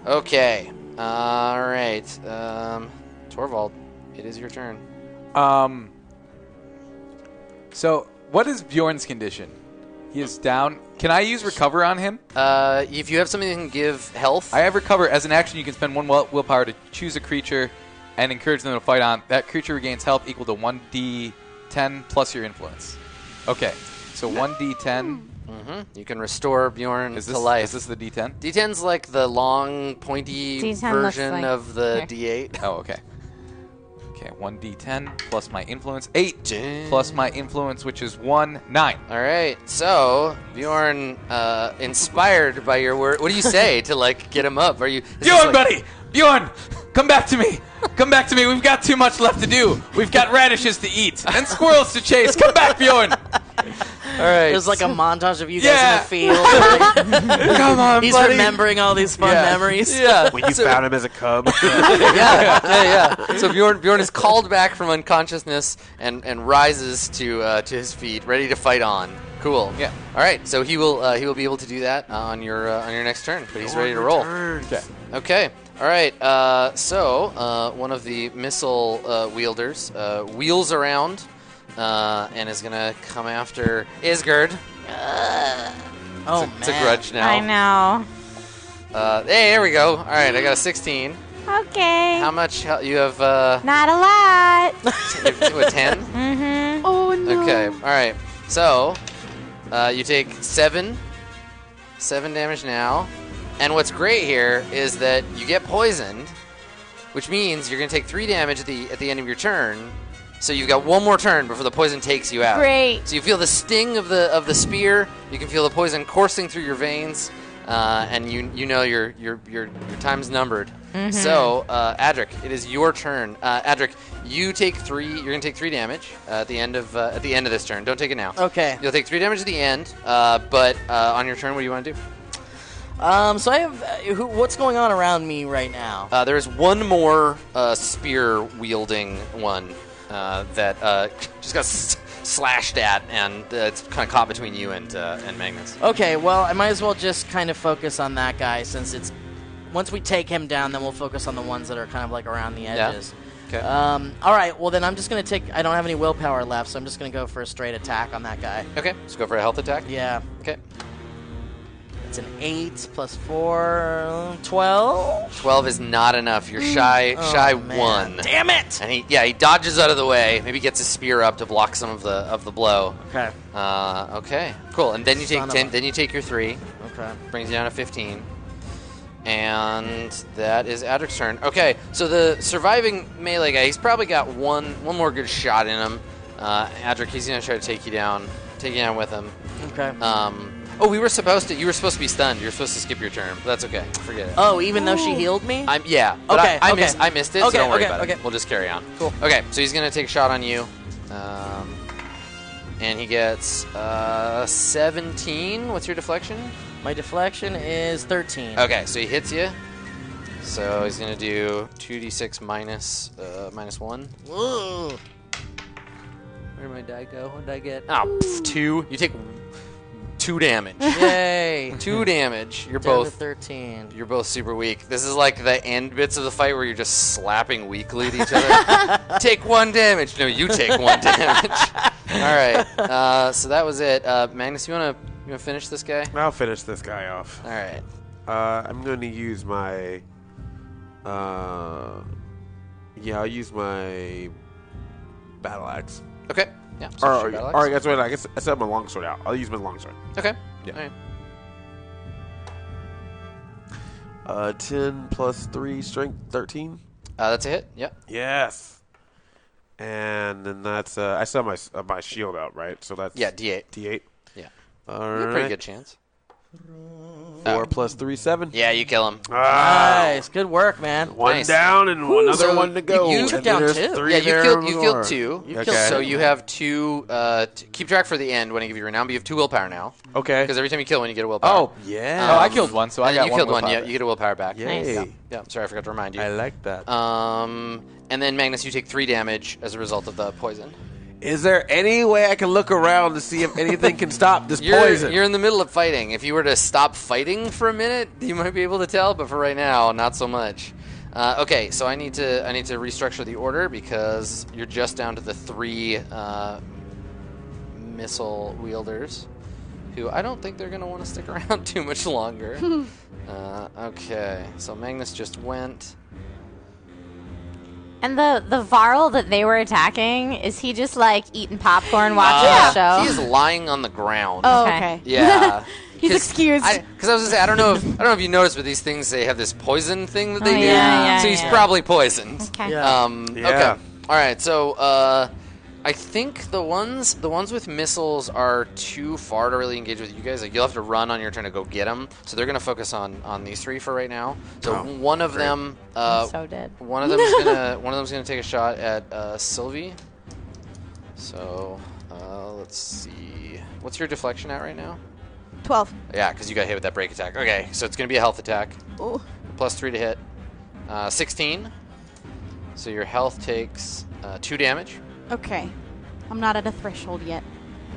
Okay. All right. Um, Torvald, it is your turn. Um. So, what is Bjorn's condition? He is down. Can I use recover on him? Uh, if you have something that can give health, I have recover as an action. You can spend one will- willpower to choose a creature and encourage them to fight on. That creature regains health equal to one d10 plus your influence. Okay, so one Hmm. d10 Mhm. you can restore Bjorn is to this life. is this the d10? D10's like the long, pointy D10 looks version like- of the here. D8. Oh, okay. Okay, one d10 plus my influence eight Dang. plus my influence, which is one nine. All right. So Bjorn, uh, inspired by your word, what do you say to like get him up? Are you is this like- Bjorn, buddy! Bjorn! Come back to me! Come back to me! We've got too much left to do! We've got radishes to eat and squirrels to chase! Come back, Bjorn! All right. There's like a montage of you guys Yeah. in the field. Come on, He's buddy! remembering all these fun Yeah. memories. yeah. when you So- found him as a cub. yeah, yeah, yeah. So Bjorn Bjorn is called back from unconsciousness and and rises to uh, to his feet, ready to fight on. Cool. Yeah. All right. So he will uh, he will be able to do that uh, on your uh, on your next turn, but he's ready to roll. Okay. Okay. All right. Uh, so uh, one of the missile uh, wielders uh, wheels around uh, and is gonna come after Isgard. Oh man. It's a grudge now. I know. Uh, hey, there we go. All right. I got a 16. Okay. How much? hel- You have uh, Not a lot. you have a 10. Mm-hmm. Oh no. Okay, all right. So, uh, you take seven, seven damage now. And what's great here is that you get poisoned, which means you're gonna take three damage at the at the end of your turn. So you've got one more turn before the poison takes you out. Great. So you feel the sting of the of the spear. You can feel the poison coursing through your veins, uh, and you you know your your your, your time's numbered. So, uh, Adric, it is your turn. Uh, Adric, you take three. You're gonna take three damage uh, at the end of uh, at the end of this turn. Don't take it now. Okay. You'll take three damage at the end. Uh, but uh, on your turn, what do you want to do? Um. So I have. Uh, who, what's going on around me right now? Uh, there is one more uh, spear wielding one uh, that uh, just got s- slashed at, and uh, it's kind of caught between you and uh, and Magnus. Okay. Well, I might as well just kind of focus on that guy since it's. Once we take him down, then we'll focus on the ones that are kind of like around the Yeah. edges. Okay. Um, all right. Well, then I'm just gonna take. I don't have any willpower left, so I'm just gonna go for a straight attack on that guy. okay. Let's go for a health attack. Yeah. Okay. It's an eight plus four, twelve. Twelve is not enough. You're shy shy Mm. Oh, man. one. Damn it! And he yeah he dodges out of the way. Maybe gets his spear up to block some of the of the blow. Okay. Uh, okay. Cool. And then you take Son of ten. a- Then you take your three. Okay. brings you down to 15. And that is Adric's turn. Okay, so the surviving melee guy, he's probably got one one more good shot in him. Uh, Adric, he's gonna try to take you down, take you down with him. Okay. Um, oh, we were supposed to. You were supposed to be stunned. You're supposed to skip your turn. But that's okay. Forget it. Oh, even though she healed me. I'm yeah. But Okay, I, I okay. missed. I missed it. Okay, so don't worry okay, about okay. it. We'll just carry on. Cool. Okay, so he's gonna take a shot on you. Um, and he gets uh, 17. What's your deflection? My deflection is thirteen. Okay, so he hits you. So he's gonna do two d six minus uh, minus one. Ooh. Where did my die go? What did I get? Oh, pff, two. You take two damage. Yay. two damage. You're Down to both. 13. You're both super weak. This is like the end bits of the fight where you're just slapping weakly at each other. take one damage. No, you take one damage. All right. Uh, so that was it. Uh, Magnus, you wanna you wanna finish this guy? I'll finish this guy off. All right. Uh, I'm going to use my. Uh, yeah, I'll use my battle axe. Okay. Yeah. so Or, shoot, Alex. or I guess wait, I guess I set my longsword out. I'll use my longsword. Okay. Yeah. All right. Uh, 10 plus 3, strength 13. Uh, that's a hit. Yep. Yes. And then that's uh, I set my uh, my shield out, right? So that's Yeah. D eight. D8. Yeah. All Pretty right. good chance. Four plus three, seven. Yeah, you kill him. Ah, Nice. Good work, man. one nice. down and another So one to go. you And took then down there's two. Three Yeah, you there killed. You and killed more. two. You killed So two. you have two. Uh, t- keep track for the end when I give you renown. But you have two willpower now Okay. because every time you kill one, you get a willpower. Oh yeah. oh, I Um, killed one, so I and got you one killed one. willpower. Yeah, you get a willpower back. Yay. Yeah. Sorry, I forgot to remind you. I like that. Is um, and then Magnus, you take three damage as a result of the poison. there any way I can look around to see if anything can stop this You're poison? you're in the middle of fighting. If you were to stop fighting for a minute, you might be able to tell. But for right now, not so much. Uh, okay, so I need to I need to restructure the order because you're just down to the three uh, missile wielders, who I don't think they're gonna want to stick around too much longer. uh, okay, so Magnus just went. And the the varl that they were attacking is he just like eating popcorn watching Uh, the He show? is lying on the ground. Oh, Okay. okay. Yeah, He's excused. Because I, was gonna say, I don't know if I don't know if you noticed, but these things they have this poison thing that they Oh, do. yeah, yeah, so he's yeah. probably poisoned. Okay. Yeah. Um, Yeah. Okay. All right. So uh, I think the ones the ones with missiles are too far to really engage with you guys. Like you'll have to run on your turn to go get them. So they're gonna focus on on these three for right now. So Oh, one of them. Uh, so dead. One of them's gonna one of them's gonna take a shot at uh, Sylvie. So uh, let's see. What's your deflection at right now? 12. Yeah, because you got hit with that break attack. Okay, so it's going to be a health attack. Ooh. Plus three to hit. Uh, 16. So your health takes uh, two damage. Okay. I'm not at a threshold yet.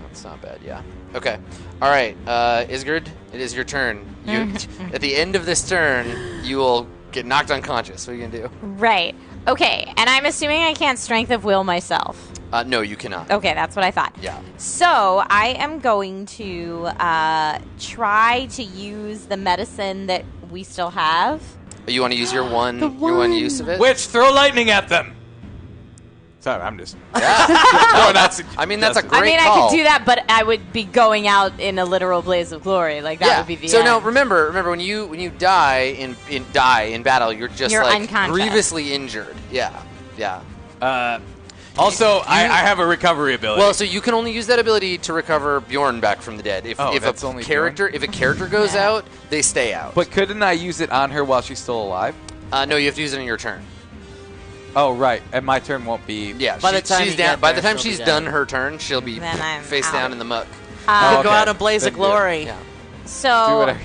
That's not bad, yeah. Okay. All right, uh, Isgard, it is your turn. You, at the end of this turn, you will get knocked unconscious. What are you going to do? Right. Okay. And I'm assuming I can't strength of will myself. Uh, no, you cannot. Okay, that's what I thought. Yeah. So I am going to uh, try to use the medicine that we still have. You want to use your one, The your one one. use of it? Witch, throw lightning at them. Sorry, I'm just. no, that's. I mean, that's a I Great mean, I call. could do that, but I would be going out in a literal blaze of glory. Like that would be the so end. now remember, remember when you when you die in in die in battle, you're just You're like unconscious. grievously injured. Yeah, yeah. Uh, Also, I, I have a recovery ability. Well, so you can only use that ability to recover Bjorn back from the dead. If, Oh, if that's a only character if a character goes out, they stay out. but couldn't I use it on her while she's still alive? uh, no, you have to use it in your turn. Oh, right. And my turn won't be. Yeah, By the time she's you down, get by the there, time she'll be she's dead. done her turn, she'll be Then I'm face out. down in the muck. Oh, Uh, okay. Go out in a blaze of Then do it. glory. Oh. Yeah. Do So whatever.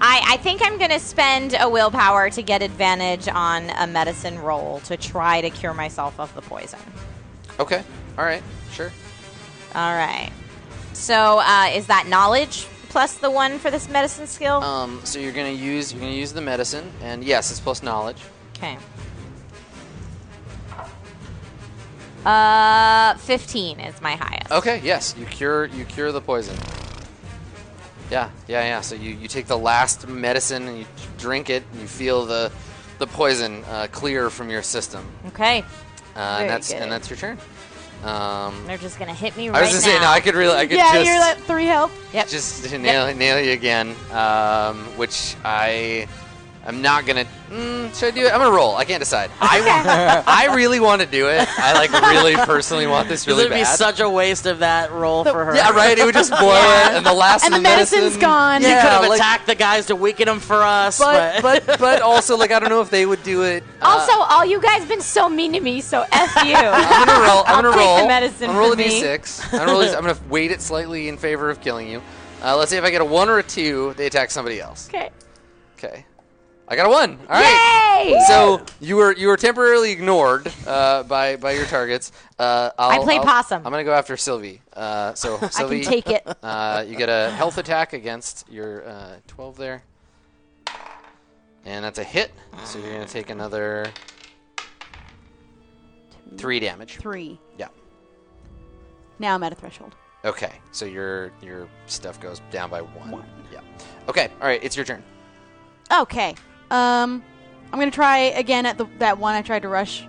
I, I think I'm going to spend a willpower to get advantage on a medicine roll to try to cure myself of the poison. Okay. All right. Sure. All right. So uh, is that knowledge plus the one for this medicine skill? Um, so you're gonna use you're gonna use the medicine, and yes, it's plus knowledge. Okay. Uh, 15 is my highest. Okay. Yes, you cure you cure the poison. Yeah, yeah, yeah. So you, you take the last medicine and you drink it, and you feel the the poison uh, clear from your system, uh, Okay. and Very that's good. and that's your turn. Um, They're just going to hit me I right was just saying, no, now. I could really, I could yeah, just you're at three health. Yep. just to nail nail you again, um, which I I'm not gonna. Mm, should I do it? I'm gonna roll. I can't decide. I I really want to do it. I like really personally want this really it would be bad. such a waste of that roll for her. yeah, right. It would just blow it, and the last And of the medicine's medicine- gone. You You could Yeah, have like- attacked the guys to weaken them for us, But but but also like I don't know if they would do it. uh, Also, all you guys been so mean to me, so f you. I'm gonna roll. I'm I'll gonna take roll. the medicine I'm gonna roll a for me. d6. I'm gonna, roll a d6. I'm gonna weight it slightly in favor of killing you. Uh, let's see if I get a one or a two. They attack somebody else. Okay. Okay. I got a one. All right. Yay! So you were you were temporarily ignored uh, by by your targets. Uh, I'll, I play I'll- possum. I'm gonna go after Sylvie. Uh, so I Sylvie, can take it. Uh, you get a health attack against your uh, 12 there, and that's a hit. So you're gonna take another three damage. Three. Yeah. Now I'm at a threshold. Okay. So your your stuff goes down by one. Yeah. Okay. All right. It's your turn. Okay. Um, I'm gonna try again at the that one I tried to rush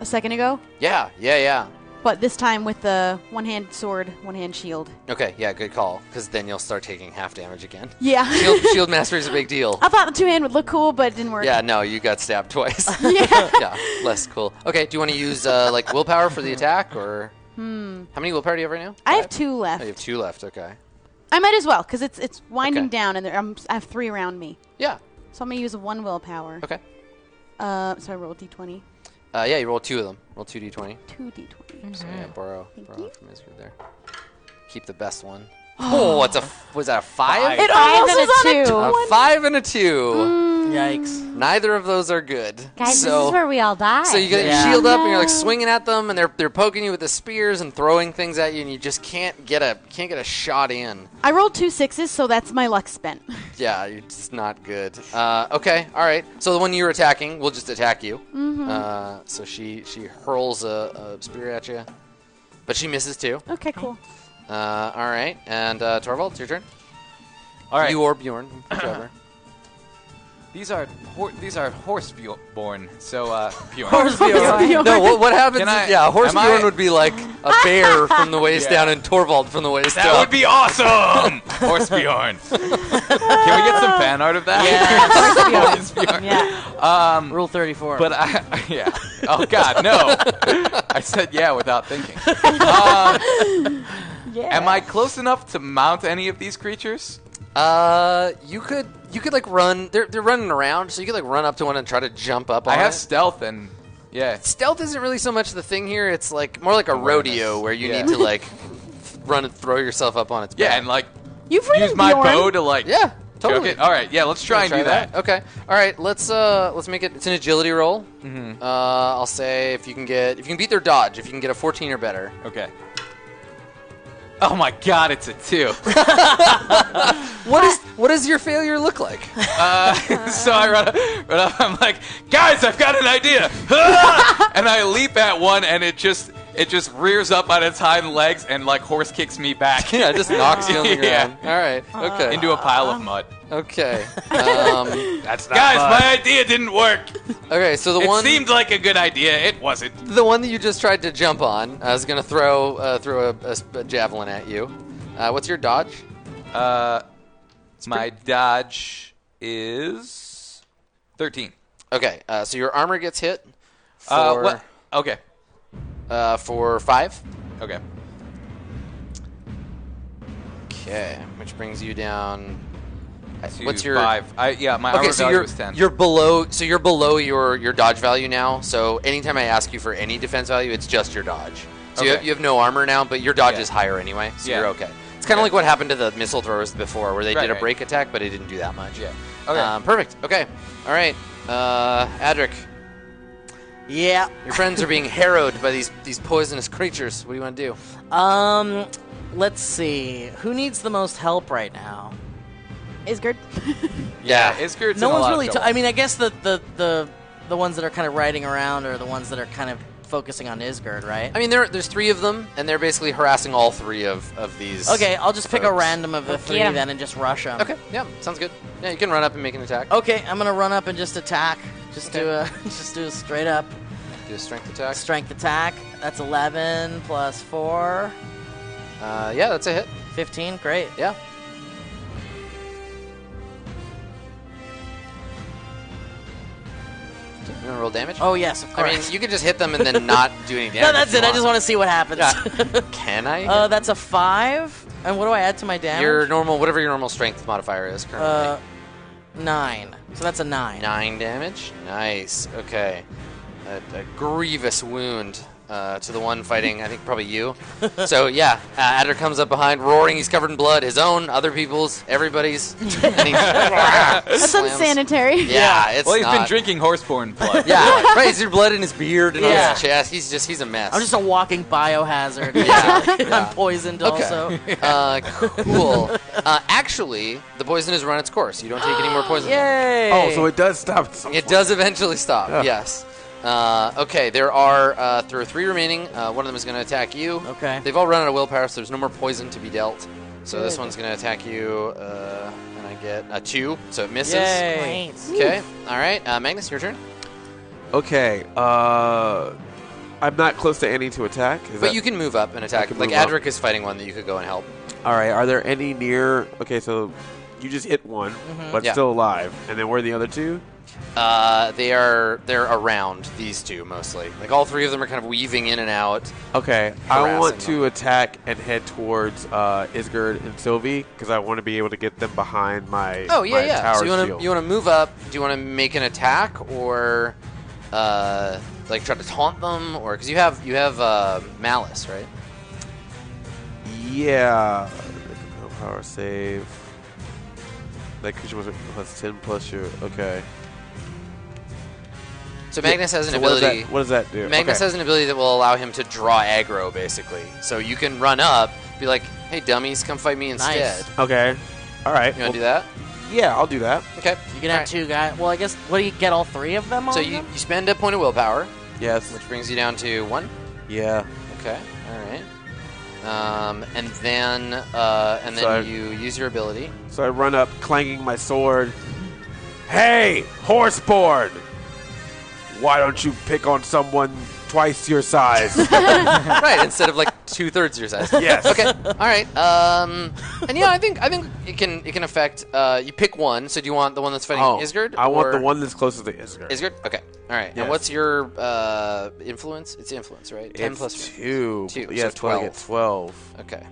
a second ago, Yeah. Yeah. Yeah. but this time with the one hand sword, one hand shield. Okay, yeah, good call. Because then you'll start taking half damage again. Yeah. Shield, shield mastery is a big deal. I thought the two hand would look cool, but it didn't work. Yeah, no, you got stabbed twice. yeah. less cool. Okay, do you want to use uh, like willpower for the attack, or how many willpower do you have right now? I have two left. Oh, you have two left. Okay. I might as well because it's it's winding Okay. down, and there, I'm, I have three around me, Yeah. so I'm gonna use one willpower. Okay. Uh, so I roll d20, Uh, yeah, you roll two of them. Roll two d20. two d20. Mm-hmm. So yeah, borrow, borrow you. from his good there. Keep the best one. oh, what's a f- was that a five? It Five almost and was on a a two. a five and a two. yikes. Neither of those are good. Guys, so, this is where we all die. So you get Yeah. shield up, and you're like swinging at them, and they're they're poking you with the spears and throwing things at you, and you just can't get a can't get a shot in. I rolled two sixes, so that's my luck spent. Yeah, you're just not good. Uh, okay, all right. So the one you're attacking will just attack you. Uh, so she she hurls a, a spear at you, but she misses too. okay, cool. Uh, all right, and uh, Torvald, it's your turn. All right. You or Bjorn, whichever. These are hor- these are horse bu- born. So uh, pure. no, what, what happens? Can I- is- yeah, a horse am I- Bjorn would be like a bear from the waist Yeah. down and Torvald from the waist That up. would be awesome. Horsebjorn. Can we get some fan art of that? Yeah. Horsebjorn. yeah. Rule 34. But I, yeah. Oh God, no! I said yeah without thinking. Um, Am I close enough to mount any of these creatures? Uh, you could you could like run. They're they're running around, so you could like run up to one and try to jump up. I on have it. stealth and yeah. stealth isn't really so much the thing here. It's like more like a Awareness. rodeo where you Yeah. need to like run and throw yourself up on its Yeah, back. and like You've use ridden my Bjorn. bow to like yeah, choke totally. it. All right, yeah, let's try and do that. Okay. All right. Let's uh let's make it. It's an agility roll. Mm-hmm. Uh, I'll say if you can get if you can beat their dodge, if you can get a fourteen or better. Okay. Oh my God, it's a two. What is what does your failure look like? Uh, so I run up, run up. I'm like, guys, I've got an idea. Ah!" and I leap at one, and it just it just rears up on its hind legs and like horse kicks me back. yeah, it just knocks you on the Yeah. ground. All right. Okay. into a pile of mud. okay. Um, That's not Guys, fun. my idea didn't work. okay. So the It one seemed like a good idea. It wasn't. the one that you just tried to jump on. I was gonna throw uh, throw a, a s- a javelin at you. Uh, what's your dodge? Uh, my dodge is thirteen. Okay, uh, so your armor gets hit. For, Uh, what? Okay. uh, for five. Okay. Okay, which brings you down. I- To What's your five? I, yeah, my okay? armor So value you're is ten. you're below. So you're below your your dodge value now. So anytime I ask you for any defense value, it's just your dodge. So you, Okay. have, you have no armor now, but your dodge Yeah. is higher anyway. So Yeah. you're okay. It's kind of Yeah. like what happened to the missile throwers before, where they Right, did a right. break attack, but it didn't do that much. yeah. Okay. Um, perfect. Okay. All right. Uh, Adric, Yeah. your friends are being harrowed by these these poisonous creatures. What do you want to do? Um, let's see. Who needs the most help right now? Isgard. Yeah. Iskir's in no a one's lot of really. trouble. I mean, I guess the, the the the ones that are kind of riding around are the ones that are kind of focusing on Isgard, right? I mean, there there's three of them, and they're basically harassing all three of, of these. Okay, I'll just pick a folks. random of the three him. then and just rush them. Okay. Yeah. Sounds good. Yeah, you can run up and make an attack. Okay, I'm gonna run up and just attack. Just Okay. do a just do a straight up Do a strength attack. strength attack. That's 11 plus 4, Uh, yeah, that's a hit. 15. Great. Yeah. You want to roll damage? Oh yes, of course. I mean, you can just hit them and then not do any damage. no, that's if it. you I just want to see what happens. Yeah. Can I? uh, that's a five. And what do I add to my damage? your normal, whatever your normal strength modifier is currently. uh, nine. So that's a nine. Nine damage. Nice. Okay. A, a grievous wound uh, to the one fighting. I think probably you. so yeah, uh, Adder comes up behind, roaring. He's covered in blood. His own, other people's, everybody's. And he That's That's unsanitary. Yeah, it's well, he's been not- drinking horseborn blood. Yeah, right. He's blood in his beard and on Yeah. his chest. He's just he's a mess. I'm just a walking biohazard. Yeah. I'm poisoned Okay. also. uh, cool. Uh, actually, the poison has run its course. You don't take any more poison. damage. Yay! Oh, so it does stop. at some It point. does eventually stop. Yes. Uh, okay, there are uh, there are three remaining. Uh, one of them is going to attack you. Okay. They've all run out of willpower, so there's no more poison to be dealt. So this one's going to attack you, uh, and I get a two, so it misses. Yay! Great. Okay. All right, uh, Magnus, your turn. Okay. Uh, I'm not close to any to attack. but Is that- you can move up and attack. can Like move up. Adric is fighting one that you could go and help. All right. Are there any near? Okay, so you just hit one, but Mm-hmm. Yeah. still alive, and then where are the other two? Uh, they are they're around these two mostly. Like all three of them are kind of weaving in and out. Okay, I Harassing want to them. attack and head towards uh, Isgard and Sylvie because I want to be able to get them behind my Oh yeah, my yeah. tower So you want shield. to you want to move up? Do you want to make an attack or uh, like try to taunt them or because you have you have uh, malice, right? Yeah. No power save. That creature must be plus 10 plus your. Okay. So Magnus has an So what does that- ability. What does that do? Magnus okay. has an ability that will allow him to draw aggro, basically. So you can run up, be like, "Hey, dummies, come fight me instead." Okay. All right. You want to do well, that? Yeah, I'll do that. Okay. You can have Alright. two guys. Well, I guess what do you get? All three of them on So you, them? you spend a point of willpower, Yes. which brings you down to one. Yeah. Okay. All right. Um, and then uh, and then So- you use your ability. So I run up, clanging my sword. Hey, horseborn! Why don't you pick on someone twice your size? right. Instead of like two thirds your size. yes. Okay. All right. Um, and yeah, I think I think it can it can affect. Uh, you pick one. So do you want the one that's fighting Oh, Isgard? I want or- the one that's closest to Isgard. Isgard. Okay. All right. And Yes. what's your uh, influence? It's influence, right? Ten It's plus one. two. Two, Yeah, so it's twelve. I get twelve. Okay.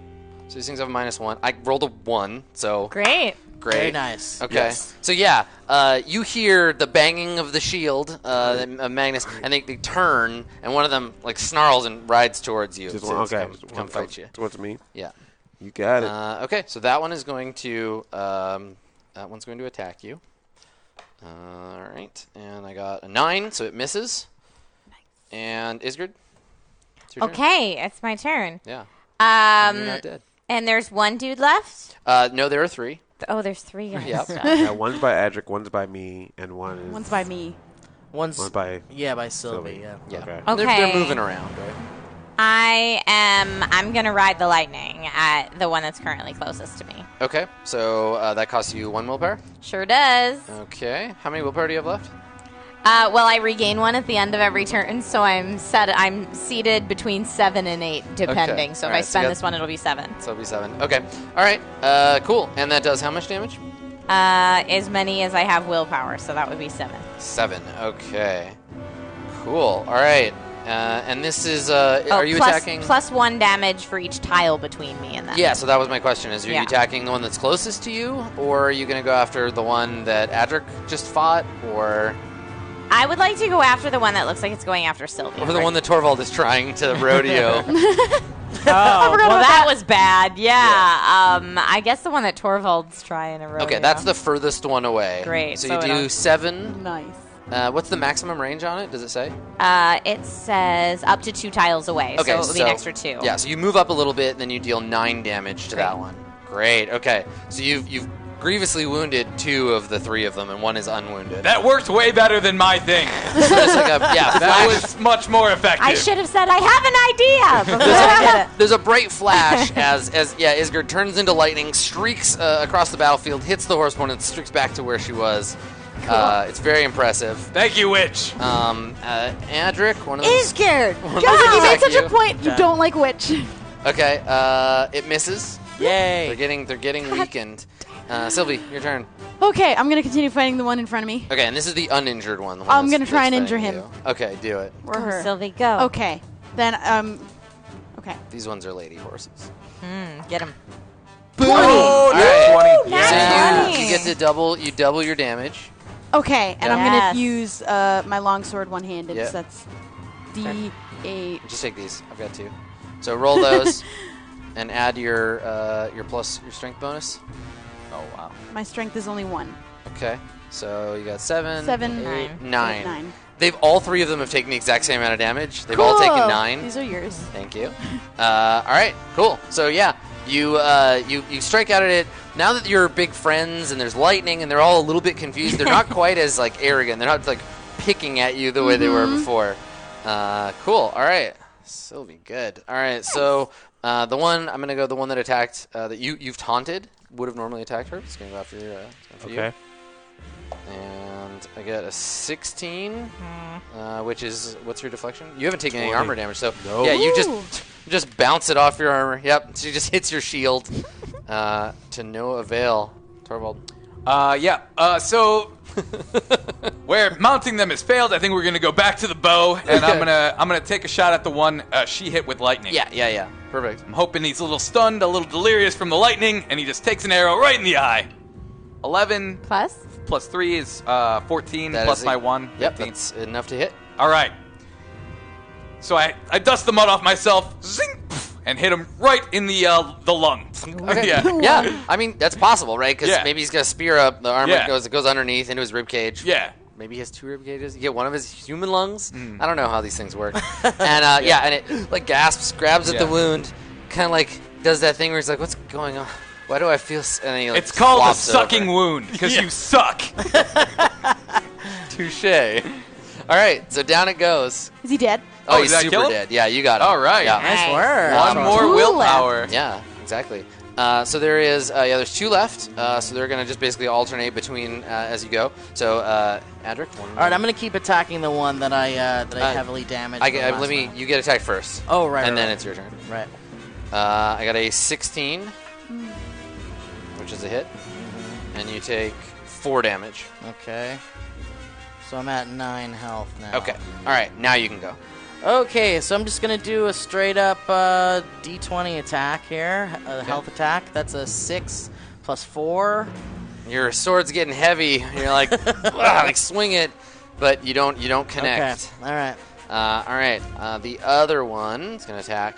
So these things have a minus one. I rolled a one, so Great. great. Very nice. Okay. Yes. So yeah, uh, you hear the banging of the shield, uh, that- uh, Magnus, and they, they turn, and one of them like snarls and rides towards you. Just So one, it's okay. Come, Just one come fight you. Towards me. Yeah. You got it. Uh, okay. So that one is going to um, that one's going to attack you. All right, and I got a nine, so it misses. And Isgard. it's your turn. Okay, it's my turn. Yeah. You're Um, not dead. and there's one dude left. Uh, no, there are three. Oh, there's three guys. Yep. yeah, one's by Adric, one's by me, and one is One's by me. One's one by. yeah by Sylvie. Sylvie. Yeah. Yeah. Okay. They're, they're Okay. moving around, right? I am. I'm gonna ride the lightning at the one that's currently closest to me. Okay. So uh, that costs you one willpower. Sure does. Okay. How many willpower do you have left? Uh, well, I regain one at the end of every turn, so I'm set. I'm seated between seven and eight, depending. So if I Alright, so spend you got- this one, it'll be seven. So it'll be seven. Okay. All right. Uh, cool. And that does how much damage? Uh, as many as I have willpower, so that would be seven. Seven. Okay. Cool. All right. Uh, and this is. Uh, Oh, are you plus- attacking? Plus one damage for each tile between me and them. Yeah, so that was my question: Is are Yeah. you attacking the one that's closest to you, or are you going to go after the one that Adric just fought, or I would like to go after the one that looks like it's going after Sylvia. or the one that Torvald is trying to rodeo? Oh, well, that was bad. Yeah. Um, I guess the one that Torvald's trying to rodeo. okay, that's the furthest one away. Great, So, so you do it'll- seven. Nice. Uh, what's the maximum range on it? Does it say? Uh, it says up to two tiles away, so Okay, it would be an extra two. Yeah, so you move up a little bit, and then you deal nine damage to that one. Great. Okay, so you've you've grievously wounded two of the three of them, and one is unwounded. That worked way better than my thing. so there's like a yeah. That flash- was much more effective. I should have said I have an idea. Before I did it. There's a bright flash as as yeah, Isgard turns into lightning, streaks uh, across the battlefield, hits the horseborn, and streaks back to where she was. Uh, it's very impressive. Thank you, witch. Um, uh, Adric, one of those. Is scared. Well, God, you fuck made such you. a point. You don't like witch. Okay, uh, it misses. They're Yay! getting they're getting weakened. Uh, Sylvie, your turn. Okay, I'm gonna continue fighting the one in front of me. Okay, and this is the uninjured one. the one I'm that's- gonna try that's and injure fighting him. you. Okay, do it. Or Go, her. Sylvie, go. Okay, then um, okay. These ones are lady horses. Get him. All right. That's So Uh, you, funny. you get to double you double your damage. Okay, and I'm Yes. gonna use uh, my longsword one handed. Yep. So that's D A. Just take these. I've got two. So roll those and add your uh, your plus your strength bonus. Oh wow. My strength is only one. Okay. So you got seven, Seven, eight, nine. nine. Eight, nine. They've all three of them have taken the exact same amount of damage. They've all taken Cool. nine. Oh, These are yours. Thank you. Uh, all right, cool. So yeah, you uh, you you strike out at it. Now that you're big friends and there's lightning and they're all a little bit confused, they're not quite as like arrogant. They're not like picking at you the way they were before. Uh, cool. All right, Sylvie, good. All right, so uh, the one I'm gonna go the one that attacked uh, that you you've taunted would have normally attacked her. It's gonna go after your. Uh, it's going for you. Okay. And I get a 16, uh, which is what's your deflection? You haven't taken any armor damage, so No. yeah, you just Ooh. you just bounce it off your armor. Yep, she just hits your shield uh, to no avail. Torvald, Uh, yeah. Uh, so where mounting them has failed, I think we're gonna go back to the bow, and I'm gonna I'm gonna take a shot at the one uh, she hit with lightning. yeah, yeah, yeah, perfect. I'm hoping he's a little stunned, a little delirious from the lightning, and he just takes an arrow right in the eye. Eleven Plus, plus three is uh, fourteen. That plus is a- my one. Yep, 15. that's enough to hit. All right. So I, I dust the mud off myself, zing, pff, and hit him right in the uh, the lung. yeah, Yeah, I mean that's possible, right? Because Yeah. maybe he's gonna spear up the armor Yeah. goes it goes underneath into his rib cage. yeah. Maybe he has two rib cages. You get one of his human lungs. Mm. I don't know how these things work. and uh, yeah. and it like gasps, grabs at the Yeah. wound, kind of like does that thing where he's like, "What's going on? Why do I feel?" s-" And then he, like, It's called a flops sucking over. wound because Yeah. you suck. Touche. All right, so down it goes. Is he dead? Oh, Oh, he's did I super kill him? dead. Yeah, you got him. All right. Yeah. Nice Uh, work. One more Two willpower. Yeah, exactly. Uh, so there is, uh, yeah, there's two left. Uh, so they're gonna just basically alternate between uh, as you go. So, uh, Adric, one. All right, I'm gonna keep attacking the one that I uh, that I Uh, heavily damaged. I, the I, last let me. round. You get attacked first. Oh, right, And right, then right. it's your turn. Right. Uh, I got a 16, which is a hit, Mm-hmm. and you take four damage. Oh. Okay. So I'm at nine health now. Okay, all right, now you can go. Okay, so I'm just gonna do a straight up uh, D20 attack here, a health attack. That's a six plus four. Your sword's getting heavy. And you're like, "Ugh," like swing it, but you don't. You don't connect. Okay. All right. Uh, all right, uh, the other one is gonna attack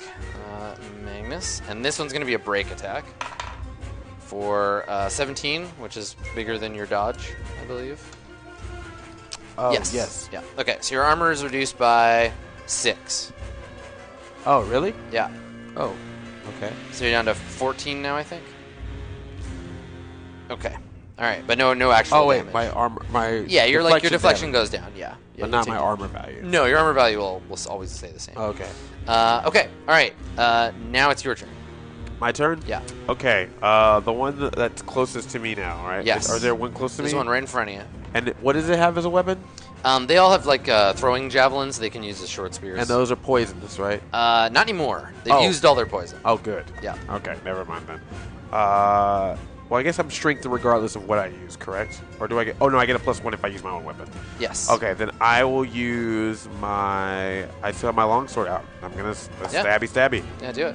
uh, Magnus, and this one's gonna be a break attack for uh, 17, which is bigger than your dodge, I believe. Oh, yes. yes. Yeah. Okay. So your armor is reduced by six. Oh, really? Yeah. Oh, okay. So you're down to 14 now, I think. Okay. All right, but no, no actual. Oh wait, damage. my armor, my yeah, your like your deflection goes damage, down. Yeah. yeah but you not take- my armor value. No, your armor value will, will always stay the same. Okay, Uh, okay. All right. Uh, now it's your turn. my turn. Yeah. Okay, uh, the one th- that's closest to me now, right? Yes. Is- Are there one close to There's me? one right in front of you. And it- what does it have as a weapon? Um, they all have like uh, throwing javelins. They can use as short spears. And those are poisonous, right? Uh, not anymore. They've Oh. used all their poison. Oh, good. Yeah. Okay, never mind then. Uh, Well, I guess I'm strength regardless of what I use, correct? Or do I get? Oh no, I get a plus one if I use my own weapon. Yes. Okay, then I will use my. I still have my longsword out. I'm gonna s- a Yeah. stabby stabby. Yeah, do it.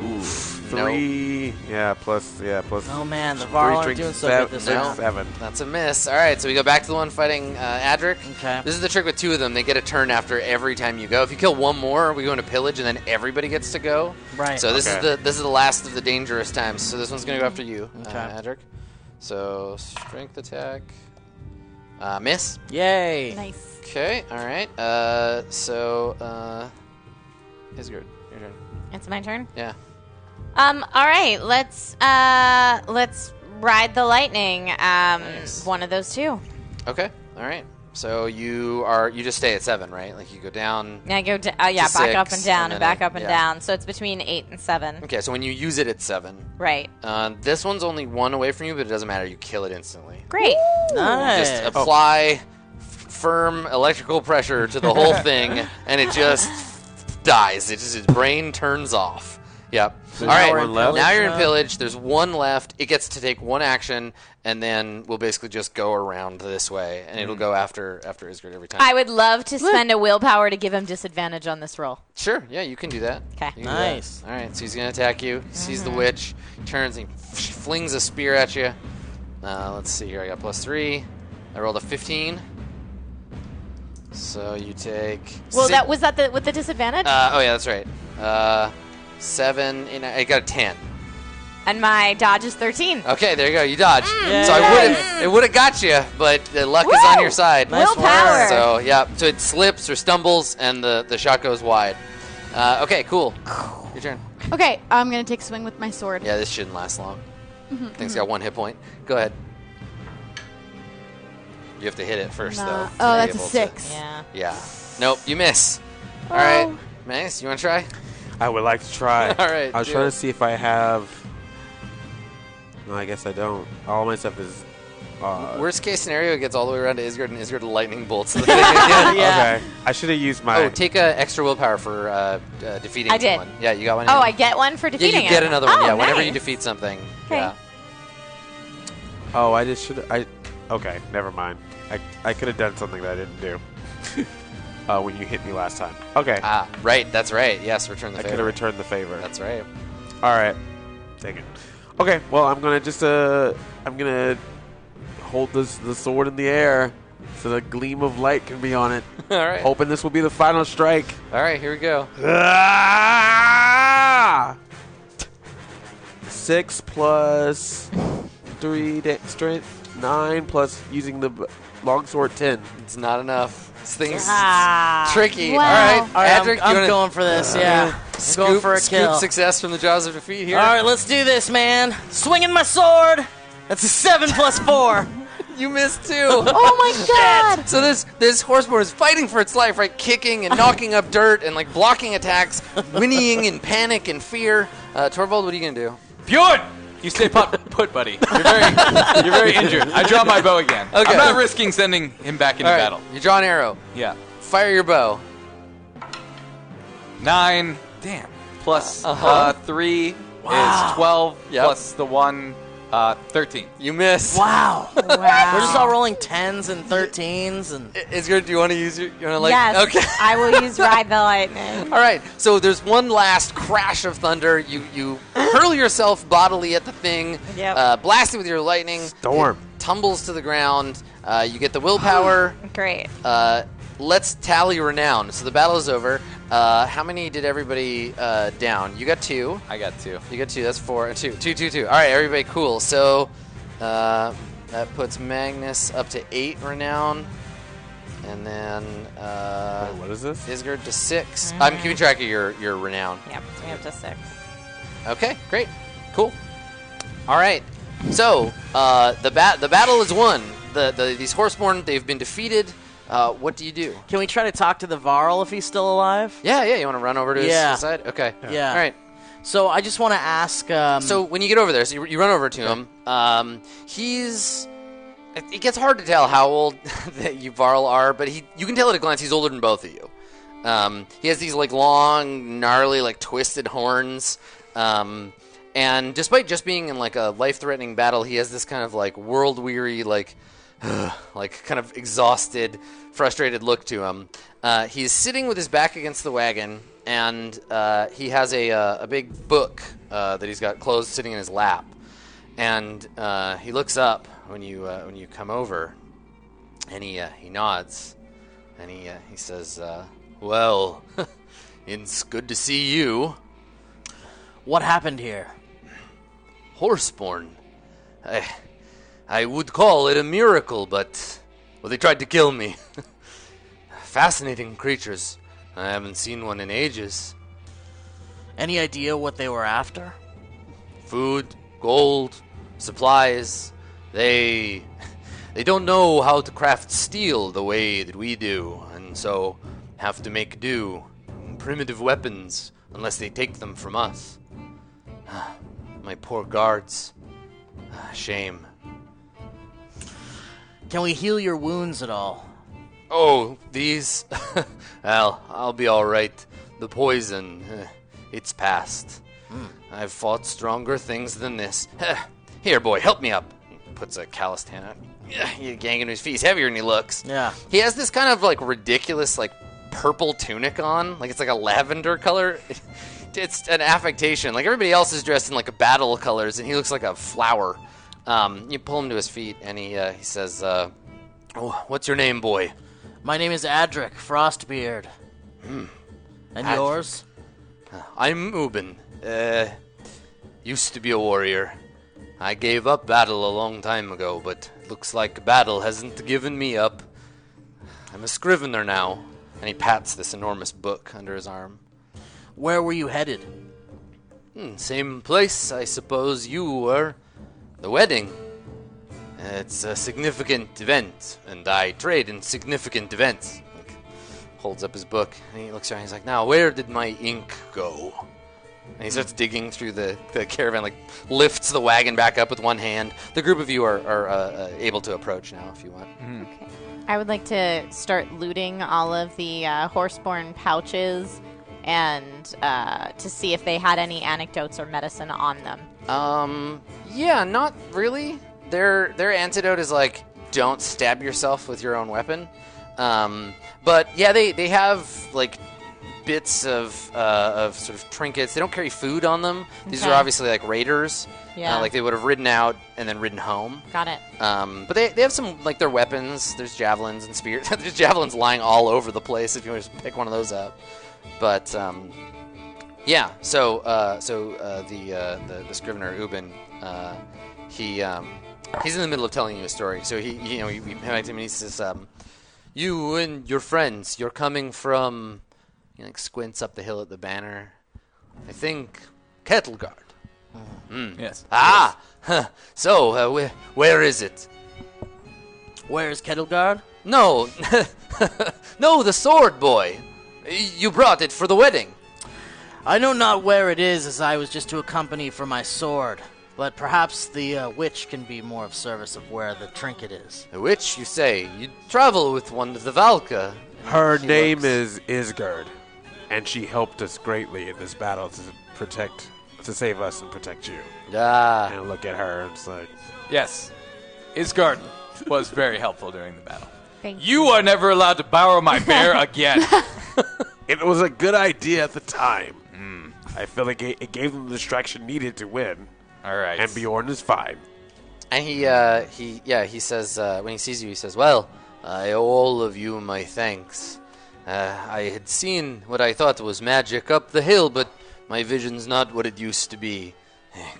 No. Three. Yeah, plus. Yeah, plus. Oh man, the three Varl are drinks, doing so sev- good this six, round. seven. That's a miss. All right, so we go back to the one fighting uh, Adric. Okay. This is the trick with two of them. They get a turn after every time you go. If you kill one more, we go into pillage, and then everybody gets to go. Right. So this Okay. is the this is the last of the dangerous times. So this one's gonna go after you, uh, Okay. Adric. So strength attack, uh, miss. Yay. Nice. Okay. All right. Uh, so uh, Isgard, your turn. It's my turn. Yeah. Um. All right. Let's uh. Let's ride the lightning. Um. Nice. One of those two. Okay. All right. So you are you just stay at seven, right? Like you go down. And I go. d uh, yeah. To back up six, and down, and and, then back I- up and yeah. down. So it's between eight and seven. Okay. So when you use it, it's seven. Right. Uh, this one's only one away from you, but it doesn't matter. You kill it instantly. Great. Nice. Just apply f- firm electrical pressure to the whole thing, and it just dies. It just its brain turns off. Yep. All now right. we're in pillage Now you're in now? pillage. There's one left. It gets to take one action, and then we'll basically just go around this way, and it'll go after after Isgard every time. I would love to spend a willpower to give him disadvantage on this roll. Sure. Yeah, you can do that. Okay. Mm-hmm. You can do that. Nice. All right. So he's gonna attack you. He sees the witch. Turns and he flings a spear at you. Uh, let's see here. I got plus three. I rolled a fifteen. So you take. Well, si- that was that the with the disadvantage Uh, oh yeah, that's right. Uh, seven. And I I got a ten. and my dodge is thirteen. Okay, there you go. You dodged. so I would have. It would have got you, but the luck is on Mm, Woo! your side. Nice Willpower. work. So yeah. So it slips or stumbles, and the the shot goes wide. Uh, okay. Cool. Your turn. Okay, I'm gonna take a swing with my sword. Yeah, this shouldn't last long. Mm-hmm, Thing's got one hit point. Go ahead. You have to hit it first, Nah. though. to Oh, be that's a able to- six. Yeah. Yeah. Nope, you miss. All Oh. right, Mace, you want to try? I would like to try. All right, I was do trying it. to see if I have. No, I guess I don't. All my stuff is. Uh, Worst case scenario, it gets all the way around to Isgard, and Isgard lightning bolts. the thing again. Yeah. Okay. I should have used my. Oh, take a extra willpower for uh, uh, defeating I did. one. Yeah, you got one. Oh, in. I get one for Yeah, defeating you get it. another one. Oh, yeah, whenever you nice. defeat something. Okay. Yeah. oh, I just should. I. Okay, never mind. I, I could have done something that I didn't do. uh, when you hit me last time. Okay. Ah, right. That's right. Yes, return the I could have favor. returned the favor. that's right. All right. Dang it. Okay. Well, I'm gonna just uh, I'm gonna hold this the sword in the air so the gleam of light can be on it. all right. Hoping this will be the final strike. All right. Here we go. Ah! Six plus three da- strength, nine plus using the b- longsword ten. It's not enough. This thing's Ah. tricky. Wow. All right, All right, Adric, I'm, you I'm wanna going for this. Yeah. I'm scoop, going for a scoop kill. success from the jaws of defeat here. All right, let's do this, man. Swinging my sword. That's a seven plus four. you missed two. Oh my god! So this this horseboard is fighting for its life, right? Kicking and knocking up dirt and like blocking attacks, whinnying in panic and fear. Uh, Torvald, what are you gonna do? Bjorn! You stay put, put buddy. You're very, you're very injured. I draw my bow again. Okay. I'm not risking sending him back into All right, battle. You draw an arrow. Yeah. Fire your bow. Nine. Damn. Plus Uh-huh. uh, three is twelve. Yep. Plus the one, uh, thirteen. You miss. Wow. We're Wow. just all rolling tens and thirteens and. I- It's good. Do you want to use your? You want to like? yes. Okay. I will use ride the lightning. All right. So there's one last crash of thunder. You you hurl yourself bodily at the thing. Yep. Uh, blast it with your lightning. Storm. It tumbles to the ground. Uh, you get the willpower. Great. Uh, let's tally renown. So the battle is over. Uh, how many did everybody uh, down? You got two. I got two. You got two. That's four. uh, Two. Two. Two. Two. All right, everybody. Cool. So uh, that puts Magnus up to eight renown, and then uh, Wait, what is this? Isgard to 6 i I'm keeping track of your your renown. Yep. We have to six. Okay. Great. Cool. All right. So uh, the bat the battle is won. The, the these horseborn they've been defeated. Uh, what do you do? Can we try to talk to the Varl if he's still alive? Yeah, yeah. You want to run over to Yeah. his side? Okay. Yeah. All right. So I just want to ask. Um, So when you get over there, so you, you run over to him. Um, he's. It, it gets hard to tell how old that you Varl are, but he you can tell at a glance he's older than both of you. Um, he has these like long, gnarly, like twisted horns. Um, and despite just being in like a life-threatening battle, he has this kind of like world-weary, like, like kind of exhausted, frustrated look to him. Uh, he's sitting with his back against the wagon, and uh, he has a uh, a big book uh, that he's got closed sitting in his lap. And uh, he looks up when you uh, when you come over, and he uh, he nods, and he uh, he says, uh, "Well, it's good to see you." What happened here? Horseborn. I, I would call it a miracle, but well, they tried to kill me. Fascinating creatures. I haven't seen one in ages. Any idea what they were after? Food, gold, supplies. They they don't know how to craft steel the way that we do, and so have to make do. Primitive weapons, unless they take them from us. My poor guards. Ah, Shame. Can we heal your wounds at all? Oh, these? well, I'll be alright. The poison, eh, it's past. I've fought stronger things than this. Eh, Here, boy, help me up. He puts a calloused hand Eh, out. Yeah, He's ganging to his feet. He's heavier than he looks. Yeah. He has this kind of like ridiculous, like purple tunic on. Like it's like a lavender color. It's an affectation. Like everybody else is dressed in like battle colors, and he looks like a flower. Um, you pull him to his feet, and he uh, he says, uh, "Oh, what's your name, boy?" My name is Adric Frostbeard. Hmm. And Adric. yours? I'm Ubin. Uh, used to be a warrior. I gave up battle a long time ago, but looks like battle hasn't given me up. I'm a scrivener now. And he pats this enormous book under his arm. Where were you headed? Hmm, same place, I suppose you were. The wedding. It's a significant event, and I trade in significant events. Like, holds up his book, and he looks around. He's like, "Now, where did my ink go?" And he starts digging through the, the caravan, like lifts the wagon back up with one hand. The group of you are, are uh, uh, able to approach now, if you want. I would like to start looting all of the uh, horseborn pouches and uh, to see if they had any anecdotes or medicine on them. Um, yeah, not really. Their their antidote is like don't stab yourself with your own weapon. Um, but yeah, they they have like bits of uh, of sort of trinkets. They don't carry food on them. These are Okay. obviously like raiders. uh, Yeah. like they would have ridden out and then ridden home. Got it. Um, but they, they have some like their weapons. There's javelins and spears. There's javelins lying all over the place. If you want to just pick one of those up, but um, yeah. So uh, so uh, the, uh, the the scrivener Ubin, uh, he um, he's in the middle of telling you a story. So he you know he, he back to him and he says, um, "You and your friends, you're coming from." He like squints up the hill at the banner. I think Kettleguard. Yes. Ah, huh. so uh, where where is it? Where's Kettleguard? No, no, the sword boy. You brought it for the wedding. I know not where it is, as I was just to accompany for my sword. But perhaps the uh, witch can be more of service of where the trinket is. Which you say you travel with one of the Valka. Her She name looks- is Isgard, and she helped us greatly in this battle to protect, to save us and protect you. Ah, And I look at her and it's like, Yes. Isgard was very helpful during the battle. Thank You are never allowed to borrow my bear again. it was a good idea at the time. Hmm. I feel like it, it gave them the distraction needed to win, All right. and Bjorn is fine. and he uh, he yeah he says uh, when he sees you he says, "Well, I owe all of you my thanks. Uh, I had seen what I thought was magic up the hill, but my vision's not what it used to be.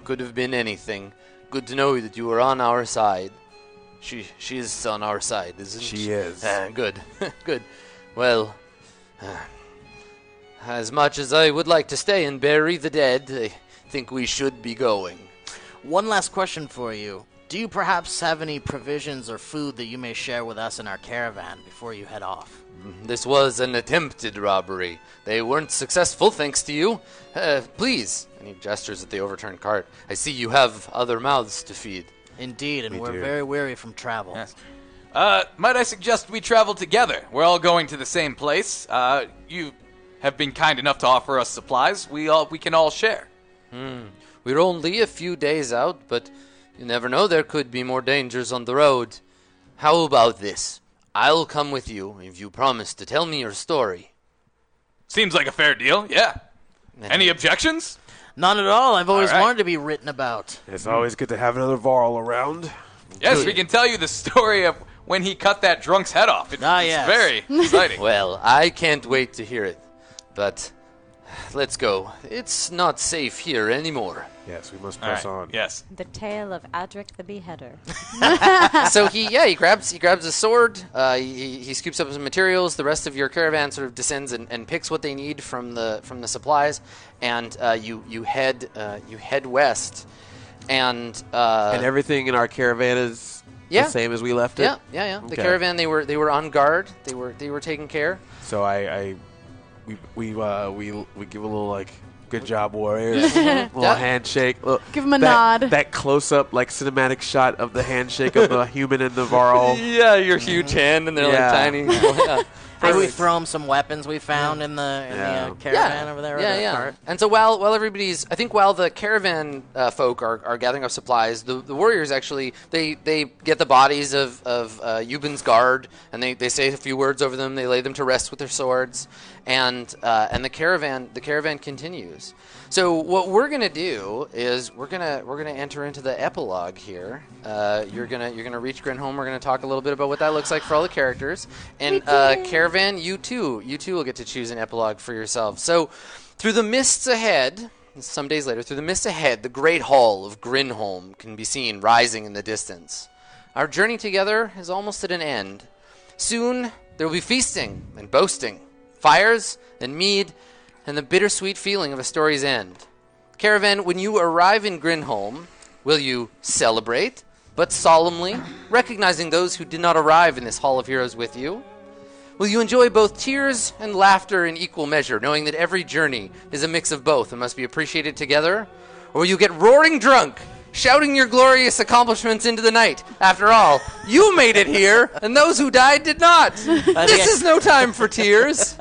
Could have been anything. Good to know that you were on our side." She she is on our side, isn't she? She is. Ah, good, good. Well, uh, as much as I would like to stay and bury the dead, I think we should be going. One last question for you. Do you perhaps have any provisions or food that you may share with us in our caravan before you head off? This was an attempted robbery. They weren't successful, thanks to you. Uh, please. And he gestures at the overturned cart. I see you have other mouths to feed. Indeed, and we are very weary from travel. Yes. Uh, might I suggest we travel together? We're all going to the same place. Uh, you have been kind enough to offer us supplies. We all we can all share. We're only a few days out, but you never know, there could be more dangers on the road. How about this? I'll come with you if you promise to tell me your story. Seems like a fair deal. Yeah. Any objections? Not at all. I've always All right. wanted to be written about. Hmm. It's always good to have another Varl around. Yes, we can tell you the story of when he cut that drunk's head off. It- Ah, it's yes. very exciting. Well, I can't wait to hear it, but let's go. It's not safe here anymore. Yes, we must All right, press on. Yes. The tale of Adric the Beheader. so he, yeah, he grabs he grabs a sword. Uh, he, he scoops up some materials. The rest of your caravan sort of descends and, and picks what they need from the from the supplies, and uh, you you head uh, you head west, and uh, and everything in our caravan is Yeah. the same as we left it. yeah, yeah, yeah. The Okay. caravan they were they were on guard. They were they were taken care. So I, I we we uh, we we give a little like good job warriors, little Yeah. handshake, little, Give 'em a that, nod. That close up like cinematic shot of the handshake of the human and the varl. Yeah, your huge Mm-hmm. hand and they're Yeah. like tiny. Yeah. Maybe we throw him some weapons we found in the, in Yeah. the uh, caravan over there. or Yeah, the yeah. cart. And so while while everybody's, I think while the caravan uh, folk are, are gathering up supplies, the, the warriors actually they, they get the bodies of of uh, Yubin's guard and they, they say a few words over them. They lay them to rest with their swords, and uh, and the caravan the caravan continues. So what we're gonna do is we're gonna we're gonna enter into the epilogue here. Uh, you're gonna you're gonna reach Grinholm. We're gonna talk a little bit about what that looks like for all the characters. And uh, Caravan, you too you too will get to choose an epilogue for yourself. So through the mists ahead, some days later, through the mists ahead, the great hall of Grinholm can be seen rising in the distance. Our journey together is almost at an end. Soon there will be feasting and boasting, fires and mead, and the bittersweet feeling of a story's end. Caravan, when you arrive in Grinholm, will you celebrate, but solemnly, recognizing those who did not arrive in this Hall of Heroes with you? Will you enjoy both tears and laughter in equal measure, knowing that every journey is a mix of both and must be appreciated together? Or will you get roaring drunk, shouting your glorious accomplishments into the night? After all, you made it here, and those who died did not. This is no time for tears.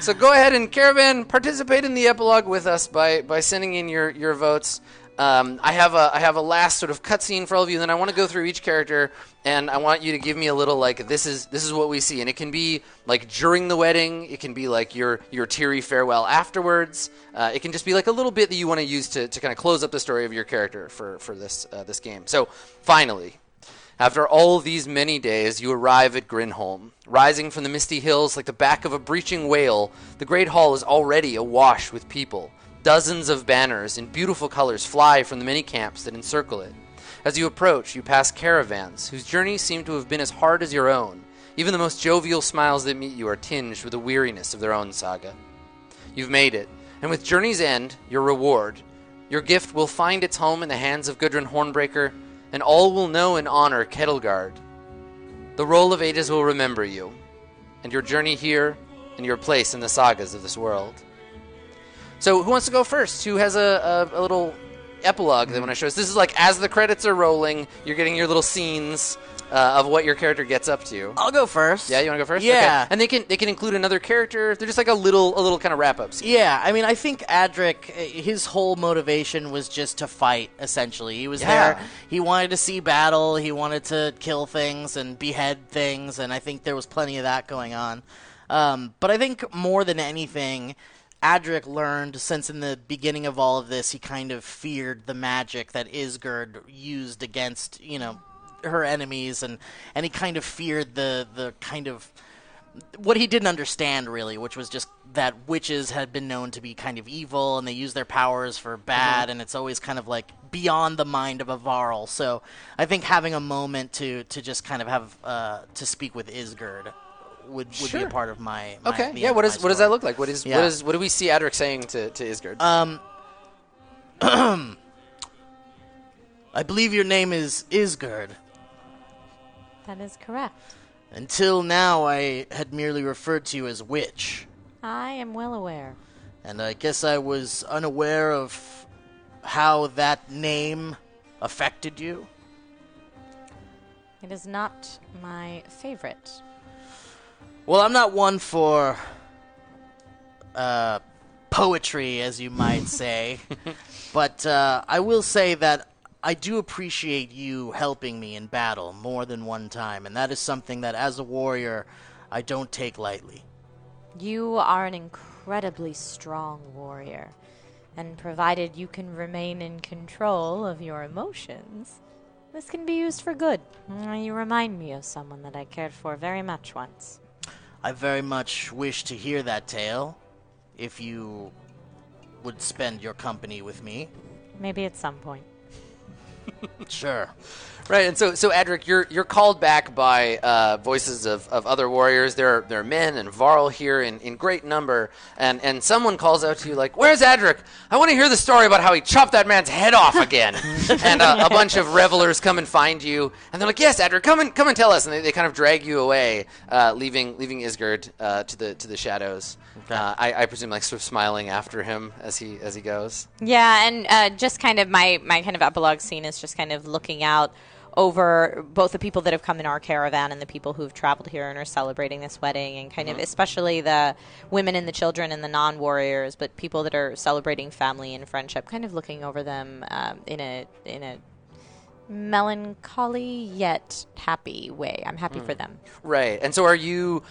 So go ahead and caravan, participate in the epilogue with us by by sending in your your votes. Um, I have a I have a last sort of cutscene for all of you. Then I want to go through each character, and I want you to give me a little like this is this is what we see, and it can be like during the wedding, it can be like your your teary farewell afterwards. Uh, it can just be like a little bit that you want to use to, to kind of close up the story of your character for for this uh, this game. So finally, after all these many days, you arrive at Grinholm. Rising from the misty hills like the back of a breaching whale, the Great Hall is already awash with people. Dozens of banners in beautiful colors fly from the many camps that encircle it. As you approach, you pass caravans whose journeys seem to have been as hard as your own. Even the most jovial smiles that meet you are tinged with the weariness of their own saga. You've made it, and with Journey's End, your reward, your gift will find its home in the hands of Gudrun Hornbreaker, and all will know and honor Kettleguard. The role of Aegis will remember you, and your journey here, and your place in the sagas of this world. So, who wants to go first? Who has a, a, a little epilogue that when I show us? This is like as the credits are rolling, you're getting your little scenes uh, of what your character gets up to. I'll go first. Yeah, you want to go first? Yeah. Okay. And they can they can include another character. They're just like a little a little kind of wrap up. Yeah, I mean, I think Adric, uh, his whole motivation was just to fight. Essentially, he was Yeah. there. He wanted to see battle. He wanted to kill things and behead things, and I think there was plenty of that going on. Um, but I think more than anything, Adric learned since in the beginning of all of this, he kind of feared the magic that Isgard used against you know her enemies, and and he kind of feared the the kind of what he didn't understand really, which was just that witches had been known to be kind of evil and they use their powers for bad, Mm-hmm. and it's always kind of like beyond the mind of a varl. So I think having a moment to to just kind of have uh, to speak with Isgard would would be a part of my, my Okay. the Yeah. end What of is my what does story. that look like? What is Yeah. what is what do we see Adric saying to to Isgard? Um, I believe your name is Isgard. that is correct. Until now, I had merely referred to you as witch. I am well aware. And I guess I was unaware of how that name affected you. It is not my favorite. Well, I'm not one for uh, poetry, as you might say. but uh, I will say that I do appreciate you helping me in battle more than one time, and that is something that, as a warrior, I don't take lightly. You are an incredibly strong warrior, and provided you can remain in control of your emotions, this can be used for good. Mm, You remind me of someone that I cared for very much once. I very much wish to hear that tale, if you would spend your company with me. Maybe at some point. Sure. Right, and so so Adric, you're you're called back by uh, voices of, of other warriors. There are there are men and Varl here in, in great number, and, and someone calls out to you like, "Where's Adric? I want to hear the story about how he chopped that man's head off again." and uh, a bunch of revelers come and find you, and they're like, "Yes, Adric, come and come and tell us." And they, they kind of drag you away, uh, leaving leaving Isgard uh, to the to the shadows. Uh, I, I presume like sort of smiling after him as he as he goes. Yeah, and uh, just kind of my my kind of epilogue scene is just kind of looking out over both the people that have come in our caravan and the people who have traveled here and are celebrating this wedding, and kind Mm-hmm. of especially the women and the children and the non-warriors, but people that are celebrating family and friendship, kind of looking over them um, in a in a melancholy yet happy way. I'm happy Hmm. for them. Right. And so are you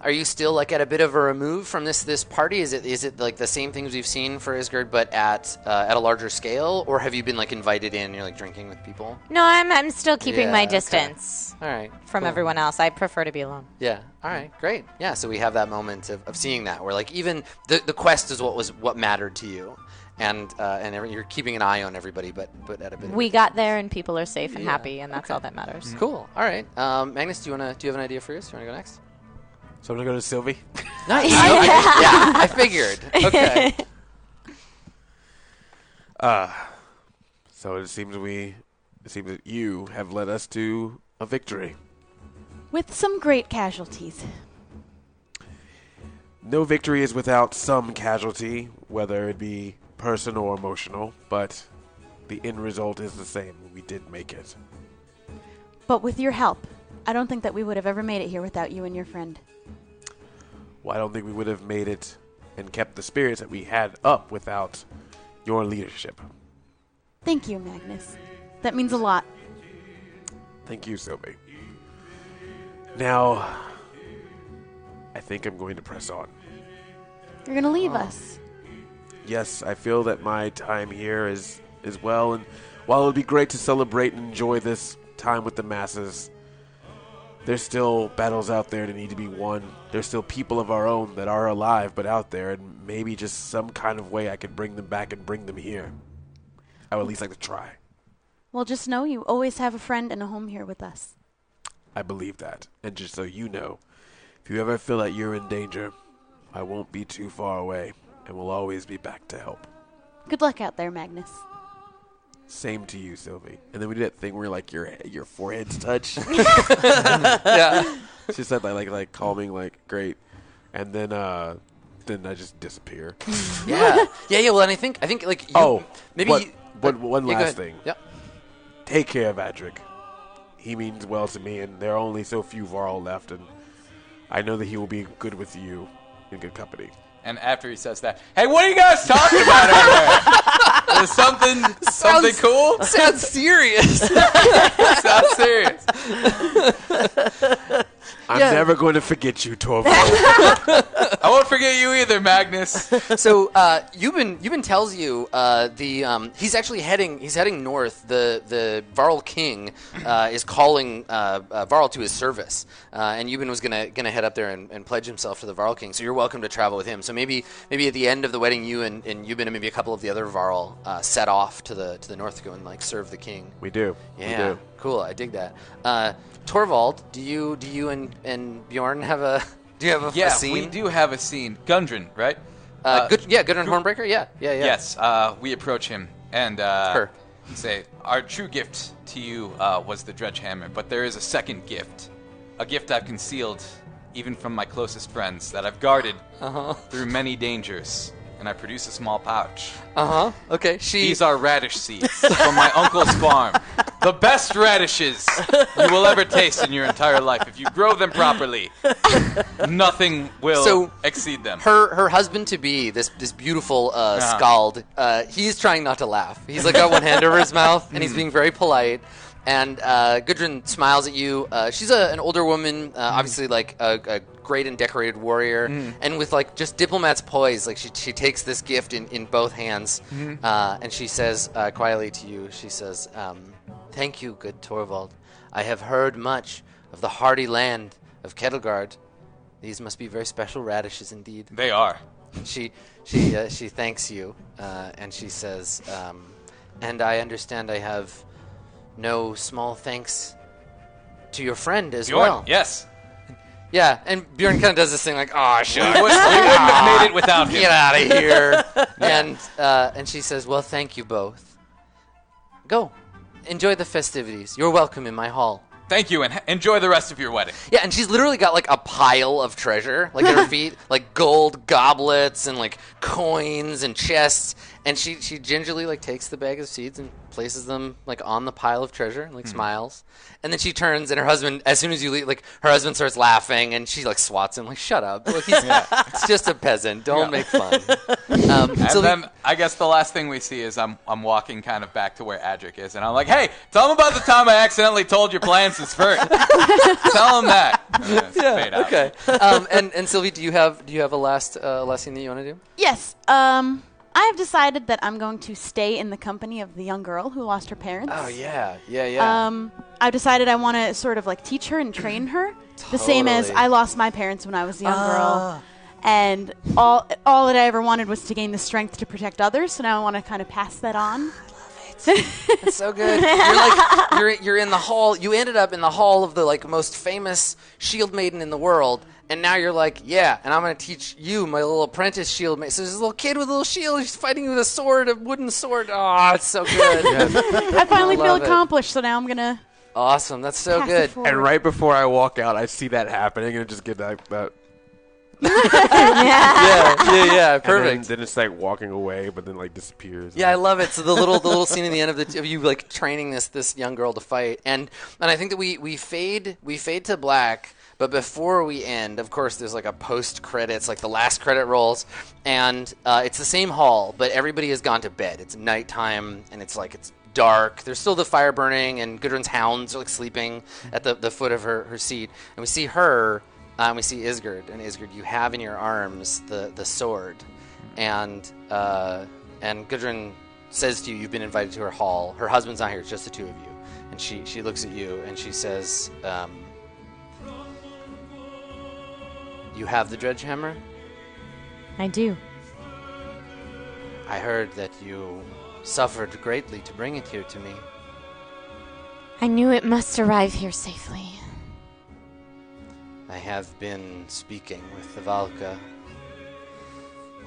are you still like at a bit of a remove from this this party? Is it is it like the same things we've seen for Isgard but at uh, at a larger scale or have you been like invited in and you're like drinking with people? No, I'm I'm still keeping Yeah, my okay. distance All right. from everyone else. I prefer to be alone. Yeah. All right. Great. Yeah, so we have that moment of, of seeing that where like even the the quest is what was what mattered to you. And uh, and every, you're keeping an eye on everybody but but at a bit of- We got there and people are safe and happy, and that's all that matters. Cool. All right. Um, Magnus, do you wanna do you have an idea for yours? Do you wanna go next? So I'm gonna go to Sylvie. Nice. Okay. yeah, I figured. Okay. So it seems we, it seems that you have led us to a victory. With some great casualties. No victory is without some casualty, whether it be personal or emotional, but the end result is the same. We did make it. But with your help, I don't think that we would have ever made it here without you and your friend. Well, I don't think we would have made it and kept the spirits that we had up without your leadership. Thank you, Magnus. That means a lot. Thank you, Sylvie. Now, I think I'm going to press on. You're going to leave Oh. us. Yes, I feel that my time here is is well, and while it would be great to celebrate and enjoy this time with the masses, there's still battles out there that need to be won. There's still people of our own that are alive but out there, and maybe just some kind of way I could bring them back and bring them here. I would at least like to try. Well, just know you always have a friend and a home here with us. I believe that. And just so you know, if you ever feel that you're in danger, I won't be too far away and will always be back to help. Good luck out there, Magnus. Same to you, Sylvie. And then we did that thing where like your your foreheads touch. yeah. she said that like like calming like great, and then uh then I just disappear. Yeah. Yeah, yeah, well, and I think I think like you, oh, maybe but, you- but one Yeah, go last ahead. thing. Yep. Take care of Adric. He means well to me, and there are only so few Varl left, and I know that he will be good with you in good company. And after he says that, hey, what are you guys talking about over there? There's something, something Sounds- cool? Sounds serious. Sounds serious. I'm Yeah. never going to forget you, Torvald. I won't forget you either, Magnus. so uh, Euban Euban tells you uh, the um, he's actually heading he's heading north. The the Varl King uh, is calling uh, uh, Varl to his service, uh, and Euban was gonna gonna head up there and, and pledge himself to the Varl King. So you're welcome to travel with him. So maybe maybe at the end of the wedding, you and, and Euban and maybe a couple of the other Varl uh, set off to the to the north to go and like serve the king. we do. Yeah, We do. cool. I dig that. Uh, Torvald, do you do you and, and Bjorn have a do you have a, a Yeah, scene? we do have a scene. Gundren, right? Uh, good, yeah, Gudrun Hornbreaker. Yeah, yeah, yeah. Yes, uh, we approach him and uh, Her. say, Our true gift to you uh, was the dredge hammer, but there is a second gift. A gift I've concealed even from my closest friends that I've guarded Uh-huh. through many dangers. And I produce a small pouch. Uh huh. Okay. She. These are radish seeds from my uncle's farm. the best radishes you will ever taste in your entire life. If you grow them properly, nothing will So- exceed them. her her husband to be this this beautiful uh, Uh-huh. scald. Uh, he's trying not to laugh. He's like got one hand over his mouth and he's being very polite. And uh, Gudrun smiles at you. Uh, she's a, an older woman, uh, obviously like a, a great and decorated warrior, and with like just diplomat's poise. Like she, she takes this gift in, in both hands, uh, and she says uh, quietly to you, she says, um, "Thank you, good Torvald. I have heard much of the hardy land of Kettleguard. These must be very special radishes indeed." They are. She she uh, she thanks you, uh, and she says, um, "And I understand I have no small thanks to your friend as Bjorn, well." yes. yeah. And Bjorn kind of does this thing like, "Oh, We, sure, would, we wouldn't have made it without him. get out of here." and uh, and she says, "Well, thank you both. Go, enjoy the festivities. You're welcome in my hall." Thank you, and h- enjoy the rest of your wedding. Yeah, and she's literally got like a pile of treasure, like at her feet, like gold goblets and like coins and chests. And she she gingerly like takes the bag of seeds and places them like on the pile of treasure and like smiles. And then she turns and her husband, as soon as you leave, like her husband starts laughing and she like swats him, like shut up, like, he's, it's just a peasant, don't make fun. Um, And so then I guess the last thing we see is I'm I'm walking kind of back to where Adric is, and I'm like, hey, tell him about the time I accidentally told your plans is first. tell him that. yeah, okay, um, and and Sylvie, do you have do you have a last uh, last thing that you want to do? Yes. Um, I have decided that I'm going to stay in the company of the young girl who lost her parents. Oh, yeah, yeah, yeah. Um, I've decided I want to sort of like teach her and train her, the same as Totally. Ah. I lost my parents when I was a young girl, and all all that I ever wanted was to gain the strength to protect others. So now I want to kind of pass that on. so good. You're like you're you're in the hall. You ended up in the hall of the like most famous shield maiden in the world, and now you're like, yeah, and I'm gonna teach you, my little apprentice shield maiden. So there's this little kid with a little shield. He's fighting with a sword, a wooden sword. Oh, it's so good. I finally feel love it. accomplished. So now I'm gonna Awesome. That's so pass good. it forward. And right before I walk out, I see that happening and just get that. that Yeah, yeah, yeah. and then- Perfect. Then, it's like walking away, but then like disappears. Yeah, I love it. So the little the little scene in the end of the of you like training this this young girl to fight, and and I think that we we fade we fade to black. But before we end, of course, there's like a post credits, like the last credit rolls, and uh, it's the same hall, but everybody has gone to bed. It's nighttime, and it's like it's dark. There's still the fire burning, and Gudrun's hounds are like sleeping at the, the foot of her, her seat, and we see her, uh, and we see Isgard, and Isgard, you have in your arms the the sword, and uh, and Gudrun says to you, "You've been invited to her hall. Her husband's not here; it's just the two of you." And she she looks at you and she says, um, "You have the dredgehammer. I do. I heard that you suffered greatly to bring it here to me. I knew it must arrive here safely. I have been speaking with the Valka.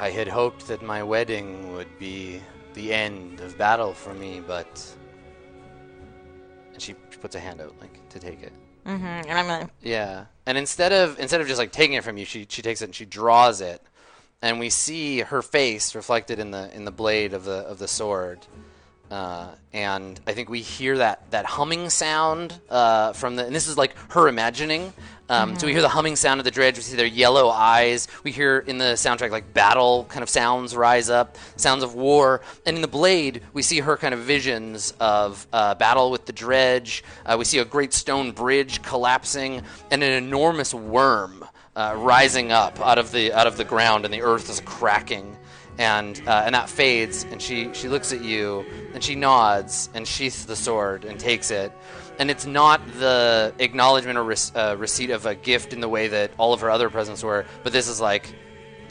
I had hoped that my wedding would be the end of battle for me, but." And she puts a hand out, like to take it. hmm And I'm gonna. Yeah, and instead of instead of just like taking it from you, she she takes it and she draws it, and we see her face reflected in the in the blade of the of the sword, uh, and I think we hear that that humming sound uh, from the and this is like her imagining. Um, So we hear the humming sound of the dredge. We see their yellow eyes. We hear in the soundtrack like battle kind of sounds rise up, sounds of war. And in the blade, we see her kind of visions of uh, battle with the dredge. Uh, we see a great stone bridge collapsing and an enormous worm uh, rising up out of the out of the ground, and the earth is cracking and uh, and that fades and she she looks at you and she nods and sheaths the sword and takes it and it's not the acknowledgement or rec- uh, receipt of a gift in the way that all of her other presents were but this is like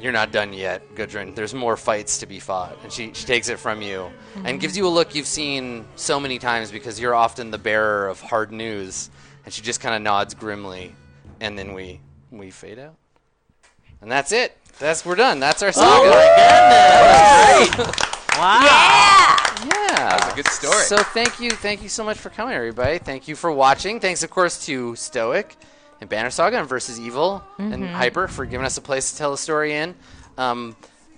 you're not done yet gudrun there's more fights to be fought and she, she takes it from you and gives you a look you've seen so many times because you're often the bearer of hard news and she just kind of nods grimly and then we we fade out and that's it that's we're done that's our saga Yeah. That was a good story. So thank you, thank you so much for coming, everybody. Thank you for watching. Thanks, of course, to Stoic and Banner Saga and Versus Evil and Hyper for giving us a place to tell a story in. Um,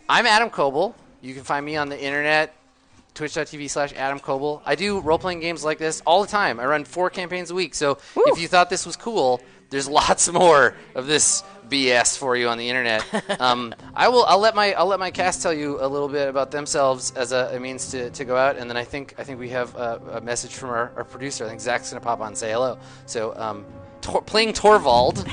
I'm Adam Coble. You can find me on the internet, twitch.tv slash Adam Coble. I do role playing games like this all the time. I run four campaigns a week. So if you thought this was cool, there's lots more of this BS for you on the internet. Um, I will. I'll let my I'll let my cast tell you a little bit about themselves as a, a means to, to go out, and then I think I think we have a, a message from our, our producer. I think Zach's gonna pop on and say hello. So um, Tor- playing Torvald.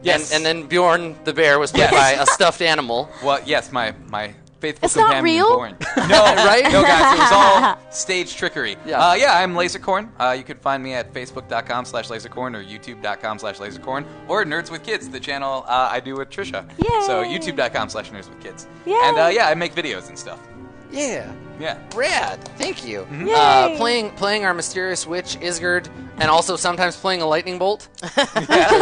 Yes. And, and then Bjorn the bear was played by a stuffed animal. Well, yes, my my faithful It's not companion real? Born. No, Right? No, guys, it was all stage trickery. Yeah. Uh, yeah, I'm Lasercorn. Uh, you can find me at facebook.com slash lasercorn or youtube.com slash lasercorn or Nerds with Kids, the channel uh, I do with Trisha. So Yay. youtube.com slash nerds with kids. And uh, yeah, I make videos and stuff. Yeah. Yeah. Brad, thank you. Uh, playing playing our mysterious witch Isgard, and also sometimes playing a lightning bolt.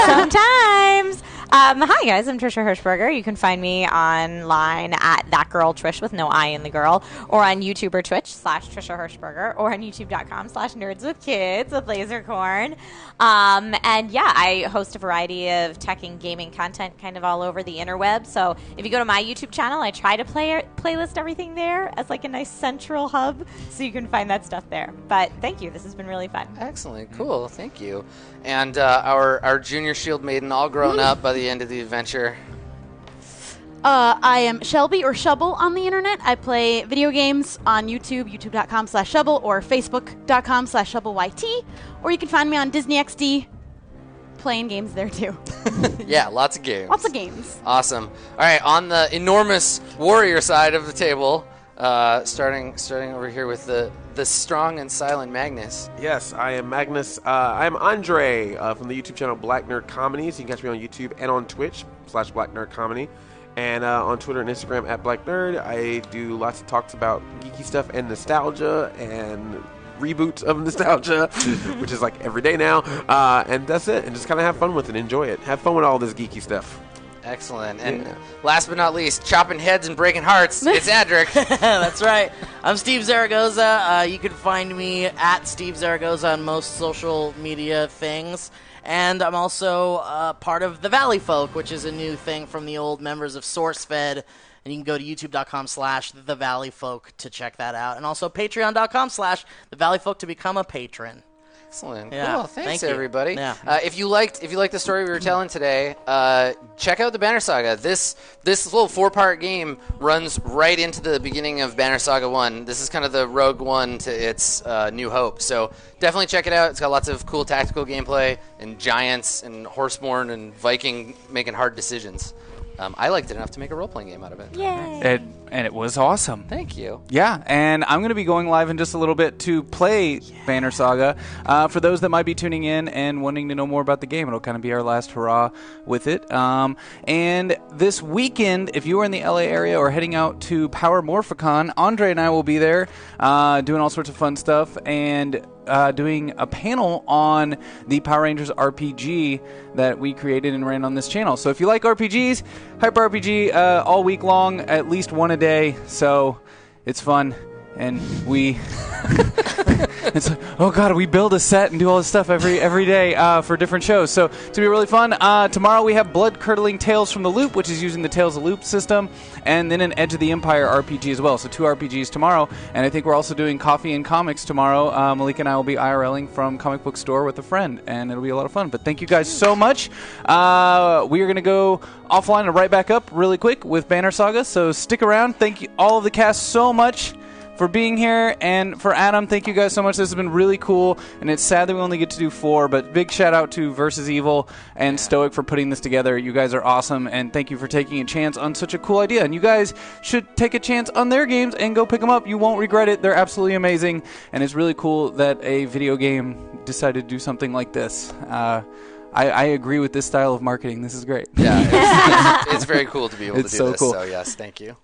sometimes. Um, hi guys, I'm Trisha Hirschberger. You can find me online at that girl Trish with no I in the girl, or on YouTube or Twitch slash Trisha Hirschberger, or on YouTube.com slash Nerds with Kids with Lasercorn. Um, and yeah, I host a variety of tech and gaming content, kind of all over the interweb. So if you go to my YouTube channel, I try to play playlist everything there as like a nice central hub, so you can find that stuff there. But thank you, this has been really fun. Excellent, cool, thank you. And uh, our our junior shield maiden, all grown up by the end of the adventure. Uh, I am Shelby or Shovel on the internet. I play video games on YouTube, youtube.com slash shovel or facebook.com slash shovelYT. Or you can find me on Disney XD playing games there too. Yeah, lots of games. Lots of games. Awesome. All right, on the enormous warrior side of the table, uh, starting starting over here with the the strong and silent Magnus. Yes, I am Magnus. Uh, I am Andre uh, from the YouTube channel Black Nerd Comedies. You can catch me on YouTube and on Twitch slash Black Nerd Comedy, and uh, on Twitter and Instagram at Black Nerd. I do lots of talks about geeky stuff and nostalgia and reboots of nostalgia, which is like every day now. Uh, and that's it. And just kind of have fun with it, enjoy it, have fun with all this geeky stuff. Excellent. And Yeah. last but not least, chopping heads and breaking hearts. It's Adric. That's right. I'm Steve Zaragoza. Uh, you can find me at Steve Zaragoza on most social media things. And I'm also uh, part of the Valley Folk, which is a new thing from the old members of SourceFed. And you can go to youtube.com slash the Valley Folk to check that out. And also patreon.com slash the Valley Folk to become a patron. Excellent. Yeah, Cool. Thanks thank you. everybody. Yeah. Uh, if you liked if you liked the story we were telling today, uh, check out the Banner Saga. This this little four part game runs right into the beginning of Banner Saga One. This is kind of the Rogue One to its uh, New Hope. So definitely check it out. It's got lots of cool tactical gameplay and giants and horseborn and Viking making hard decisions. Um, I liked it enough to make a role playing game out of it. It, and it was awesome. Thank you. Yeah, and I'm going to be going live in just a little bit to play Banner Saga. Uh, for those that might be tuning in and wanting to know more about the game, it'll kind of be our last hurrah with it. Um, and this weekend, if you are in the LA area or heading out to Power Morphicon, Andre and I will be there uh, doing all sorts of fun stuff and uh, doing a panel on the Power Rangers RPG that we created and ran on this channel. So if you like RPGs, Hyper RPG uh, all week long, at least one a day. So it's fun and we it's like, oh god we build a set and do all this stuff every every day uh, for different shows so to be really fun uh, tomorrow we have blood curdling tales from the loop which is using the tales of loop system and then an edge of the empire rpg as well so two rpgs tomorrow and i think we're also doing coffee and comics tomorrow uh, malik and i will be irling from comic book store with a friend and it'll be a lot of fun but thank you guys so much uh, we are going to go offline and right back up really quick with banner saga so stick around thank you all of the cast so much for being here and for Adam. Thank you guys so much. This has been really cool, and it's sad that we only get to do four. But big shout out to Versus Evil and Stoic for putting this together. You guys are awesome, and thank you for taking a chance on such a cool idea. And you guys should take a chance on their games and go pick them up. You won't regret it. They're absolutely amazing, and it's really cool that a video game decided to do something like this. Uh, I, I agree with this style of marketing. This is great. Yeah, it's, it's, it's very cool to be able It's to do so this. cool. So yes, thank you.